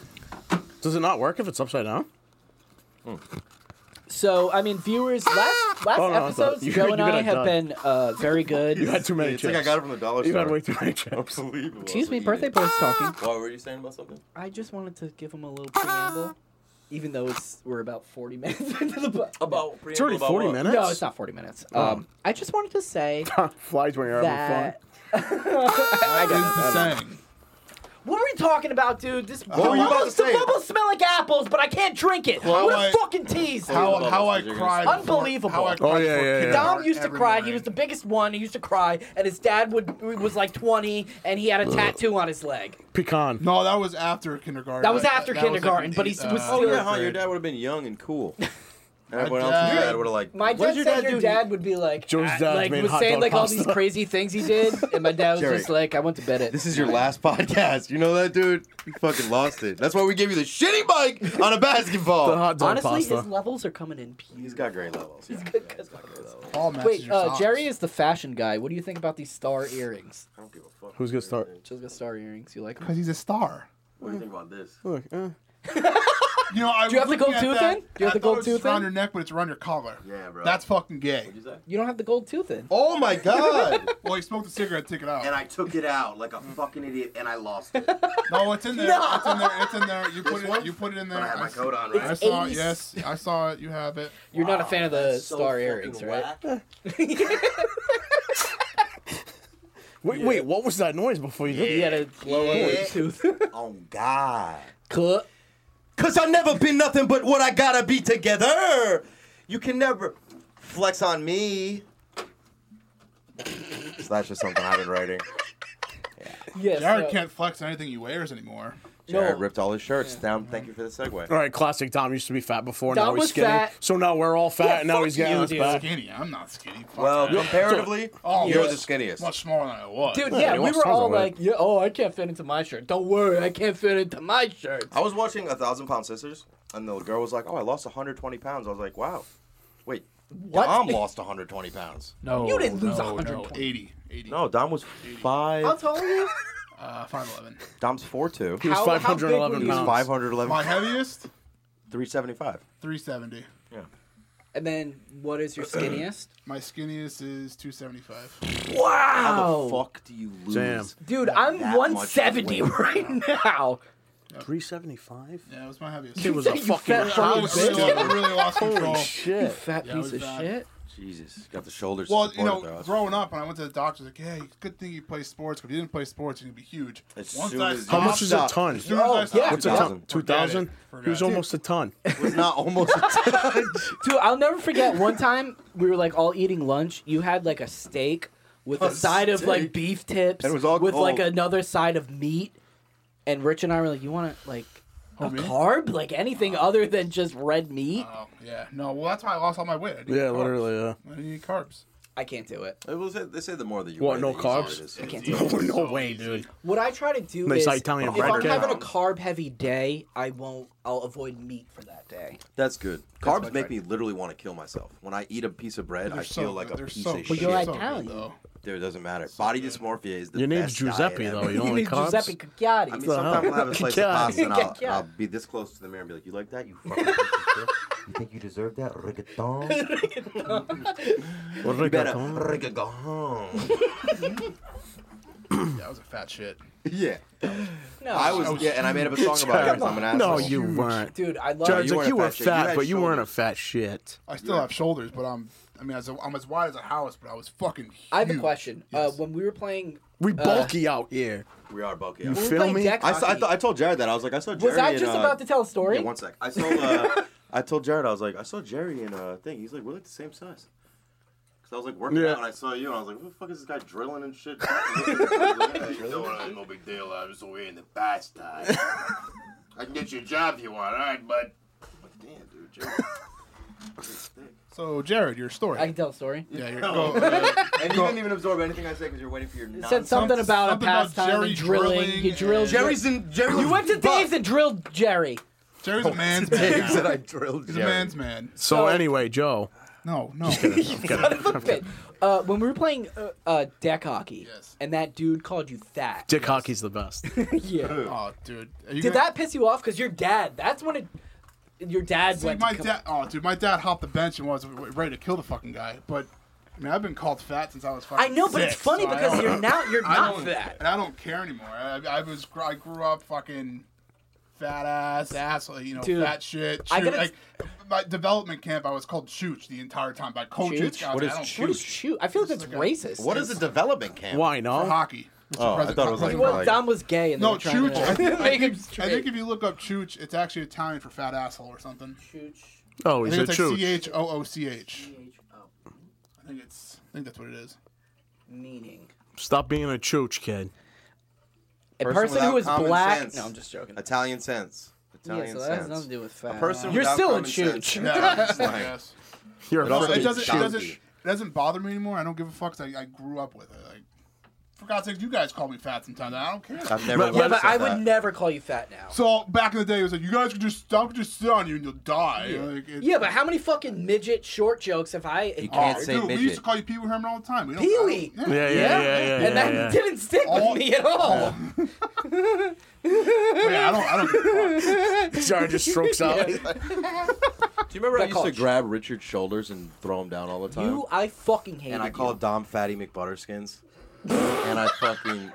S4: Does it not work if it's upside down?
S2: So I mean, viewers, last last
S4: Oh, no, I thought-
S2: episodes,
S4: you-
S2: Joe
S4: you
S2: and
S4: got
S2: I
S4: it
S2: have
S4: done.
S2: been uh, very good.
S4: You had too many
S1: It's
S4: chips.
S1: like I got it from the dollar
S4: you
S1: store.
S4: had way too many chips.
S1: Unbelievable.
S2: Excuse
S1: That's
S2: me,
S1: what you
S2: birthday
S1: did.
S2: boy's talking.
S1: What were you saying about something?
S2: I just wanted to give him a little preamble, even though it's we're about forty minutes into the book.
S1: About
S4: It's already 40 minutes.
S2: No, it's not forty minutes.
S1: Oh.
S2: Um, I just wanted to say
S4: Flies when you're having fun.
S2: that. I
S3: Is
S2: got
S3: the saying.
S2: what were we talking about, dude? This
S1: were you
S2: the,
S1: about to
S2: bubbles, the
S1: say?
S2: bubbles smell like apples, but I can't drink it.
S3: Well,
S2: what a
S3: I-
S2: fucking tease!
S3: How, how I
S1: Because you're
S3: cried.
S2: gonna-
S3: before-
S2: Unbelievable.
S3: How I
S2: Oh,
S3: cried before
S4: yeah, yeah, yeah.
S3: kindergarten
S2: Dom used to
S3: every
S2: cry. He
S3: morning.
S2: was the biggest one. He used to cry, and his dad would was like twenty, and he had a tattoo on his leg.
S4: Pecan.
S3: No, that was after kindergarten.
S2: That was after
S3: was like
S2: kindergarten,
S3: an
S2: but he
S3: eighth,
S2: was
S1: Oh
S2: still-
S1: yeah, huh?
S3: grade.
S1: Your dad would have been young and cool. And everyone
S3: My
S1: else's dad,
S3: dad-
S1: would have like.
S2: My
S1: what
S2: dad
S1: did your
S2: said
S1: dad
S2: your
S1: do?
S2: dad would be like,
S4: Joe's
S2: uh,
S4: dad
S2: like
S4: made
S2: was
S4: hot
S2: saying
S4: dog
S2: like all
S4: pasta.
S2: these crazy things he did, and my dad was
S1: Jerry.
S2: just like, I went to bed at.
S1: This is your last podcast. You know that, dude? You fucking lost it. That's why we gave you the shitty bike on a
S4: The
S1: basketball.
S4: hot dog
S2: Honestly,
S4: pasta.
S2: his levels are coming in.
S1: He's
S2: Pure.
S1: got great levels. Yeah.
S2: good
S1: Yeah, he's got great levels.
S3: All matches
S2: Wait,
S3: your
S2: uh,
S3: socks.
S2: Jerry is the fashion guy. What do you think about these star earrings?
S1: I don't give a fuck.
S4: Who's gonna start?
S2: Just got star earrings. You like 'em?
S3: Because he's a star.
S1: What do you think about this?
S4: Look, eh.
S3: You know, I
S2: Do you have the gold
S3: was looking at
S2: tooth
S3: that,
S2: in? Do you have
S3: I
S2: the
S3: thought
S2: gold
S3: it was
S2: tooth
S3: around
S2: in?
S3: your neck, but it's around your collar.
S1: Yeah, bro.
S3: That's fucking gay.
S1: What'd you say?
S2: You don't have the gold tooth in.
S1: Oh my god!
S3: Well, he smoked a cigarette, took it out.
S1: and I took it out like a fucking idiot, and I lost it.
S3: no, it's in there. It's in there. It's in there. You put it. You put it in there.
S1: But I had my
S3: s-
S1: coat on,
S3: I
S1: right?
S3: saw it.
S2: 80s.
S3: Yes, I saw it. You have it.
S2: You're not a
S1: Wow,
S2: fan of the
S1: that's so
S2: star
S1: fucking
S2: earrings, right?
S1: whack.
S4: Wait, wait, what was that noise before you
S2: You
S4: did
S2: gotta blow out
S1: Yeah.
S2: the tooth.
S1: Oh God.
S2: Cook.
S1: Cause I've never been nothing but what I gotta be together. You can never flex on me. so that's just something I've been writing.
S2: Yes.
S3: Jared
S2: no.
S3: can't flex on anything he wears anymore.
S1: Jared
S2: No.
S1: ripped all his shirts. Down. Thank you for the segue.
S4: All right, classic Dom used to be fat before,
S2: Dom
S4: now he's
S2: was
S4: skinny.
S2: fat.
S4: So now we're all fat,
S2: Yeah,
S4: and now
S2: fuck
S4: he's getting
S2: you,
S4: us
S2: dude.
S4: back.
S3: Skinny. I'm not skinny. Fuck
S1: Uh, Well,
S3: that.
S1: comparatively,
S3: Oh,
S1: you're the
S3: yes.
S1: skinniest.
S3: much smaller than I was.
S2: Dude,
S4: Yeah,
S2: yeah,
S4: you
S2: we
S4: lost
S2: were
S4: tons
S2: all
S4: of weight.
S2: like, yeah, oh, I can't fit into my shirt. Don't worry, I can't fit into my shirt.
S1: I was watching A Thousand Pound Sisters, and the girl was like, "Oh, I lost 120 pounds." I was like, "Wow, wait,
S2: What?
S1: Dom lost 120 pounds."
S3: no,
S2: you didn't lose
S3: no,
S2: 120.
S3: No, 80, 80.
S1: No, Dom was
S2: How
S1: five.
S2: tall are you?
S3: uh, five eleven.
S1: Dom's four two.
S4: He was
S2: How- how big
S4: 511
S2: were you?
S1: He's
S4: pounds.
S1: 511,
S3: My heaviest,
S1: 375.
S3: three seventy.
S1: Yeah.
S2: And then what is your skinniest?
S3: My skinniest is two seventy five.
S1: How the
S2: Wow.
S1: fuck do you lose?
S4: Damn.
S2: Dude, I'm
S1: much
S2: 170
S1: weight.
S2: right now.
S4: 375?
S3: Yeah, it was my heaviest.
S4: He was a
S2: You
S4: fucking
S2: fat
S3: I
S2: little
S4: house,
S3: really, I really,
S4: dude.
S3: I really lost control.
S4: Holy shit.
S2: Fat
S3: Yeah, it
S2: piece
S3: was
S2: of
S3: bad.
S2: shit.
S1: Jesus, got the shoulders. to
S3: Well, you
S1: support it, though.
S3: know, growing up, when I went to the doctor, like, hey, good thing you play sports. 'cause If you didn't play sports, you'd be huge.
S1: As
S3: Once
S1: soon as
S3: I
S1: you-
S4: How
S3: stopped,
S4: much is a
S1: Stop.
S4: ton?
S3: as soon as I
S2: Oh, yeah.
S3: stopped,
S4: What's a
S1: Thousand.
S4: ton?
S1: Forget
S4: 2,000?
S3: Forget
S4: He was
S3: it.
S4: almost a ton.
S1: It was not almost. a ton.
S2: Dude, I'll never forget one time we were like all eating lunch. You had like a steak with a,
S1: A
S2: side of like
S1: steak.
S2: beef tips
S1: And it was all
S2: with like
S1: cold.
S2: another side of meat. and Rich and I were like, "You want to like
S1: Oh,
S2: a
S3: really?
S2: carb, like anything other than just red meat?"
S3: Oh yeah, no. Well, that's why I lost all my weight. I didn't
S4: Yeah,
S3: eat carbs.
S4: literally. Yeah.
S3: I didn't eat carbs.
S2: I can't do it.
S1: It was, they say the more that you
S4: What,
S1: weigh,
S4: no
S1: the easier
S4: carbs?
S1: it is.
S2: I can't do
S4: No,
S2: it.
S4: no way, dude.
S2: What I try to do
S4: They
S2: is
S4: say Italian
S2: if I'm
S4: bread
S2: having a
S1: now.
S2: carb heavy day, I won't. I'll avoid meat for that day.
S1: That's good.
S3: That's
S1: Carbs
S3: what
S1: make
S3: I-
S1: me literally want to kill myself. When I eat a piece of bread,
S3: They're
S1: I
S3: so
S1: feel like
S3: good.
S1: a
S3: They're
S1: piece
S3: so
S1: of
S3: good.
S1: shit.
S2: you're
S3: They're
S2: like
S3: so good,
S2: Italian.
S3: though.
S1: Dude, it doesn't matter. Body dysphoria is the
S4: Your name's
S1: best diet
S4: Giuseppe,
S1: ever.
S4: though. You don't
S2: Even
S4: like carbs.
S2: Giuseppe
S1: I
S2: Cacciati.
S1: mean, sometimes
S4: the
S1: I'll
S4: hell?
S1: have a slice of
S4: God.
S1: pasta and I'll,
S2: God.
S1: I'll be this close to the mirror and be like, "You like that? You fucking
S6: You think you deserve that reggaeton?
S4: What did I
S1: better
S4: got going?
S1: freaking go home."
S3: Yeah, that was a fat shit.
S1: yeah,
S2: no,
S1: I was. Yeah, and I made up a song about it. 'cause I'm an
S4: no,
S1: asshole.
S4: you weren't.
S2: dude. I love.
S4: Jared's
S1: you
S4: like, you were
S1: weren't a fat shit. You
S4: fat,
S1: had
S4: but you weren't a
S1: shoulders."
S4: fat shit.
S3: I still have shoulders, but I'm. I mean, as a, I'm as wide as a house, but I was fucking. Huge.
S2: I have a question. Uh,
S3: Yes.
S2: when we were playing,
S4: We bulky out here.
S1: We are bulky.
S4: You
S2: when we
S4: feel
S2: played
S4: me?
S2: deck
S1: I, saw, I,
S2: hockey,
S1: th- I told Jared that I was like, I saw Jerry.
S2: was I
S1: in,
S2: just
S1: uh,
S2: about to tell a story?
S1: Yeah, one sec. I saw. Uh, I told Jared I was like, I saw Jerry in a thing. He's like, we're like the same size. Cause I was like working
S4: Yeah.
S1: out and I saw you and I was like, what the fuck is this guy drilling and shit? Yeah, you know what, ain't no big deal. I'm just over here in the bastard. I can get you a job if you want. All right, bud. But damn, dude, Jerry. He's thick.
S3: So, Jared, your story.
S2: I can tell a story.
S3: yeah, you're,
S1: No.
S3: go, uh,
S1: and you didn't even absorb anything I said because you're waiting for your.
S2: It said
S1: nonsense.
S2: something about
S3: something
S2: a
S3: about
S2: pastime
S3: Jerry
S2: and drilling.
S3: drilling
S2: you drilled
S3: and-
S1: Jerry's in. Jerry.
S2: You went to Dave's and drilled Jerry.
S3: Jerry's a man's man.
S1: said I drilled
S3: He's a man's man.
S4: So,
S2: So-
S4: anyway, Joe.
S3: No, no.
S2: Okay. Uh, when we were playing uh, uh, deck hockey,
S3: Yes.
S2: and that dude called you fat.
S4: Dick hockey's the best.
S2: yeah.
S3: oh, dude. Are you
S2: Did
S3: gonna-
S2: that piss you off? Because your dad. That's when it. Your dad
S3: See,
S2: went.
S3: my
S2: to come-
S3: dad. Oh, dude, my dad hopped the bench and was w- ready to kill the fucking guy. But I mean, I've been called fat since I was fucking.
S2: I know, but it's
S3: six,
S2: funny
S3: so I
S2: because
S3: don't-
S2: you're now you're
S3: I
S2: not
S3: don't,
S2: fat.
S3: and I don't care anymore. I, I was gr- I grew up fucking fat ass ass, like, you know,
S2: Dude,
S3: fat shit.
S2: I
S3: Chooch,
S2: gotta-
S3: like my development camp, I was called Chooch the entire time by Coach
S2: Chooch?
S3: Chooch.
S1: What
S3: I was like,
S1: is
S3: I don't
S2: What is
S3: Chooch
S2: shoot? I feel like that's
S3: It's like a-
S2: racist.
S1: What is a development camp?
S4: Why
S3: for
S4: not?
S3: hockey? It's
S1: Oh, I
S3: present-
S1: thought it was
S3: present-
S1: like-
S2: Well, Dom was gay and
S3: no
S2: they were trying
S3: Chooch.
S2: to
S3: I think, I,
S2: make him
S3: think, I
S2: straight.
S3: think if you look up Chooch, it's actually Italian for fat asshole or something.
S2: Chooch.
S4: Oh,
S3: I
S4: he's
S3: think
S4: a
S3: it's like C
S4: chooch.
S3: H O O C H.
S2: T-H-O.
S3: I think it's. I think that's what it is.
S2: Meaning.
S4: Stop being a chooch, kid.
S2: A
S1: Person
S2: person who
S1: without
S2: is
S1: common
S2: black.
S1: sense.
S2: No, I'm just joking.
S1: Italian sense. Italian
S2: Yeah, so that has
S1: sense.
S2: nothing to do with fat.
S1: A person
S2: You're
S1: without
S2: still a
S1: common sense.
S2: chooch.
S1: Yeah, it's like-
S3: Yes.
S4: You're a
S1: It also
S3: It
S4: freaking
S3: doesn't. It
S1: Donkey.
S3: doesn't. It doesn't bother me anymore. I don't give a fuck. 'cause I, I grew up with it. Like, for God's sake, you guys call me fat sometimes. I don't care.
S1: I've never.
S4: But-
S2: Yeah,
S1: once
S2: but
S1: said
S2: I would
S1: that.
S2: never call you fat now.
S3: So back in the day, it was like you guys could just I could just sit on you and you'll die. Like, it-
S2: Yeah, but how many fucking midget short jokes have I? You
S3: Oh,
S1: can't say
S3: dude, We used to
S1: midget.
S3: call you Pee Wee Herman all the time. We don't-
S2: Pee
S3: I
S2: Wee.
S3: don't-
S4: Yeah, yeah, yeah, yeah, yeah.
S2: and that
S4: yeah.
S2: didn't stick
S3: All-
S2: with me at all.
S3: Yeah, I don't. I don't. Give a fuck.
S4: Jared just strokes out.
S1: Do you remember I
S2: That
S1: used to
S2: culture.
S1: grab Richard's shoulders and throw him down all the time?
S2: You, I fucking hate
S1: and I called Dom Fatty McButterskins. and I fucking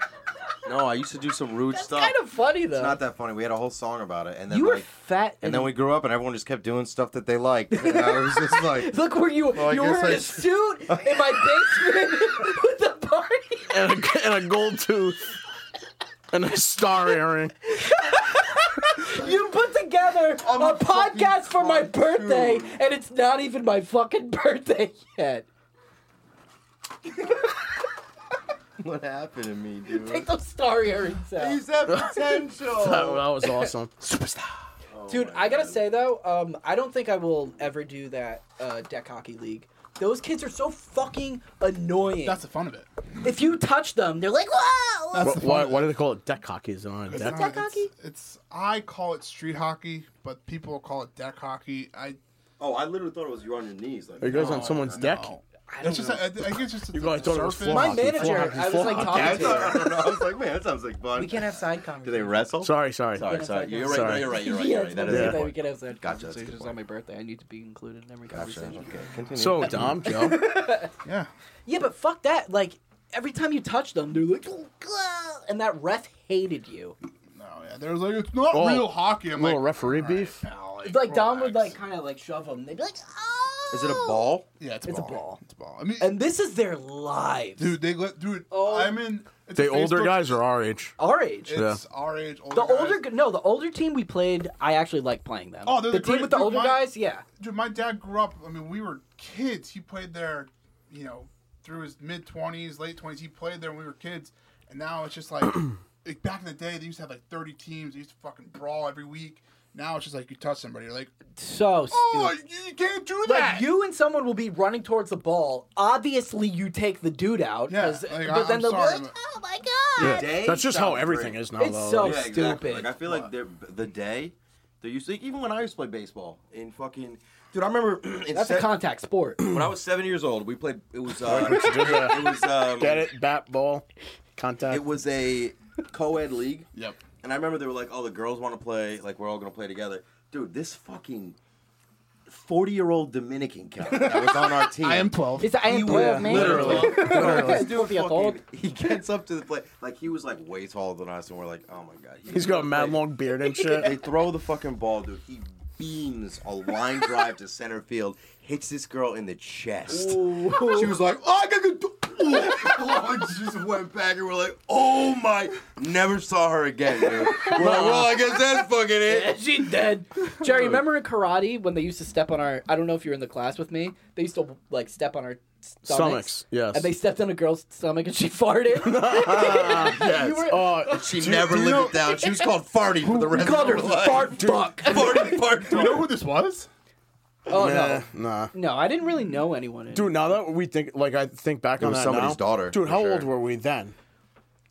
S1: no, I used to do some rude
S2: That's
S1: stuff.
S2: kind of funny though.
S1: it's not that funny. We had a whole song about it, and then
S2: you were
S1: like,
S2: fat,
S1: and then we grew up, and everyone just kept doing stuff that they liked. And I was just like,
S2: look where you
S1: Well, I
S2: you
S1: guess
S2: were
S1: I
S2: in a
S1: s-
S2: suit in my basement with the party.
S4: and, a, and a gold tooth. And a star earring.
S2: You put together
S3: I'm
S2: a
S3: a fucking
S2: podcast for my
S3: cartoon.
S2: birthday, and it's not even my fucking birthday yet.
S1: "What happened to me,
S2: Take
S1: dude?"
S2: those star earrings out.
S1: have
S4: That,
S1: potential.
S4: that was awesome.
S2: Dude, I gotta say though, um, I don't think I will ever do that uh, deck hockey league. Those kids are so fucking annoying.
S3: That's the fun of it.
S2: if you touch them, they're like, "Whoa!"
S3: That's
S4: Why,
S3: the fun
S4: why,
S3: of it.
S4: why do they call it deck hockey? Is it on a
S3: It's
S4: deck?
S3: not-
S2: Deck
S3: it's- It's I call it street hockey, but people call it deck hockey. I
S1: Oh, I literally thought it was you on your knees. Like,
S4: It goes on someone's deck.
S3: No.
S2: I
S3: It's
S2: don't
S3: just
S2: know.
S3: I, I think it's just
S4: You
S3: the-
S4: guys
S3: the
S4: thought it was
S3: surface.
S4: floor
S2: My
S4: hockey,
S2: manager,
S4: floor
S2: I
S4: hockey,
S2: was
S4: floor
S2: like
S4: hockey.
S1: I,
S2: talking to
S1: thought, I
S2: him.
S1: don't know. I was like, man, that sounds like fun.
S2: We can't have side
S1: Do
S2: conversations.
S1: they wrestle?
S4: Sorry, sorry.
S1: Sorry, sorry. You're right.
S4: Sorry.
S1: No, you're right. You're right.
S2: yeah,
S1: You're right.
S2: it's
S1: That
S2: my
S1: is a
S2: birthday. We
S1: point.
S2: can have side
S1: Gotcha, that's a good
S2: conversations
S1: point.
S2: on my birthday. I need to be included in every
S1: Gotcha.
S2: conversation.
S1: Oh, Okay. Continue.
S4: So, Dom, Joe.
S3: Yeah.
S2: Yeah, but fuck that. Like every time you touch them, they're like, "Oh, God," and that ref hated you.
S3: No, yeah. There was like it's not
S4: Oh,
S3: real hockey. I'm like
S4: little referee beef.
S3: pal,
S2: Like Dom would like
S3: relax.
S2: kind of like shove them. They'd be like, "Oh."
S1: Is it a ball?
S3: Yeah, it's a
S2: It's a
S3: ball.
S2: ball.
S3: It's a ball. I mean,
S2: And this is their lives.
S3: dude, they let dude.
S2: Oh.
S3: I'm in. It's a
S4: The older
S3: Facebook-
S4: guys are our age.
S2: Our age.
S3: It's our age. Older
S2: The older,
S3: guys.
S2: g- no, the older team we played, I actually like playing them.
S3: Oh, they're
S2: the
S3: the
S2: team
S3: great-
S2: with the
S3: dude,
S2: older
S3: my-
S2: guys, yeah.
S3: dude, my dad grew up. I mean, we were kids. He played there, you know, through his mid twenties, late twenties. He played there when we were kids, and now it's just like like, back in the day, they used to have like 30 teams. They used to fucking brawl every week. Now it's just like you touch somebody, you're like,
S2: So
S3: oh,
S2: stupid.
S3: you, you can't do that.
S2: Like you and someone will be running towards the ball. Obviously, you take the dude out.
S3: Yeah,
S2: 'cause-
S3: like, I-
S2: but then
S3: I'm
S2: the
S3: sorry, but-
S6: Oh my god.
S1: Day
S4: That's just how
S1: sounds
S4: everything
S1: great.
S4: is now,
S2: It's
S4: though.
S2: so-
S4: Like,
S1: Yeah, exactly.
S2: stupid.
S1: Like I feel like they're, the day they used to even when I used to play baseball in fucking dude. I remember in
S2: that's a
S1: se-
S2: contact sport.
S1: when I was seven years old. We played. It was. Uh,
S4: what you did there.
S1: it was. Um,
S4: Get it? Bat, ball, contact.
S1: It was a co-ed league.
S3: Yep.
S1: And I remember they were like, "Oh, the girls want to play. Like, we're all gonna play together." Dude, this fucking forty-year-old Dominican guy that was on our team.
S3: 12.
S2: It's I am
S1: would-
S2: twelve, man.
S1: literally.
S2: Literally.
S1: This dude
S2: Be a thought.
S1: fucking- he gets up to the plate. Like he was like way taller than us, and we're like, "Oh my god."
S4: He's got a mad long beard and
S1: They
S4: shit.
S1: throw the fucking ball, dude. He beams a line drive to center field, hits this girl in the chest. She was like, oh, I got good. Oh, and she just went back, and we're like, oh my. Never saw her again, dude. We're like, well, I guess that's fucking
S2: Yeah,
S1: it.
S2: she dead. Jerry, remember in karate when they used to step on our? I don't know if you were in the class with me. They used to like step on our stomachs.
S4: Stomachs, yes.
S2: And they stepped on a girl's stomach and she farted. You were-
S4: Uh,
S1: She
S4: do-
S1: never
S4: do you
S1: lived
S4: know-
S1: it down. She was called Farty for the
S2: we
S1: rest of
S2: called
S1: her
S2: her
S1: life.
S2: fart fuck.
S1: Farty, fart,
S3: Do you know who this was?
S2: Oh no,
S4: Nah, nah.
S2: no, I didn't really know anyone. In
S4: Dude, now that we think, like, I think back on
S1: was
S4: that
S1: somebody's
S4: now-
S1: daughter,
S4: Dude,
S1: for
S4: how old
S1: sure.
S4: were we then?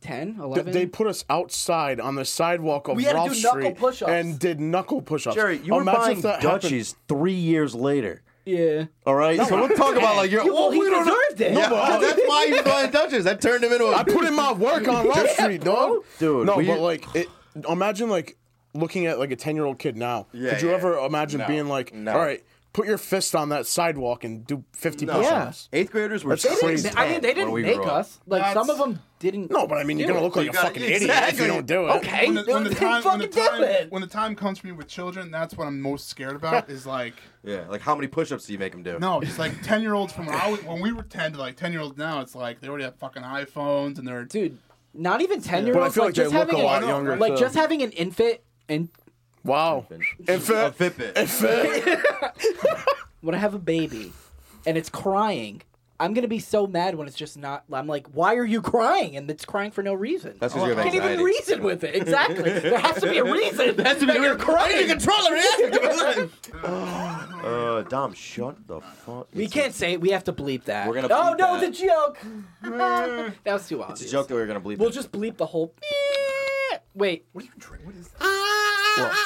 S2: 10,
S4: Th-
S2: 11?
S4: They put us outside on the sidewalk of
S2: We had to
S4: Ralph
S2: do knuckle
S4: Street
S2: push-ups.
S4: and did knuckle push-ups.
S1: Jerry, you were
S4: Imagine
S1: buying
S4: if that happened-
S1: Dutchies three years later.
S2: yeah.
S1: All right, so we'll talk about like you're.
S2: Yeah, well,
S1: we
S2: he
S1: don't know-
S2: deserved it.
S1: Yeah, but that's why he was buying Dutchies. That turned him into a.
S4: I put in my work on Wall Street, dog.
S1: Dude,
S4: no,
S1: we-
S4: but like, it, imagine like looking at like a ten year old kid now.
S1: Yeah,
S4: Could you
S1: yeah.
S4: ever imagine
S1: No,
S4: being like,
S1: no.
S4: all right, put your fist on that sidewalk and do fifty
S1: No.
S4: push-ups?
S1: Eighth graders were
S4: That's
S2: They
S1: crazy.
S4: crazy.
S2: didn't, I mean, they
S1: When
S2: didn't
S1: we
S2: make
S1: grew up.
S2: us. Like, some of
S3: That's-
S2: them didn't.
S4: No, but I mean, you're
S2: do
S4: gonna
S2: it.
S4: look like
S1: You
S4: a
S1: gotta-
S4: fucking idiot if
S1: exactly.
S4: you don't do it.
S2: Okay.
S3: When the, when the
S2: Hey,
S3: time, when the
S2: fucking do
S3: time,
S2: it.
S3: when the time comes for me with children, that's what I'm most scared about. Is like,
S1: Yeah, like how many push-ups do you make them do?
S3: no, just like ten year olds from when I was, when we were ten to like ten year olds now. It's like they already have fucking iPhones and they're
S2: Dude, not even 10 year
S4: But I
S2: olds.
S4: feel
S2: Like,
S4: like they
S2: just
S4: look a
S2: having
S4: lot
S2: a,
S4: younger.
S2: like,
S4: too.
S2: just having an infant and
S4: wow. If uh,
S1: a
S4: it,
S1: Fitbit.
S4: if it,
S2: when I have a baby and it's crying, I'm going to be so mad when it's just not. I'm like, why are you crying? And it's crying for no reason.
S1: That's 'cause you have
S2: I can't even
S1: anxiety.
S2: reason with it. Exactly. there has to be a reason that you're crying.
S1: controller reacted. uh, Dom, shut the fuck.
S2: We
S1: It's
S2: can't say it. We have to bleep that.
S1: We're gonna
S2: oh,
S1: bleep
S2: no,
S1: that.
S2: the joke. that was too
S1: A,
S2: obvious.
S1: it's a joke that we were gonna bleep.
S2: We'll just bleep the whole. Wait,
S3: what are you drinking? What is that?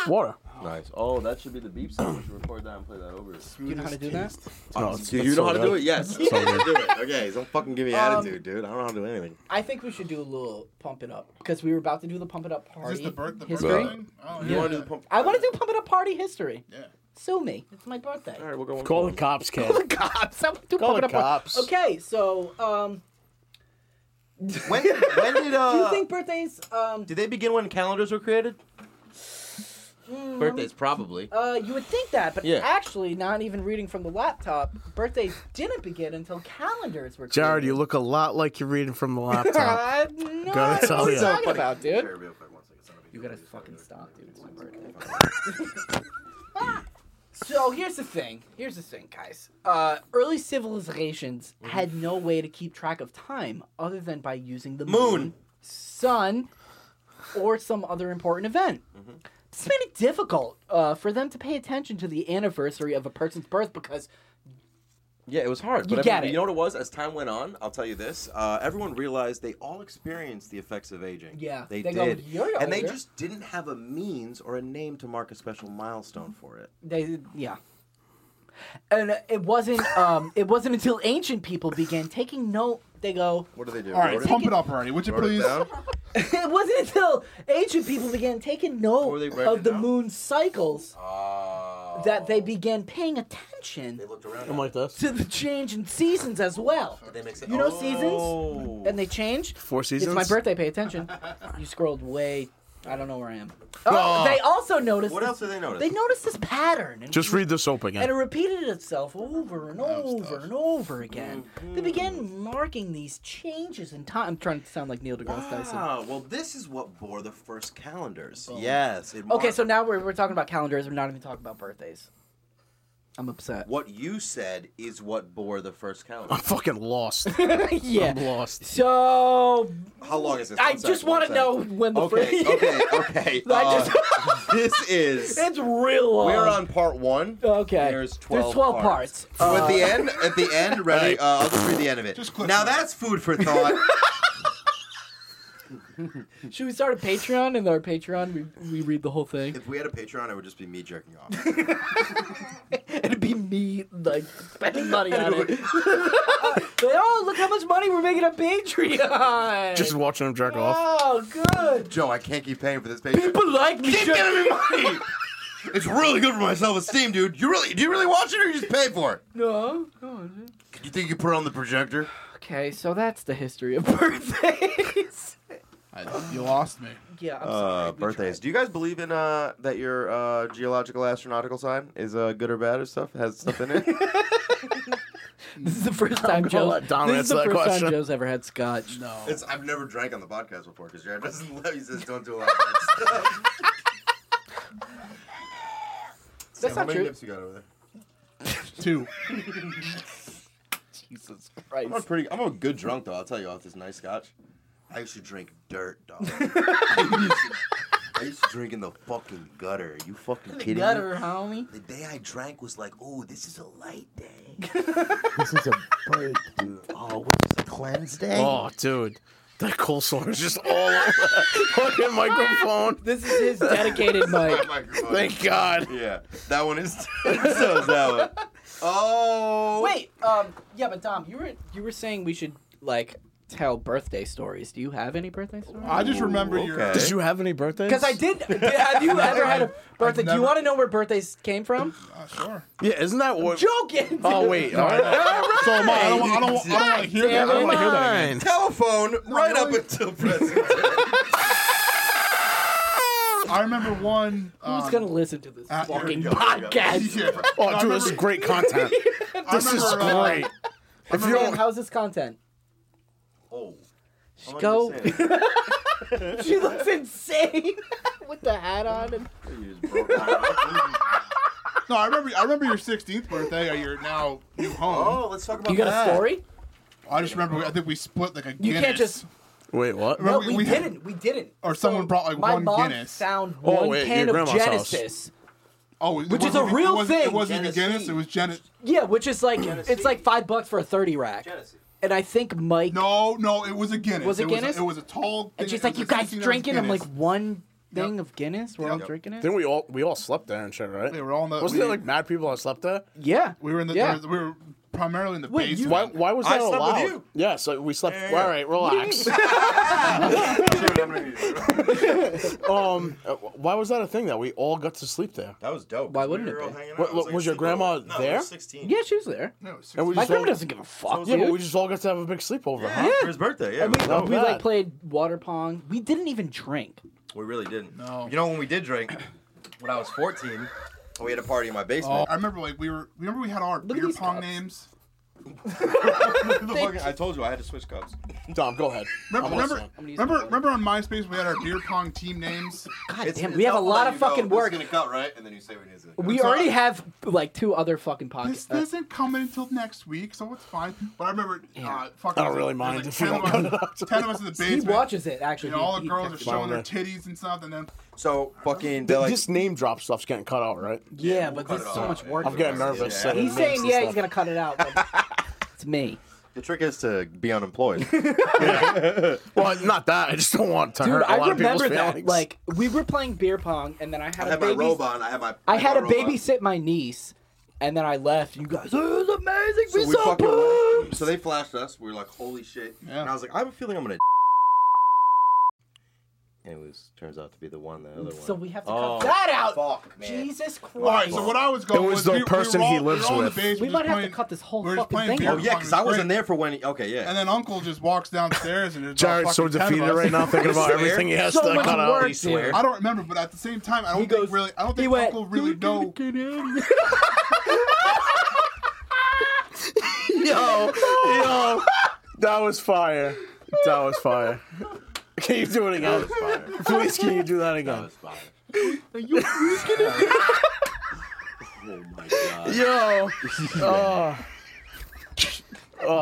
S4: water.
S1: nice. Oh, that should be the beep sound. We should record that and play that over.
S2: do you know how to do that?
S4: No,
S1: Oh,
S4: it's-
S1: do you
S4: it's
S1: know
S4: so
S1: how to
S4: good.
S1: do it? Yes.
S4: It's so
S1: I do it. Okay, don't fucking give me
S2: Um,
S1: attitude, dude. I don't know how to do anything.
S2: I think we should do a little pump it up because we were about to do the pump it up
S3: Is
S2: party
S3: this the birth, the
S2: history.
S3: birthday thing? Oh,
S1: You
S3: yeah.
S1: want to do the pump?
S2: I want to do pump it up party history.
S3: Yeah.
S2: Sue me. It's my birthday.
S1: All right, we'll go. One
S4: Call
S1: one.
S4: the cops, kid.
S2: Cops. I want to do
S4: Call
S2: pump it
S4: the
S2: up. par-
S4: cops.
S2: Okay, so um,
S1: When, when did uh?
S2: do you think birthdays um
S1: did they begin when calendars were created?
S2: Hmm,
S1: Birthdays, probably.
S2: uh you would think that, but
S1: Yeah.
S2: actually, not even reading from the laptop, birthdays didn't begin until calendars were.
S4: Jared,
S2: created.
S4: you look a lot like you're reading from the laptop.
S2: Uh, no,
S4: Gotta
S2: that's
S4: tell
S2: what are
S4: ya.
S2: you talking about, dude?
S1: You
S2: You gotta fucking stop, dude. It's my birthday. so here's the thing. Here's the thing, guys. Uh, early civilizations had no way to keep track of time other than by using the moon,
S1: Moon.
S2: sun, or some other important event. This made it difficult uh, for them to pay attention to the anniversary of a person's birth because
S1: Yeah, it was hard.
S2: You
S1: But
S2: get
S1: everyone-
S2: it.
S1: you know what it was? As time went on, I'll tell you this: uh, everyone realized they all experienced the effects of aging.
S2: Yeah,
S1: they,
S2: they go,
S1: did,
S2: "You're
S1: and they
S2: older."
S1: just didn't have a means or a name to mark a special milestone for it.
S2: They yeah. And uh, it wasn't um it wasn't until ancient people began taking note they go
S1: What do they do?
S3: All right, pump it up already, would you please?
S2: it wasn't until ancient people began taking
S1: Or
S2: note
S1: they write
S2: of
S1: it
S2: the
S1: down?
S2: moon's cycles
S1: Oh.
S2: that they began paying attention
S1: They looked around.
S4: I'm like this.
S2: to the change in seasons as well.
S1: They make sense.
S2: You know
S1: Oh.
S2: seasons? And they change.
S4: Four
S2: It's
S4: seasons.
S2: my birthday, pay attention. you scrolled way I don't know where I am. Oh,
S4: Ah.
S2: they also noticed
S1: What
S2: this-
S1: else did they notice?
S2: They noticed this pattern. and-
S4: Just read this open again.
S2: and it repeated itself over and over and over again. They
S1: Mm-hmm.
S2: began marking these changes in time. I'm trying to sound like Neil deGrasse Tyson. Oh.
S1: Ah, well, this is what bore the first calendars. Yes. It
S2: Okay,
S1: marked-
S2: so now we're, we're talking about calendars. We're not even talking about birthdays. I'm upset.
S1: What you said is what bore the first count.
S4: I'm fucking lost.
S2: yeah.
S4: I'm lost.
S2: So
S1: How long is this?
S2: I
S1: One sec,
S2: just
S1: one
S2: want to
S1: sec.
S2: know when the
S1: Okay,
S2: first.
S1: okay, okay.
S2: I
S1: Uh,
S2: just-
S1: this is.
S2: it's real long.
S1: We're on part one.
S2: Okay.
S1: There's 12
S2: parts.
S1: parts.
S2: Uh,
S1: With the end, at the end, ready? Uh,
S4: Alright.
S1: I'll just read the end of it.
S3: Just click
S1: now
S3: on it.
S1: that's food for thought.
S2: Um, should we start a Patreon? And our Patreon, we, we read the whole thing.
S1: if we had a Patreon, it would just be me jerking off.
S2: It'd be me like spending money on it. oh, look how much money we're making on Patreon.
S4: Just watching him jerk off.
S2: oh, good.
S1: Joe, I can't keep paying for this Patreon.
S2: People like me.
S1: Keep giving me money. It's really good for my self-esteem, dude. You really, do you really watch it, or you just pay for it?
S2: No. no.
S1: You think you put it on the projector?
S2: Okay, so that's the history of birthdays.
S3: I, you lost me.
S2: yeah, I'm sorry.
S1: Uh,
S2: we
S1: birthdays.
S2: tried.
S1: Do you guys believe in uh, that your uh, geological astronautical sign is uh, good or bad or stuff? Has stuff in it?
S2: This is the first time Joe's.
S4: let Dom
S2: This is
S4: answer
S2: the
S4: that
S2: first
S4: question.
S2: time Joe's ever had scotch.
S3: No.
S1: It's, I've never drank on the podcast before because Jared doesn't love. He says don't do a lot of that stuff.
S2: That's not true.
S1: you got over there?
S3: Two.
S2: Jesus
S1: I'm a
S2: Christ.
S1: pretty. I'm a good drunk though. I'll tell you off this nice scotch. I used to drink dirt, dog. I, used to, I used to drink in the fucking gutter. Are you fucking kidding me?
S2: Gutter, homie.
S1: The day I drank was like, oh, this is a light day.
S6: This is a break, dude. Oh, what's the cleanse day?
S4: Oh, dude. That coleslaw is just all over the fucking microphone.
S2: This is his dedicated mic.
S4: Thank God.
S1: Yeah, that one is. so is that one. Oh.
S2: Wait, um, yeah, but Dom, you were you were saying we should like tell birthday stories. Do you have any birthday stories?
S3: I just remember
S4: Oh,
S1: Ooh,
S3: your.
S1: okay.
S4: Did you have any birthdays?
S2: Because I did. Have you ever had a birthday? Do
S3: never-
S2: you want to know where birthdays came from?
S3: Uh, sure.
S4: Yeah, isn't that what?
S2: Joking.
S4: Oh
S2: dude.
S4: wait.
S3: No, I know. So am I. I don't, wa- I don't, wa- I don't want to hear that. I don't want to hear that again.
S1: Telephone right
S3: really?
S1: up until present. day.
S3: I remember one.
S2: Who's
S3: um,
S2: gonna listen to this
S3: uh,
S2: fucking
S1: Ah, here we go, here we go.
S2: podcast?
S3: yeah.
S4: Oh,
S3: I
S4: dude, this is
S3: remember-
S4: great content.
S3: I
S4: this is
S3: remember, uh,
S4: great. If
S2: Man,
S4: you don't,
S2: how's this content?
S1: Oh. I'm
S2: Go.
S1: understand.
S2: she looks insane with the hat on. And...
S1: You just broke my-
S3: No, I remember. I remember your 16th birthday or your now new home.
S1: Oh, let's talk about
S2: You got
S1: that.
S2: a story?
S3: I just remember. we- I think we split like a Guinness.
S2: You can't just.
S4: wait, what?
S2: No,
S3: Remember
S2: we,
S3: we had-
S2: didn't. we didn't.
S3: or someone brought, like,
S2: my
S3: one
S2: mom
S3: Guinness.
S2: Found
S4: Oh,
S2: one
S4: wait, your
S2: can of
S4: grandma's house.
S2: Genesis.
S3: Oh, it
S2: Which is
S3: wasn't
S2: a
S3: even-
S2: real
S3: it wasn't,
S2: thing.
S3: It wasn't even Guinness. It was Genesis.
S2: Yeah, which is like it's like five bucks for a thirty rack. And I think Mike
S3: No, no, it was a Guinness.
S2: Was it
S3: a-
S2: Guinness?
S3: it was a tall.
S2: and
S3: thing,
S2: she's
S3: it
S2: like,
S3: was
S2: "You
S3: a
S2: guys
S3: 16 ounce
S2: drinking?" I'm like,
S3: Guinness.
S2: "One thing
S3: Yep.
S2: of Guinness, we're all
S3: Yep.
S2: drinking it."
S4: Then we all we all slept there and shit, right?
S3: They were all in the.
S4: Wasn't
S3: we,
S4: there like mad people that slept there?
S2: yeah,
S3: We were in the.
S2: Yeah.
S3: there was- We were primarily in the
S2: Wait, you-
S3: basement.
S4: Why, why was
S1: I
S4: that
S1: slept with
S4: allowed?
S1: you.
S4: Yeah, so we slept.
S1: Yeah, yeah, yeah.
S4: All right, relax. um, uh, why was that a thing that we all got to sleep there?
S1: That was dope.
S2: Why wouldn't it be?
S1: What,
S4: What- what- was your grandma there?
S1: Sixteen.
S2: yeah, she was there.
S3: No, it's
S4: And we
S2: My
S4: just all,
S2: grandma doesn't give a fuck.
S4: yeah,
S2: dude.
S4: but we just all got to have a big sleepover,
S1: Yeah,
S4: huh?
S1: for his birthday. Yeah,
S2: And
S1: it was
S2: we,
S1: dope.
S2: we,
S4: bad.
S2: like played water pong. We didn't even drink.
S1: we really didn't.
S3: No.
S1: You know when we did drink, when I was fourteen, we had a party in my
S3: Oh,
S1: basement.
S3: I remember like we were. Remember we had our
S2: at
S3: beer
S2: these
S3: pong
S2: cups.
S3: names.
S1: The fucking- I told you I had to switch cups.
S4: Dom, go ahead.
S3: Remember,
S4: I'm
S3: remember,
S4: listening.
S2: gonna use
S3: remember,
S2: my water.
S3: remember on MySpace we had our beer pong team names.
S2: God damn, we have a lot of fucking work.
S1: cut right, and then you say when it's gonna cut.
S2: We
S3: It's
S2: already
S3: not-
S2: have like two other fucking
S3: This
S2: podcasts. Uh,
S3: isn't coming until next week, so it's fine. But I remember, uh, fucking,
S4: I don't really
S3: there was,
S4: mind
S3: like,
S4: if we
S3: ten
S4: don't
S3: of
S4: cut
S3: us-
S4: it out.
S3: Ten of us in the
S2: he
S3: basement.
S2: watches it actually.
S3: And all
S2: He-
S3: the
S2: he
S3: girls are
S2: texted me.
S3: showing their
S4: Mama.
S3: titties and stuff, and then
S1: So fucking. They're
S4: Th-
S1: like,
S4: this name drop stuff's getting cut out, right?
S2: Yeah, but
S1: cut
S2: there's
S1: it
S2: so
S1: off.
S2: much
S1: Yeah.
S2: work.
S4: I'm getting nervous.
S1: Yeah.
S4: saying
S2: He's
S4: names
S2: saying,
S4: and
S2: yeah,
S4: stuff.
S2: he's gonna cut it out. but it's me.
S1: the trick is to be unemployed.
S4: Well, not that. I just don't want to
S2: Dude,
S4: hurt a lot
S2: I
S4: of people's
S2: remember that.
S4: feelings.
S2: Like we were playing beer pong, and then I had
S1: I
S2: a
S1: had my
S2: baby.
S1: robe on. I had my.
S2: I had a
S1: my robe on.
S2: babysit my niece, and then I left. You guys, it was amazing.
S1: So
S2: we,
S1: we
S2: saw
S1: fucking went-
S2: boobs.
S1: So they flashed us. We were like, holy shit.
S3: Yeah.
S1: And I was like, I have a feeling I'm gonna. And it was turns out to be the one, the other one.
S2: So we have to cut
S1: Oh,
S2: that out.
S1: Fuck, man.
S2: Jesus
S3: All right,
S2: Christ!
S3: so what I was going
S4: It was
S3: was
S4: the
S3: we- we were
S4: person
S3: all-
S4: he
S3: we were
S4: lives
S3: all in the
S4: with.
S3: basement
S2: We
S3: just
S2: might have to
S3: playing-
S2: cut this whole
S3: we were just
S2: fucking
S3: playing
S2: thing
S3: beer
S1: Oh
S2: out.
S1: yeah,
S3: pong.
S1: because I
S3: It was
S1: wasn't
S3: great.
S1: there for when. Okay, yeah.
S3: And then Uncle just walks downstairs, and there's about
S4: Jared's so
S3: fucking 10 of
S4: defeated
S3: us.
S4: right now, thinking about
S1: swear.
S4: everything he has
S2: So
S4: to
S2: much
S4: cut
S2: work,
S4: out.
S2: dude.
S1: swear.
S3: I don't remember, but at the same time, I don't
S2: He
S3: think
S2: goes-
S3: really. I don't
S2: he
S3: think
S2: went,
S3: Uncle really know.
S4: Yo, yo, that was fire. That was fire. Can you do it again? Please, can you do that again?
S1: Oh my god.
S4: Yo. Uh,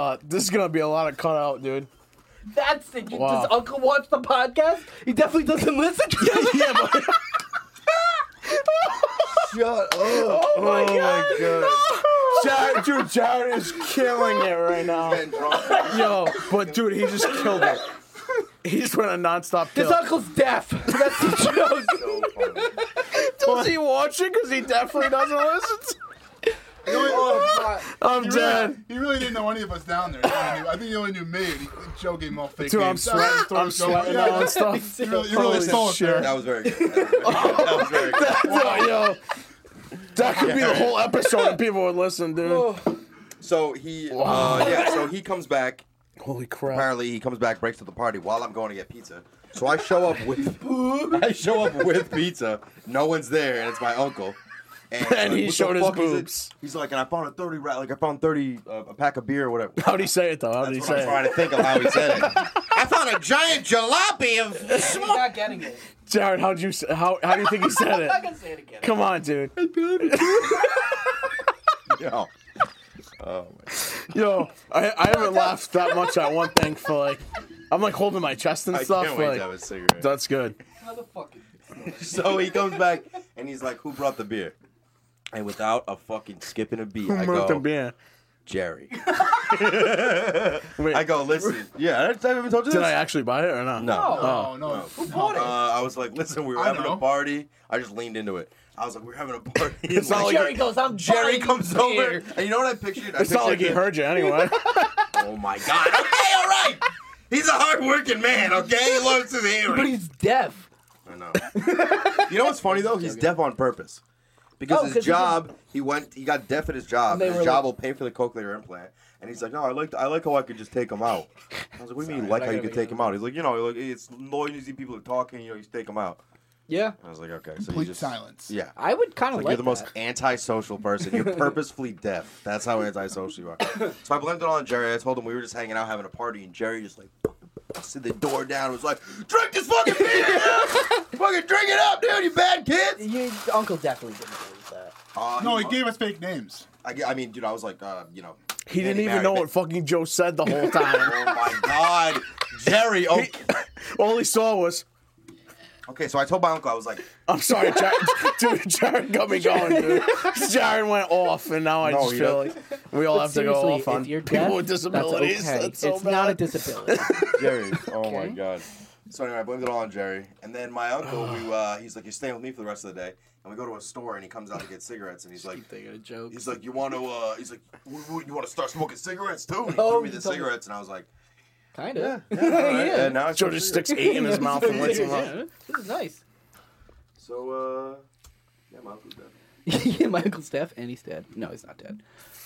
S4: uh, this is gonna be a lot of cutout, dude.
S2: That's it. You-
S4: Wow.
S2: Does Uncle watch the podcast? He definitely doesn't listen to it.
S4: Yeah, but
S1: Shut up.
S4: oh my god,
S1: god.
S4: Jared, dude, Jared is killing it right now. Yo, but dude, he just killed it. He just went a nonstop
S2: His
S4: kill.
S2: uncle's deaf. That's the joke.
S4: Was he watching? Because he definitely doesn't listen.
S3: He only-
S4: I'm
S3: he really,
S4: dead.
S3: he really didn't know any of us down there. He only knew- I think he only knew me. And he, Joe gave him all fake
S4: Dude, I'm
S3: names. Sorry,
S4: sweating.
S3: story
S4: I'm
S3: going.
S4: sweating
S3: Yeah,
S4: now and stuff.
S3: You really, you
S4: Holy
S3: really stole it there.
S4: shit.
S1: That was very good. That was very good.
S4: Yo, yo. That could be the whole episode and people would listen, dude.
S1: So he, uh, yeah, so he comes back.
S4: Holy crap.
S1: Apparently, he comes back, breaks up the party while I'm going to get pizza. So I show up with, I show up with pizza. No one's there, and it's my uncle. he's
S4: And he
S1: "What the
S4: showed his
S1: fuck is it?"
S4: boobs.
S1: He's like, and I found a thirty, ra- like I found thirty, uh, a pack of beer or whatever.
S4: How'd he say it, though? How'd he
S1: That's what I'm
S4: say it?
S1: trying to think of how he said it.
S7: I found a giant jalopy of
S2: He's not getting it.
S4: Jared, how'd you, s- how, how do you think he said it?
S2: gonna say it again.
S4: Come on, dude.
S1: Yeah. Oh my
S4: Yo, I, I haven't laughed that much at one thing for like, I'm like holding my chest and
S1: I
S4: stuff.
S1: can't wait
S4: like,
S1: to have a cigarette.
S4: that's good.
S2: Motherfucker.
S1: So he comes back and he's like, "Who brought the beer?" And without a fucking skipping a beat, I
S4: Milk
S1: go,
S4: and beer.
S1: "Jerry."
S4: Wait,
S1: I go, "Listen, yeah, I I've never told you
S4: did
S1: this."
S4: I actually buy it or not?
S1: no.
S3: Oh, no.
S2: Who bought it?
S1: Uh, I was like, "Listen, we were
S3: I
S1: having
S3: know.
S1: a party." I just leaned into it. I was like, "We're having a party." And,
S4: It's not
S1: like,
S4: like-
S2: Jerry goes, I'm
S1: Jerry
S2: buying
S1: comes
S2: beer.
S1: over, and you know what I pictured? I
S4: It's not like
S1: pictured
S4: he
S1: him-
S4: heard you anyway.
S1: Oh my god! Okay, all right. He's a hardworking man. Okay, he loves his
S2: But
S1: hearing.
S2: he's deaf.
S1: I know. you know what's funny though? He's deaf on purpose. Because
S2: Oh, 'cause
S1: his
S2: he
S1: job, he went, he got deaf at his job.
S2: And they
S1: And his
S2: were
S1: job
S2: like-
S1: will pay for the cochlear implant, and he's like, "No, I like, I like how I could just take him out." I was like, "What do you mean, like
S2: I
S1: how you
S2: gotta
S1: could
S2: make
S1: take him out?" He's like, "You know, like it's noisy, people are talking, you know, you just take him out."
S2: Yeah.
S1: I was like, "Okay, so you
S3: Complete
S1: just
S3: silence.
S1: yeah."
S2: I would kind of
S1: Like,
S2: like,
S1: you're the most antisocial person. You're purposefully deaf. That's how antisocial you are. so I blamed it all on Jerry. I told him we were just hanging out having a party, and Jerry just like busted the door down. and was like, "Drink this fucking beer, dude! fucking drink it up, dude! You bad
S2: that.
S1: kids!"
S2: You, Uncle definitely didn't believe that.
S1: Uh,
S3: No,
S1: he-
S3: he gave us fake names.
S1: I, ge- I mean, dude, I was like, uh, you know,
S4: He didn't
S1: Andy
S4: even
S1: Mary,
S4: know
S1: but-
S4: what fucking Joe said the whole time.
S1: Oh my god, Jerry! Oh,
S4: All he saw was,
S1: okay, so I told my uncle I was like,
S4: I'm sorry, Jared. dude, Jared got me going, dude. Jared went off, and now I
S1: No,
S4: just
S1: you
S4: feel
S1: don't.
S4: like we all have to go
S2: Seriously,
S4: off on
S2: if you're
S4: people
S2: deaf,
S4: with
S2: that's
S4: disabilities. That's,
S2: okay.
S4: so
S2: it's not a
S4: bad.
S2: disability.
S1: Jerry. Oh my
S2: Okay.
S1: god. So anyway, I blamed it all on Jerry. And then my uncle, we, uh, he's like, "You're staying with me for the rest of the day." And we go to a store, and he comes out to get cigarettes, and he's like,
S2: a joke.
S1: He's like, you want to? Uh, he's like, "W- w- you want to start smoking cigarettes too? And he
S2: Oh,
S1: threw me
S2: you
S1: the
S2: told me.
S1: cigarettes, and I was like,
S2: Kind of.
S1: yeah, all right.
S2: Yeah.
S1: And now I
S4: Joe
S1: smoke
S4: just
S1: cigarettes.
S4: sticks eight in his mouth and lets him up.
S2: This is nice.
S1: So, uh, yeah, my uncle's dead.
S2: yeah, my uncle's deaf and he's dead. No, he's not dead.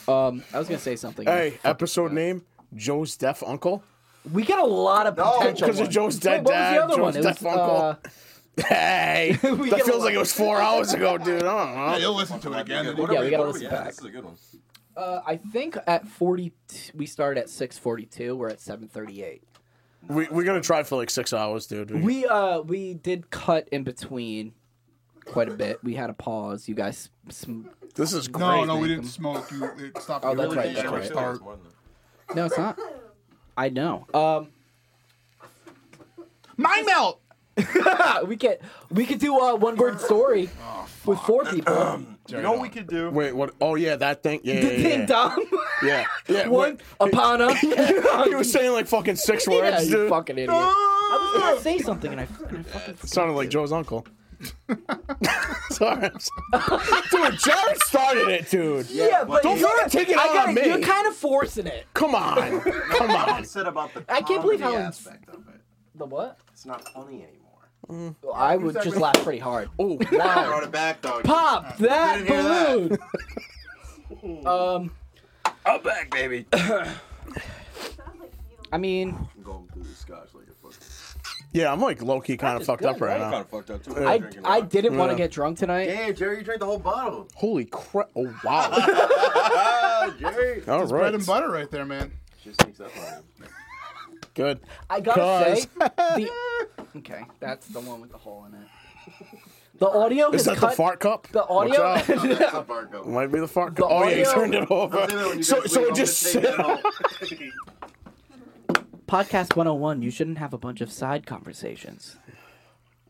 S2: Um, I was gonna say something.
S4: Hey, uh, episode name Joe's Deaf Uncle.
S2: we got a lot of
S1: No,
S2: potential.
S4: Because of
S2: ones.
S4: Joe's
S2: Wait,
S4: dead
S2: what was
S4: dad,
S2: the other one?
S4: Joe's
S2: It
S4: Deaf
S2: was,
S4: Uncle.
S2: uh,
S4: Hey,
S2: We
S4: that
S2: get
S4: feels
S2: a-
S4: like it was four hours ago, dude.
S3: Yeah,
S4: I
S2: Oh.
S4: don't know.
S3: he'll listen to it again.
S1: What are
S2: Yeah, we gotta
S1: what are
S2: listen
S1: at?
S2: back.
S1: This is a good one.
S2: uh, I think at forty, we started at six forty-two. We're at seven thirty-eight.
S4: We, we're gonna try for like six hours, dude. We-
S2: We uh we did cut in between quite a bit. We had a pause. You guys, sm-
S4: this is great.
S3: No, no, we didn't smoke. You it stopped.
S2: Oh, that's
S3: you
S2: right,
S3: did
S2: that's right.
S3: start. Start.
S2: no, it's not. I know. Um,
S3: Mind melt.
S2: ah, we can we could do a one-word story with four people.
S1: You know what we could do?
S4: Wait, what? Oh yeah, that thing. Yeah, yeah,
S2: Ding
S4: yeah. yeah.
S2: dong.
S4: yeah. yeah
S2: One upon a.
S4: wait, he was saying like fucking six words,
S2: yeah, you
S4: dude.
S2: fucking idiot. I was gonna say something and I, and I fucking.
S4: Sounded like Joe's uncle. sorry, I'm sorry. dude. Jared started it, dude.
S2: Yeah, but
S4: Don't
S2: you're,
S4: fucking take it
S2: I
S4: out
S2: gotta,
S4: on me.
S2: You're kind of forcing it.
S4: Come on, come on.
S1: said about the
S2: I can't believe how
S1: comedy
S2: ins-
S1: aspect of it.
S2: The what?
S1: It's not funny anymore.
S2: I would just laugh pretty hard.
S4: Oh
S1: I
S4: wow.
S1: brought it back though.
S2: Pop that
S1: Didn't hear
S2: balloon.
S1: that.
S2: um,
S1: I'm back, baby.
S2: I mean,
S1: I'm going through the scotch like a fucking.
S4: Yeah, I'm like low key kind of fucked up right
S1: I'm
S4: now.
S1: kind of fucked up too.
S2: I,
S1: Drinking
S2: I
S1: wine.
S2: didn't want to
S4: Yeah.
S2: get drunk tonight.
S1: Damn, Jerry, you drank the whole bottle.
S4: Holy crap! Oh wow.
S1: Ah, Jerry.
S4: All
S3: Bread and
S4: right,
S3: butter right there, man.
S1: Just sneaks up on him.
S4: good.
S2: I gotta
S4: Cause-
S2: say, the, okay, that's the one with the hole in it. The audio
S4: Is
S2: has
S4: that
S2: cut.
S4: the fart cup?
S2: the audio-
S4: Watch out.
S1: That's a bar goat.
S4: Might be the fart
S2: The
S4: cup. Oh yeah, he
S2: audio-
S4: turned it
S1: I'll do that when
S4: over.
S1: you
S4: So
S1: guys
S4: so
S1: leave.
S4: it
S1: I'm
S4: just
S1: gonna take that home.
S2: Podcast 101. You shouldn't have a bunch of side conversations.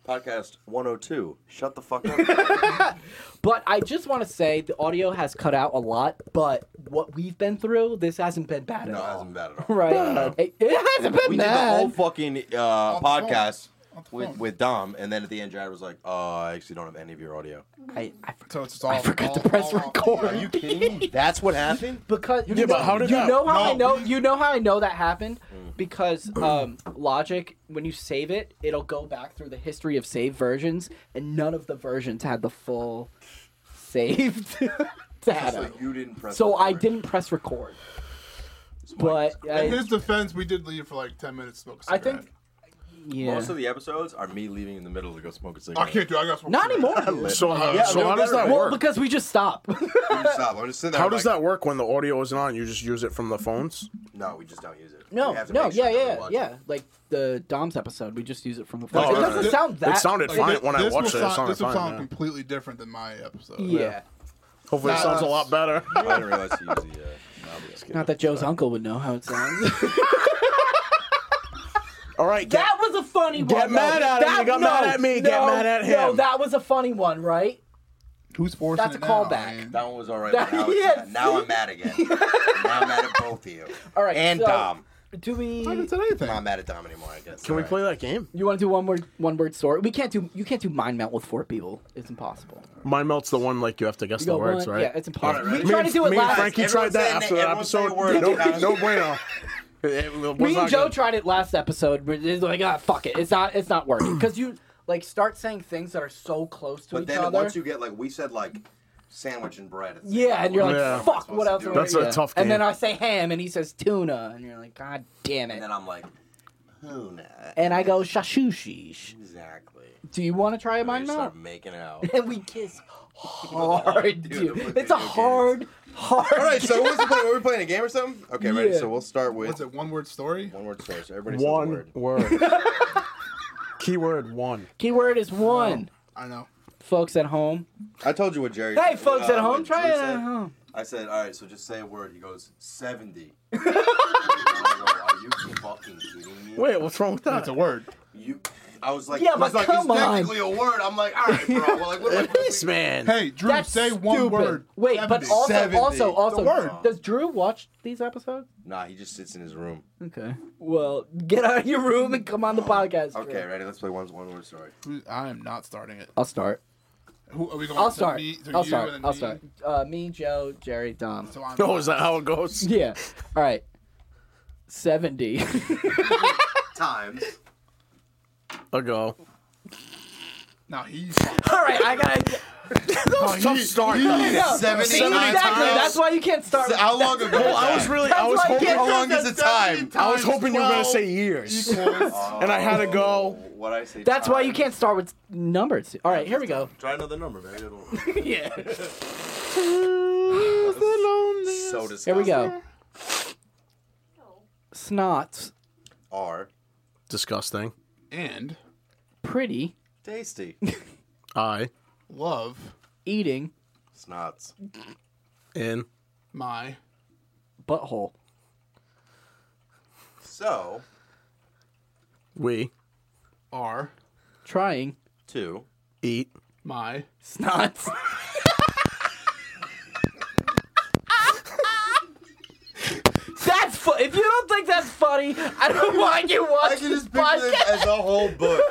S1: Podcast 102. Shut the fuck up.
S2: But I just want to say the audio has cut out a lot. But what we've been through, this hasn't been bad at
S1: no, it
S2: all.
S1: hasn't bad at all.
S2: Right? It, it hasn't been
S1: We did the
S2: bad.
S1: whole fucking uh,
S3: On the phone.
S1: podcast
S3: On the
S1: with,
S3: phone.
S1: with Dom, and then at the end, Jared was like, "Oh, I actually don't have any of your audio."
S2: I, I forgot.
S3: So it's all.
S2: I forgot
S3: all-
S2: to press
S1: Oh,
S3: all-
S2: record.
S3: Are you
S1: kidding me? That's what happened.
S2: because you
S4: Yeah,
S2: know,
S4: but how did
S2: you
S4: that-
S2: know how I
S3: No.
S2: know you know how I know that happened
S1: Mm.
S2: because um, Logic when you save it it'll go back through the history of saved versions and none of the versions had the full saved
S1: So
S2: data.
S1: you didn't press.
S2: So I
S1: record.
S2: didn't press record.
S1: Mike's
S2: But
S3: In
S2: I,
S3: his defense, we did leave for like ten minutes to smoke a
S2: I
S3: cigarette.
S2: think yeah.
S1: Most of the episodes are me leaving in the middle to go smoke a
S3: I
S1: cigarette.
S3: can't do. it. I got to smoke. a
S2: Not
S3: cigarette.
S2: anymore.
S4: So how,
S1: Yeah,
S4: so
S1: no
S4: how does that
S1: better.
S2: Well,
S4: work?
S2: because we just stop.
S1: Stop. I'm just sitting there.
S4: How
S1: I'm
S4: does
S1: like,
S4: that work when the audio isn't on? You just use it from the phones?
S1: No, we just don't use it.
S2: no,
S1: We have to
S2: no,
S1: make sure
S2: yeah,
S1: that we
S2: yeah, yeah,
S1: watch it.
S2: Like the Dom's episode, we just use it from the phone.
S4: Oh,
S2: it
S4: right,
S2: doesn't
S3: right.
S2: sound that.
S4: It sounded
S2: like-
S4: fine
S3: thi-
S4: when I
S3: this will
S4: watched it. It
S3: sound-
S4: sounded
S3: This will
S4: fine.
S3: sound
S4: yeah.
S3: completely different than my episode.
S2: Yeah.
S4: Hopefully, it
S3: Nah,
S4: sounds a
S3: that's-
S4: lot better.
S1: I didn't realize you use the. Uh, obvious.
S2: Not that Joe's uncle would know how it sounds.
S4: All right, get,
S2: That was a funny one.
S4: Get mad
S2: though.
S4: at him. You got mad at me. Get mad at
S2: No,
S4: him.
S2: that was a funny one, right?
S3: Who's forcing
S2: That's a
S3: it now?
S2: callback.
S3: I mean,
S1: That one was all right.
S2: That-
S1: but now, it's
S2: yeah.
S1: not. now I'm mad again. now I'm mad at both of you.
S2: All right.
S1: And
S2: so,
S1: Dom.
S2: Do we?
S3: I haven't said
S1: I'm
S3: anything.
S1: not mad at Dom anymore. I guess.
S4: can we play that game?
S2: You want to do one word, one word story? We can't do. You can't do mind melt with four people. It's impossible.
S4: Mind melt's the one like you have to guess
S2: You
S4: the
S2: go
S4: words,
S2: one-
S4: right?
S2: Yeah, it's impossible.
S1: All right, ready?
S2: We tried to do it
S4: Me and
S2: last.
S4: Frankie
S1: Everyone
S4: tried
S1: say
S4: that
S1: a-
S4: after that
S1: everyone say a
S4: episode.
S1: word.
S4: No,
S1: Okay.
S4: no bueno. It was
S2: me and
S4: not
S2: Joe
S4: good.
S2: tried it last episode, but it's like, ah, fuck it. It's not. It's not working because you like start saying things that are so close to
S1: But
S2: each
S1: then
S2: other.
S1: once you get like we said like sandwich and bread. It's-
S2: yeah, and you're like,
S4: Yeah.
S2: fuck, what else? am I
S4: That's a
S2: gonna do?
S4: tough
S2: And then
S4: game.
S2: I say ham, and he says tuna, and you're like, god damn it.
S1: And then I'm like, who knows?
S2: And I go shashushish.
S1: Exactly.
S2: Do you want to try a
S1: And we
S2: mind
S1: just
S2: melt?
S1: start making out.
S2: and we kiss hard,
S1: Dude,
S2: dude.
S1: I'm with
S2: It's
S1: video
S2: a
S1: games.
S2: hard, hard.
S1: All right, so what's the play? Are we playing a game or something? Okay, ready.
S2: Yeah.
S1: So we'll start with
S3: What's it? One word story.
S1: one word story. So everybody says a
S4: One
S1: word.
S4: word. Keyword one.
S2: Keyword is one.
S3: I know.
S2: Folks at home.
S1: I told you what Jerry.
S2: Hey, folks
S1: uh,
S2: at home,
S1: what
S2: try
S1: Drew
S2: it
S1: said.
S2: at home.
S1: I said, all right, so just say a word. He goes seventy. I go, Are you fucking kidding me?
S4: Wait, what's wrong with that?
S3: It's a word.
S1: You, I was like,
S2: Yeah,
S1: he's
S2: but
S1: like, it's
S2: come on.
S1: technically a word. I'm like, all right, bro. Well, like, what am I
S4: Yes, man.
S3: Hey, Drew,
S2: That's
S3: say one
S2: stupid.
S3: word.
S2: Wait, but
S3: 70.
S2: also,
S1: Seventy.
S2: also, also,
S1: word.
S2: does Drew watch these episodes?
S1: Nah, he just sits in his room.
S2: Okay. Well, get out of your room and come on the podcast. Drew.
S1: Okay, ready? Let's play one one word story.
S3: Who- I am not starting it.
S2: I'll start.
S3: Who are we going?
S2: I'll
S3: to
S2: start.
S3: Me, to
S2: I'll
S3: you
S2: start.
S3: and
S2: I'll
S3: me?
S2: start. Uh, me, Joe, Jerry, Dom.
S3: So I'm
S4: Oh, is that how it goes?
S2: Yeah. All right. 70.
S1: Times.
S4: A go.
S3: now he's
S2: All right, I gotta.
S3: Oh,
S4: Tough start.
S2: No,
S1: Seventy
S2: see,
S1: nine
S2: exactly.
S1: times.
S2: That's why you can't start.
S1: So how long ago?
S4: Well,
S1: was
S4: I was
S1: that?
S4: really, I was
S2: That's why I
S4: hoping,
S2: can't-
S1: How long is the time? Oh,
S4: I was hoping you were gonna say years.
S3: equals.
S4: And I had to go.
S1: What I say?
S2: That's why you
S1: times.
S2: can't start with numbers. All right, here we go.
S1: Try another number, man. It'll-
S2: yeah.
S1: so disgusting.
S2: Here we go. Snots,
S1: R.
S4: Disgusting.
S3: and
S2: pretty,
S1: Tasty.
S4: I
S3: love
S2: eating,
S1: Snots.
S4: in
S3: my
S2: butthole.
S1: So
S4: we
S3: are
S2: Trying,
S1: two.
S4: eat
S3: my
S2: snots. that's fu- If you don't think that's funny, I don't know why you
S1: I
S2: watch
S1: can
S2: this
S1: just picture this
S2: podcast.
S1: as a whole book,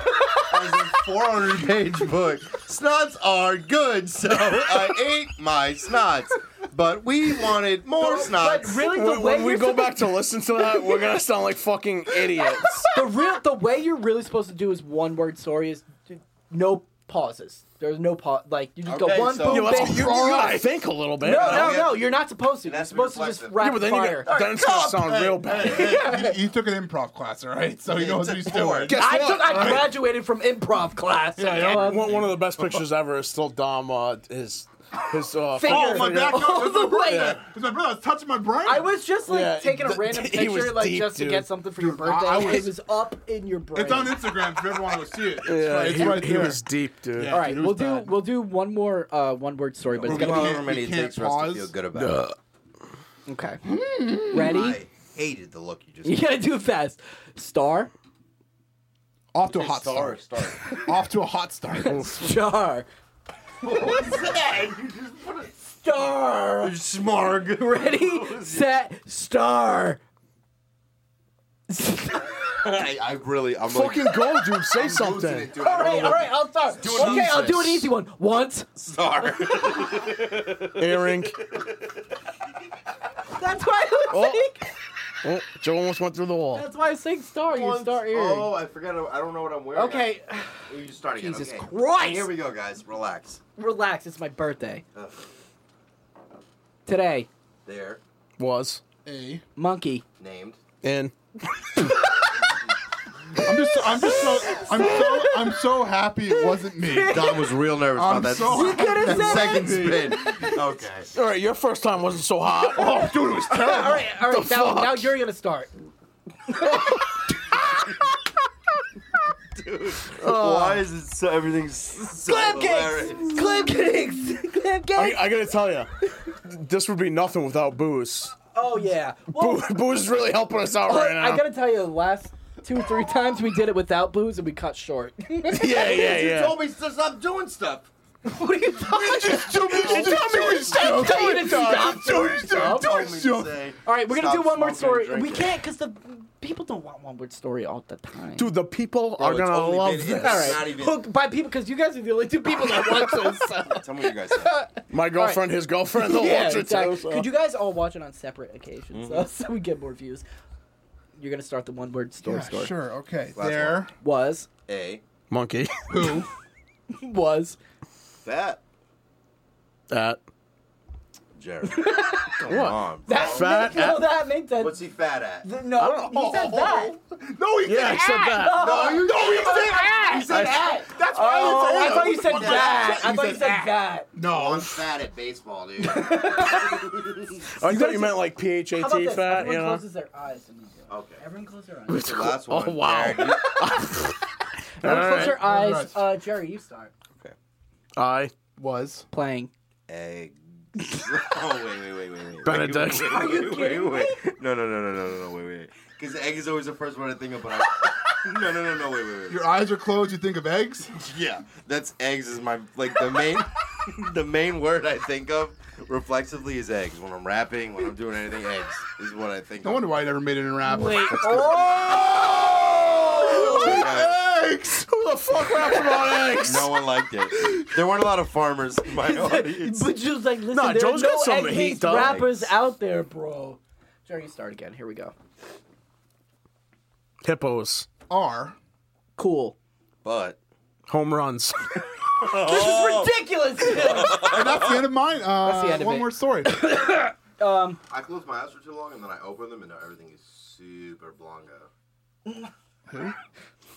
S1: as a 400 page book. Snots are good, so I ate my snots, but we wanted more
S2: But
S1: snots.
S2: really, the
S4: When,
S2: way
S4: when we
S2: you're
S4: go
S2: supposed-
S4: back to listen to that, we're gonna sound like fucking idiots.
S2: the real the way you're really supposed to do is one word story is d- no pauses. There's no pause. Like you just
S1: Okay,
S2: go one
S1: so-
S2: boom,
S4: Yo, that's,
S2: bang,
S4: you, you
S2: roar.
S4: gotta think a little
S2: no,
S4: bit. you know?
S2: no,
S1: we
S2: no.
S1: have-
S2: you're not supposed to.
S1: It
S2: You're
S1: has to be
S2: supposed to just
S1: reflective.
S4: Yeah,
S2: rapid
S4: but then you
S2: fire.
S4: got, then it's gonna sound real
S3: Hey,
S4: bad.
S3: hey, he, he took an improv class, all right? So he
S1: Yeah,
S3: knows
S1: he
S3: what he's
S1: took
S3: doing.
S1: four.
S4: Guess
S2: I
S4: what?
S2: took. I graduated from improv class.
S3: Yeah, yeah.
S2: Um,
S4: One, one of the best pictures ever is still Dom. Uh, his his uh,
S2: Finger.
S4: phone
S3: Oh, my
S4: finger.
S3: back
S2: All
S3: it was my
S2: the
S3: brain.
S2: way.
S3: It was my brother. I was touching my brain.
S2: I was just like
S4: Yeah,
S2: taking a
S4: th-
S2: random
S4: he was
S2: picture, like
S4: deep,
S2: just
S4: dude.
S2: to get something for your
S3: Dude, I-
S2: birthday.
S3: I
S2: it
S3: was-
S2: was up in your brain.
S3: It's on Instagram if everyone wants to see it. It's,
S4: Yeah,
S3: right, it's
S4: he,
S3: right
S4: he
S3: there.
S4: was deep, dude.
S3: Yeah.
S2: All right,
S3: It was
S2: we'll do
S3: bad.
S2: we'll do one more uh, one word story, but it's
S3: We're
S2: gonna
S3: gonna
S2: be
S3: can't-
S1: However many
S3: we
S1: it
S3: can't
S1: takes for us to
S3: pause.
S1: feel good about it.
S2: okay. Ready?
S1: I hated the look you just
S2: You gotta do it fast. Star,
S3: off to a hot
S1: Star,
S3: start.
S1: star.
S3: Off to a hot start.
S2: jar, star.
S1: Smarg.
S2: Ready, set, star.
S1: I, I really, I'm
S4: Fucking
S1: like,
S4: go, dude. Say
S1: I'm losing
S4: something.
S1: it, dude.
S2: All
S1: I don't
S2: right,
S1: know
S2: all
S1: what
S2: right, I'll start.
S1: do it
S2: okay, I'll do an
S1: Jesus.
S2: easy one. Once.
S1: Star.
S4: Earring.
S2: That's why I was
S4: Oh.
S2: saying.
S4: Oh, Joe almost went through the wall.
S2: That's why I was saying star. You star earring.
S1: Oh, I forgot. I don't know what I'm wearing.
S2: Okay,
S1: You just start again.
S2: Jesus
S1: okay.
S2: Christ.
S1: Here we go, guys. Relax.
S2: relax. It's my birthday
S1: Ugh.
S2: today.
S1: There.
S4: Was
S3: A.
S2: Monkey.
S1: Named.
S4: in.
S3: I'm just, I'm just so, I'm so, I'm so happy it wasn't me.
S1: Don was real nervous
S3: I'm
S1: about that.
S3: so- You
S1: that
S2: could've said
S1: second
S3: it.
S1: spin. Okay.
S4: All right, your first time wasn't so hot.
S3: Oh, dude, it was terrible.
S2: All right, all right.
S4: The
S2: Now,
S4: fuck?
S2: now you're gonna start.
S1: Why is it so everything so
S2: Clam
S1: hilarious?
S2: cakes. Clam cakes. Clam
S4: I,
S2: cakes.
S4: I gotta tell you, this would be nothing without booze.
S2: Oh yeah. Well,
S4: Boo, booze is really helping us out right now.
S2: I gotta tell you, the last two or three times we did it without booze and we cut short.
S4: yeah, yeah,
S1: You
S4: yeah.
S1: told me to stop doing stuff.
S2: what are you talking about?
S4: Stop
S2: telling you to stop
S4: doing stuff.
S1: Told me to say,
S2: All right, we're gonna
S1: Stop
S2: do one more
S1: smoking
S2: story.
S1: and
S2: We
S1: drinking.
S2: can't because the people don't want one word story all the time.
S4: Dude, the people
S1: Bro,
S4: are
S1: it's
S4: gonna
S1: only
S4: love
S1: been-
S4: this.
S1: it's
S2: all right.
S1: not even-
S2: Hook by people because you guys are the only two people that watch this. so.
S1: Tell me what you guys said.
S4: My girlfriend, his girlfriend, they'll
S2: yeah,
S4: watch it
S2: exactly.
S4: too. so.
S2: Could you guys all watch it on separate occasions so, so we get more views? You're gonna start the one word story
S3: Yeah,
S2: story.
S3: sure, okay.
S1: Last
S3: there.
S2: Was
S1: A.
S4: Monkey.
S3: Who?
S2: was
S1: That.
S4: That.
S1: Jared. Come on. bro.
S2: that
S4: Fat
S2: no,
S4: at-
S2: that made sense.
S1: What's he fat at?
S2: Th- no, he said that.
S3: No, he
S4: Yeah, I said that.
S1: No, you
S3: No, he said
S2: that.
S3: He said that. That's why
S2: Oh,
S3: I
S2: I
S3: didn't say
S2: thought you said
S3: What the
S2: that.
S3: fuck?
S2: I thought you said that.
S1: I'm
S3: No.
S1: fat at baseball, dude.
S4: I thought you meant like PHAT
S2: How about this?
S4: fat, you
S2: Everyone
S4: know?
S2: closes their eyes when you do it.
S1: Okay.
S2: Everyone close their eyes.
S1: The last
S4: Oh,
S1: one.
S4: wow.
S1: Jared, you-
S2: Everyone close their eyes.
S3: Alright.
S2: Uh, Jerry, you start
S4: I.
S3: Was.
S2: playing.
S1: eggs. oh wait, wait, wait, wait, wait.
S4: Benedict.
S1: Wait, wait, wait, wait, wait, wait. No, no, no, no, no, no, no, wait, wait. Because egg is always the first one I think about. no, no, no, no, wait, wait, wait.
S3: Your eyes are closed. You think of eggs.
S1: Yeah, that's eggs is my like the main, the main word I think of reflexively is eggs. When I'm rapping, when I'm doing anything, eggs is what I think.
S3: No
S1: of.
S3: wonder why I never made it in rap.
S2: Wait. oh!
S4: Eggs! Who the fuck raps about eggs?
S1: No one liked it. There weren't a lot of farmers in my audience.
S2: But she was like, listen,
S4: Nah,
S2: there
S4: Joe's
S2: are
S4: got
S2: no
S4: some
S2: egg
S4: heat,
S2: hates
S4: dog.
S2: rappers out there, bro. Jerry, you start again. Here we go.
S4: Hippos.
S3: R.
S2: Cool.
S1: But
S4: Home runs.
S2: This is ridiculous. dude.
S3: And that's the end of mine. Uh,
S2: That's the end of
S3: one
S2: it.
S3: more story.
S2: um,
S1: I close my eyes for too long, and then I open them, and now everything is super blongo. it's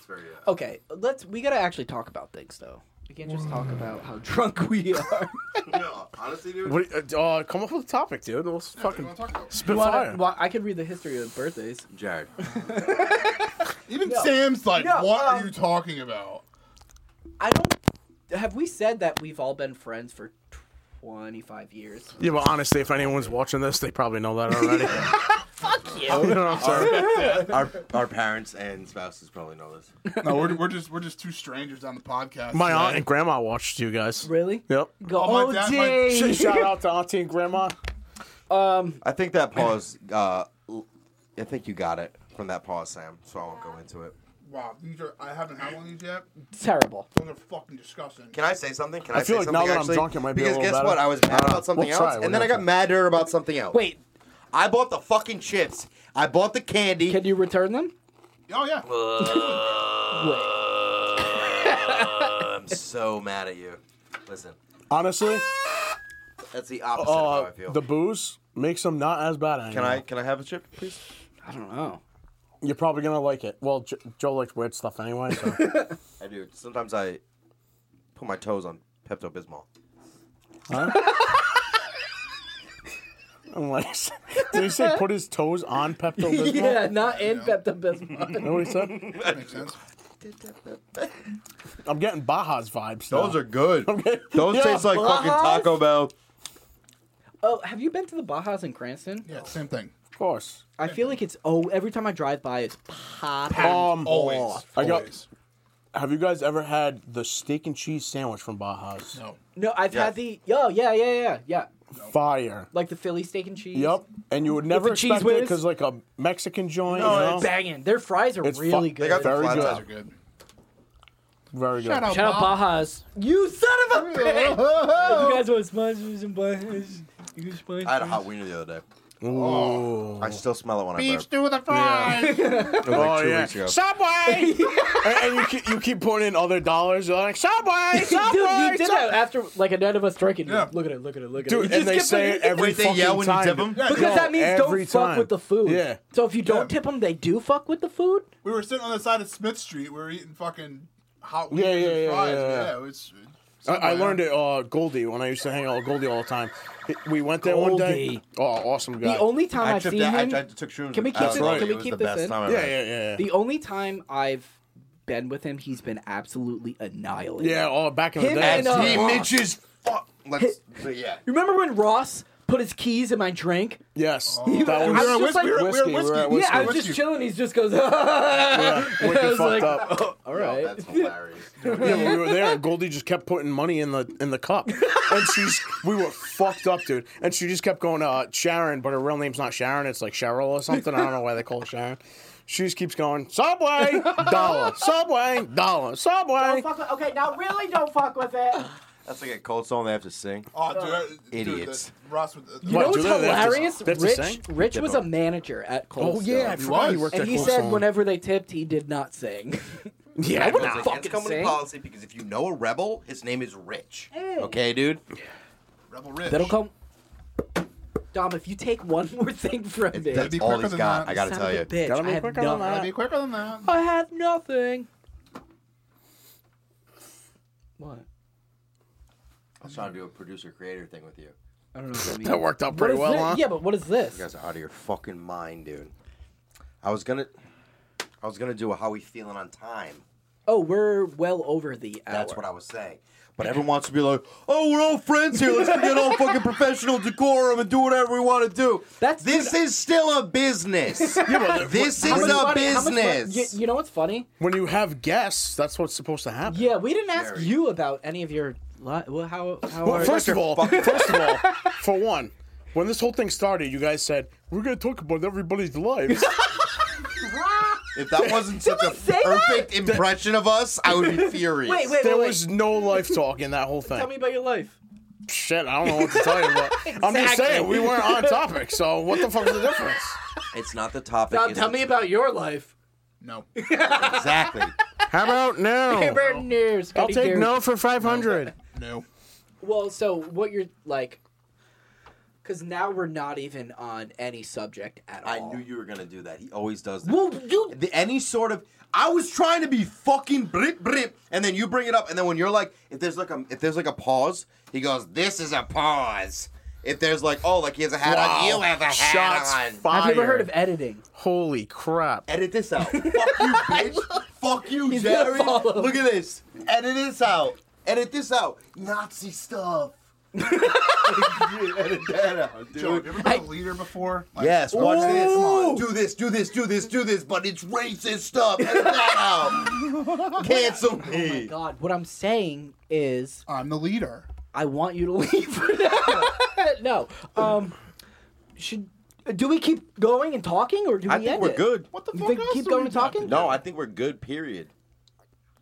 S1: very. Uh,
S2: okay, let's. We gotta actually talk about things, though. We can't just talk about how drunk we are.
S1: yeah, honestly, dude.
S4: what, uh, come up with a topic, dude. Let's fucking spit
S2: Wanna-
S4: fire.
S2: wa- I could read the history of birthdays.
S1: Jared.
S3: Even Sam's like,
S2: No,
S3: what
S2: um,
S3: are you talking about?
S2: I don't. Have we said that we've all been friends for 25 years?
S4: Yeah, but honestly, if anyone's watching this, they probably know that already.
S2: Fuck you.
S4: you know what I'm saying?
S1: our our parents and spouses probably know this.
S3: No, we're, we're just we're just two strangers on the podcast.
S4: My
S3: today.
S4: aunt and grandma watched you guys.
S2: Really?
S4: Yep.
S2: Go,
S3: my
S2: oh,
S3: dad- my-
S2: dang.
S4: Shout out to auntie and grandma.
S2: Um,
S1: I think that pause. Uh, l- I think you got it from that pause, Sam. So I won't go into it.
S3: Wow, these are I haven't had one of these yet.
S2: terrible.
S3: Those are fucking disgusting.
S1: Can I say something? Can I,
S4: feel
S1: say
S4: like now
S1: something,
S4: that I'm
S1: actually?
S4: drunk, it might be a
S1: because
S4: little
S1: guess
S4: better.
S1: what? I was mad
S4: Uh,
S1: about something
S4: we'll try
S1: else,
S4: it. We're
S1: and then I got
S4: gonna
S1: madder about something else.
S2: Wait,
S1: I bought the fucking chips. I bought the candy.
S2: can you return them?
S3: Oh yeah.
S2: Wait.
S1: I'm so mad at you. Listen,
S4: Honestly,
S1: that's the opposite of how
S4: uh,
S1: I feel.
S4: the booze makes them not as bad anymore.
S1: can I can I have a chip, please?
S2: I don't know.
S4: You're probably gonna like it. Well, jo- Joe likes weird stuff anyway. So.
S1: I do. Sometimes I put my toes on Pepto Bismol.
S4: I'm like, did he say put his toes on Pepto Bismol?
S2: yeah, not in Pepto Bismol.
S4: Know what he said?
S3: That makes sense.
S4: I'm getting Baja's vibes.
S1: Those
S4: now.
S1: are good. Those
S4: Yeah.
S1: taste like fucking Taco Bell.
S2: Oh, have you been to the Bajas in Cranston?
S3: Yeah, same thing.
S4: of course.
S2: I feel like it's oh every time I drive by it's popping.
S4: Um,
S3: Always.
S4: I got-
S3: Always.
S4: have you guys ever had the steak and cheese sandwich from Baja's?
S3: No.
S2: No, I've
S1: Yeah.
S2: had the yo yeah yeah yeah yeah
S4: Fire.
S2: like the Philly steak and cheese.
S4: Yep. And you would never
S2: the cheese
S4: expect it
S2: whiz?
S4: because like a Mexican joint.
S2: Oh,
S4: you know?
S2: they're banging. Their fries are
S4: It's fu-
S2: really
S1: They
S4: they
S1: got
S2: good.
S1: the
S4: Very
S1: flat
S4: good.
S3: Guys are
S1: top.
S3: good.
S4: Very good.
S3: Shout out,
S2: Shout out
S3: Bob.
S2: Bajas. You son of a bitch! you guys want sponsors and Bajas? You can sponsor.
S1: I had a hot wiener the other day.
S4: Ooh.
S1: Oh.
S2: Oh.
S1: I still smell it when I
S3: Beef
S1: burp.
S3: stew with a fry.
S1: It was
S4: Oh
S1: like two
S4: yeah,
S1: weeks ago.
S4: Subway. and, and you keep, you keep putting in other dollars. You're like Subway, Subway,
S2: Dude, you did
S4: Subway."
S2: that after like a night of us drinking.
S3: Yeah.
S2: Look at it, look at it, look at it.
S4: Dude,
S2: You
S4: and they
S2: just
S4: say
S2: kept-
S4: it every
S1: Wait, they
S4: fucking
S1: yell when you
S4: time.
S1: tip 'em?
S2: because
S4: No,
S2: that means don't
S4: every
S2: fuck
S4: time.
S2: with the food.
S4: Yeah.
S2: So if you don't
S3: Yeah.
S2: tip them, they do fuck with the food.
S3: we were sitting on the side of Smith Street. We were eating fucking hot
S4: Yeah,
S3: wieners
S4: yeah,
S3: and
S4: yeah,
S3: fries.
S4: yeah, yeah.
S3: it was-
S4: I, I learned it, uh, Goldie, when I used to hang out with Goldie all the time. We went there one day.
S2: Goldie.
S4: Oh, awesome guy.
S2: The only time
S1: I
S2: I've
S1: tripped
S2: seen
S1: that. I,
S2: him,
S1: I took shrooms.
S2: Can we
S1: with
S2: keep
S1: Alex
S2: this-
S1: Goldie.
S4: can
S2: we
S1: It was
S2: keep
S1: the
S2: this
S1: best
S2: in?
S1: time I've
S4: yeah,
S1: had.
S4: yeah, yeah, yeah.
S2: the only time I've been with him, he's been absolutely annihilated.
S4: Yeah, oh, back in
S2: Him
S4: the day.
S2: and, uh,
S1: He
S2: Fuck.
S1: Mitch's. Fuck. Let's. But yeah.
S2: You Remember when Ross put his keys in my drink?
S4: yes.
S3: We
S4: That
S2: were
S4: was
S2: at Whis- we were- we were at
S4: whiskey. We were
S3: Whiskey. What's
S4: at whiskey.
S2: yeah, I was
S3: what's
S2: just
S3: you-
S2: chilling. He just goes.
S4: Yeah,
S2: I
S4: wicked
S2: was like,
S4: fucked
S2: oh,
S4: up.
S2: all right.
S1: That's hilarious.
S4: Yeah, when we were there. Goldie just kept putting money in the in the cup, and she's we were fucked up, dude. And she just kept going, uh, Sharon, but her real name's not Sharon. It's like Cheryl or something. I don't know why they call it Sharon. She just keeps going, Subway, dollar, Subway, dollar, Subway.
S2: okay, now really don't fuck with it.
S1: That's like a cold song they have to sing.
S3: Oh, dude, I- dude, the-
S1: Idiots.
S3: Ross with the,
S2: You know
S4: What,
S2: what's
S4: do they- they have to-
S2: hilarious?
S4: they have to
S2: Rich,
S4: sing?
S2: Rich
S1: They
S2: was a
S1: don't.
S2: manager at Cold
S4: Oh yeah, I
S2: Stone.
S4: forgot he
S3: was.
S4: worked
S2: and
S4: at
S2: he
S4: Cold
S2: said
S4: Stone.
S2: whenever they tipped, he did not sing.
S4: yeah,
S2: wouldn't
S1: It's
S2: fucking
S1: against company
S2: sing.
S1: policy because if you know a rebel, his name is Rich.
S2: Hey.
S1: Okay, dude.
S3: Rebel Rich.
S2: That'll come. Dom, if you take one more thing from me,
S1: That's
S3: be
S1: all
S3: quicker
S1: he's
S3: than
S1: got.
S3: that.
S1: I gotta
S2: son
S1: tell
S2: of a
S1: you.
S2: bitch,
S4: Gotta be
S2: I have
S4: quicker than
S2: nothing.
S4: that.
S3: Gotta be quicker than that.
S2: I have nothing. What?
S1: I was trying to do a producer creator thing with you.
S2: I don't know what that means.
S4: that worked out pretty well, huh?
S2: Yeah, but what is this?
S1: You guys are out of your fucking mind, dude. I was gonna, I was gonna do a how we feeling on time.
S2: Oh, we're well over the hour.
S1: That's what I was saying. But everyone wants to be like, oh, we're all friends here. Let's forget all fucking professional decorum and do whatever we want to do.
S2: That's-
S1: this is still a business. this is
S2: How much
S1: a
S2: money- how much money-
S1: business.
S2: You, you know what's funny?
S4: When you have guests, that's what's supposed to happen.
S2: Yeah, we didn't ask
S1: Very.
S2: you about any of your. Li- well, how how
S4: Well,
S2: are
S4: first of all,
S1: fucking-
S4: first of all, for one, when this whole thing started, you guys said we're gonna talk about everybody's lives.
S1: if that wasn't such a
S2: say that?
S1: perfect impression of us, I would be furious.
S2: wait, wait,
S4: there
S2: wait, wait.
S4: was no life talk in that whole thing.
S2: Tell me about your life.
S4: Shit, I don't know what to tell you. But I'm just
S2: Exactly.
S4: saying we weren't on topic, so what the fuck's the difference?
S1: It's not the topic.
S2: Dom,
S1: it's
S2: tell
S1: the-
S2: me about your life.
S3: No.
S1: exactly.
S4: How about no?
S2: Amber Nears,
S4: Oh. I'll
S2: Cody
S4: take
S2: Dears.
S4: no for five hundred.
S3: No.
S2: Well, so what you're like, because now we're not even on any subject at all.
S1: I knew you were gonna do that. He always does that.
S6: Well, you
S1: the, any sort of I was trying to be fucking blip blip, and then you bring it up, and then when you're like, if there's like a if there's like a pause, he goes, "This is a pause." If there's like, oh, like he has a hat on, you have a hat
S4: Shots
S1: on.
S4: fired.
S2: I've never heard of editing.
S4: Holy crap!
S1: Edit this out. Fuck you, bitch. Fuck you,
S2: gonna
S1: Jerry.
S2: follow.
S1: Look at this. Edit this out. Edit this out. Nazi stuff. You Edit that out,
S3: Joe, have you
S1: dude.
S3: ever been a leader before? Like,
S1: Yes, watch this.
S2: Ooh.
S1: Come on. Do this, do this, do this, do this, but it's racist stuff. Edit that out. Cancel
S2: Oh My
S1: me.
S2: God, what I'm saying is,
S3: I'm the leader.
S2: I want you to leave for now. no, um, should do we keep going and talking, or do we
S1: I think
S2: end
S1: we're
S2: it?
S1: good.
S3: What the
S2: You
S3: fuck
S2: think
S3: else
S2: keep
S3: do
S2: going
S3: we
S2: and
S3: got?
S2: talking?
S1: No, I think we're good, period.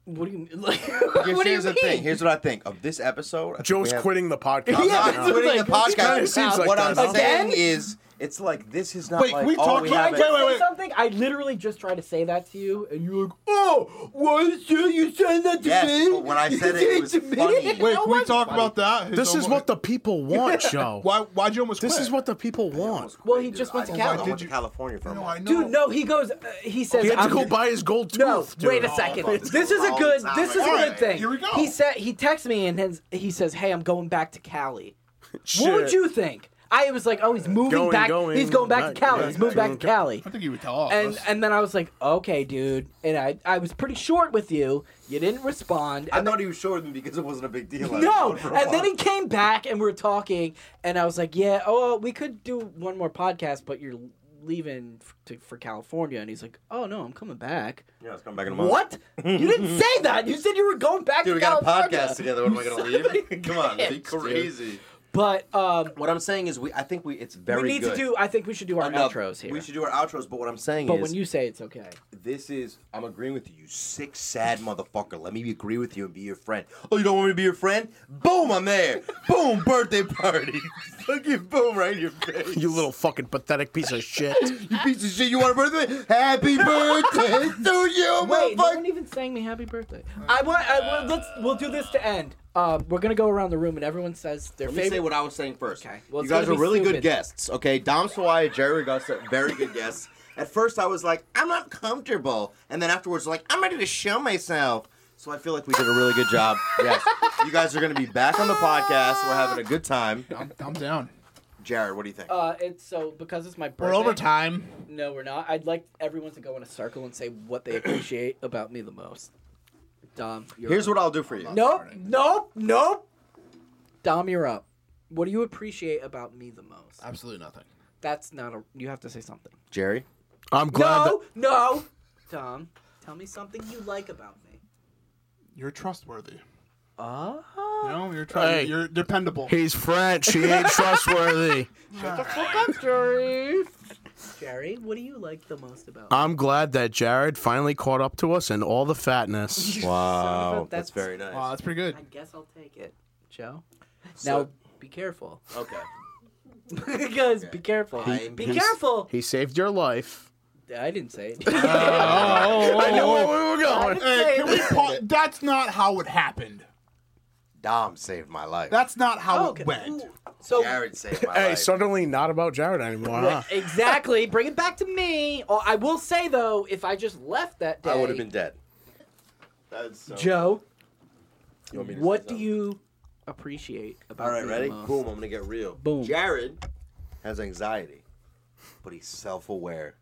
S2: What do you mean? Like,
S1: Here's,
S2: what do you
S1: here's
S2: mean?
S1: the thing. Here's what I think of this episode. I think
S4: Joe's
S1: we have-
S4: quitting the podcast.
S1: I'm
S2: Yeah,
S1: not
S2: that's what
S1: quitting
S2: I'm
S1: the
S2: like, it
S1: podcast.
S4: kinda seems like
S1: what
S4: that,
S1: I'm
S4: huh?
S1: saying
S2: Again?
S1: is It's like this is not
S4: Wait,
S1: like
S4: we
S1: all
S4: talked-
S1: we
S4: can I
S1: have.
S2: Can
S1: at-
S2: I
S4: Wait, wait,
S2: say
S4: wait.
S2: something? I literally just tried to say that to you, and you're like,
S4: Oh, why should you say that to
S1: Yes, but when I said it, it was funny.
S3: Wait,
S2: No
S3: can we
S2: one's
S3: talk
S1: funny.
S3: about that? His
S4: This is
S3: homo-
S4: what the people want, Joe.
S3: Why? Why'd you almost?
S4: This
S3: quit?
S4: is what the people want.
S2: Well, he
S1: Dude,
S2: just went to
S1: I-
S2: Cali.
S1: I
S3: Did
S1: went to
S3: you-
S1: California for a
S3: No,
S1: month.
S3: I know.
S2: dude, no. He goes. Uh, he says,
S4: He had to
S2: I'm
S4: go buy his gold tooth.
S2: No,
S4: dude.
S2: wait a second.
S1: fuck.
S2: This is a good.
S1: Wrong
S2: This is a
S1: time.
S2: good
S1: Alright,
S2: thing.
S3: here we go.
S2: He said he texts me and then he says, "Hey, I'm going back to Cali."
S4: Shit.
S2: What would you think? I was like, "Oh, he's moving
S4: Going,
S2: back.
S4: going,
S2: he's going back
S4: right,
S2: to Cali.
S4: yeah,
S2: he's moving back
S4: going,
S2: to Cali."
S3: I think he would tell us.
S2: And and then I was like, "Okay, dude." And I I was pretty short with you. You didn't respond.
S1: I
S2: And
S1: thought he was short with me because it wasn't a big deal. I was
S2: no,
S1: gone for a
S2: and then
S1: while.
S2: he came back and we were talking, and I was like, "Yeah, oh, we could do one more podcast, but you're leaving f- to, for California." And he's like, "Oh no, I'm coming back."
S1: Yeah, it's coming back in a month.
S2: What? You didn't say that. You said you were going back
S1: Dude,
S2: to
S1: we got a
S2: California.
S1: podcast together. When am I gonna leave? Come on, be
S2: Bitch, dude.
S1: crazy.
S2: But um,
S1: What I'm saying is, we I think we it's very
S2: we need
S1: good.
S2: to do. I think we should do our
S1: Enough.
S2: outros here.
S1: We should do our outros, but what I'm saying
S2: but
S1: is,
S2: when you say it's okay,
S1: this is I'm agreeing with you, you sick, sad motherfucker. Let me agree with you and be your friend. Oh, you don't want me to be your friend? Boom, I'm there. boom, birthday party. Fucking boom right in your face.
S4: You little fucking pathetic piece of shit.
S1: You piece of shit. You want a birthday? Happy birthday to you,
S2: wait, no
S1: motherfucker.
S2: one even sang me happy birthday. I want. I, want- let's. We'll do this to end. Um, we're gonna go around the room and everyone says their
S1: Let me say
S2: favorite.
S1: what I was saying first.
S2: Okay. Well,
S1: you
S2: it's
S1: guys are
S2: gonna be
S1: really good
S2: stupid.
S1: guests. Okay, Dom Sawaya, Jerry Augusta, very good guests. At first, I was like, I'm not comfortable, and then afterwards, like, I'm ready to show myself. So I feel like we did a really good job. Yes, you guys are going to be back on the podcast. We're having a good time.
S3: I'm, I'm down.
S1: Jared, what do you think?
S2: Uh, it's so because it's my birthday.
S3: We're over time.
S2: No, we're not. I'd like everyone to go in a circle and say what they appreciate about me the most. Dom, you're
S1: Here's
S2: up.
S1: what I'll do for you.
S2: Nope, nope, nope. Dom, you're up. What do you appreciate about me the most?
S3: Absolutely nothing.
S2: That's not a. You have to say something.
S1: Jerry,
S4: I'm glad.
S2: no, no. Dom, tell me something you like about me.
S3: You're trustworthy.
S2: Oh.
S3: No, you're trying.
S4: Hey.
S3: You're dependable.
S4: that he's French. He ain't trustworthy.
S2: Jerry. Jerry, what do you like the most about me?
S4: I'm glad that Jared finally caught up to us and all the fatness.
S2: Son of a-
S1: that's, very nice.
S3: Wow, that's pretty good.
S2: I guess I'll take it, Joe.
S1: So-
S2: now be careful,
S1: Okay.
S2: guys. Be careful.
S1: I'm-
S2: be
S4: he's-
S2: careful.
S4: He saved your life.
S2: I didn't say it.
S3: Uh, Oh,
S4: I know where we were going.
S3: Hey, can we pa- That's not how it happened.
S1: Dom saved my life.
S3: That's not how
S2: Oh, okay.
S3: it went.
S2: So
S1: Jared saved my
S4: Hey,
S1: life.
S4: suddenly not about Jared anymore, huh?
S2: Right, exactly. Bring it back to me. Oh, I will say though, if I just left that day,
S1: I would have been dead. That's so.
S2: Joe,
S1: You want me to say
S2: what do
S1: something?
S2: you appreciate about?
S1: All right,
S2: me
S1: ready?
S2: the most?
S1: Boom, I'm gonna get real.
S2: Boom.
S1: Jared has anxiety, but he's self aware.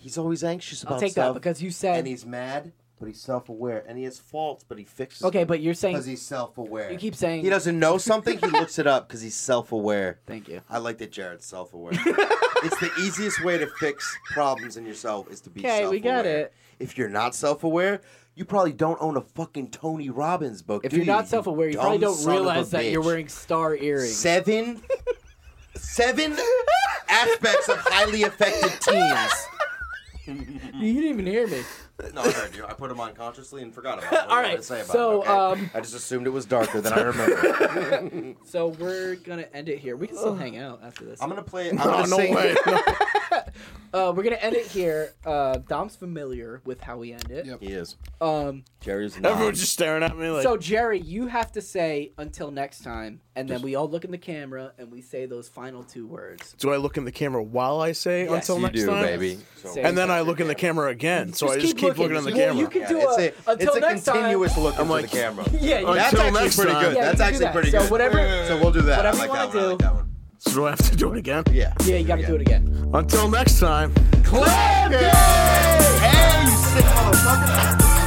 S1: He's always anxious about
S2: I'll take
S1: stuff.
S2: that because you said.
S1: and he's mad, but he's self aware. And he has faults, but he fixes
S2: okay, but you're
S1: because
S2: saying
S1: he's self aware.
S2: you keep saying.
S1: He doesn't know something, he looks it up because he's self aware.
S2: Thank you.
S1: I like that Jared's self aware. it's the easiest way to fix problems in yourself is to be self
S2: Okay,
S1: aware.
S2: we got it.
S1: If you're not self aware, you probably don't own a fucking Tony Robbins book.
S2: If
S1: do
S2: you're
S1: you,
S2: not self-aware, you probably
S1: dumb
S2: don't
S1: son of a
S2: realize that you're
S1: bitch?
S2: wearing star earrings.
S1: seven seven aspects of highly affected teens.
S2: you didn't even hear me.
S1: No, I heard you. I put them on consciously and forgot about it. What
S2: All
S1: do you want
S2: right,
S1: to say about
S2: so,
S1: it, okay?
S2: um,
S1: I just assumed it was darker than I remember.
S2: So we're gonna end it here. We can still hang out after this.
S1: I'm gonna play. I'm
S4: Oh,
S1: gonna
S4: no
S1: sing.
S4: way.
S2: Uh, we're gonna end it here. Uh, Dom's familiar with how we end it.
S3: Yep.
S1: He is.
S2: Um,
S1: Jerry's not.
S4: Everyone's just staring at me like.
S2: so Jerry, you have to say until next time, and then we all look in the camera and we say those final two words.
S4: do I look in the camera while I say
S2: Yes,
S4: until
S1: you
S4: next
S1: do,
S4: time?
S1: baby. So-
S2: Say-
S4: And then I look in the camera again, so I just keep looking, in the
S2: Well,
S4: camera.
S2: You can
S1: Yeah,
S2: do
S1: it's
S2: a,
S1: a,
S2: until
S1: it's a
S2: next
S1: continuous
S2: time.
S1: look into
S4: I'm
S1: the
S4: like-
S1: camera.
S2: Yeah, you-
S1: That's
S4: Until
S1: actually
S4: next
S1: pretty
S4: time.
S1: good.
S4: Yeah,
S1: That's
S2: you can do
S1: actually
S2: that.
S1: pretty
S2: So
S1: good.
S2: whatever-
S1: So we'll do that.
S2: whatever
S1: I like
S2: you
S1: that
S2: wanna
S1: one. I like
S2: do.
S1: that one.
S4: So do I have to do it again?
S1: Yeah.
S2: yeah, you got to do it again.
S4: Until next time.
S1: Clap it! Hey, you sick motherfucker!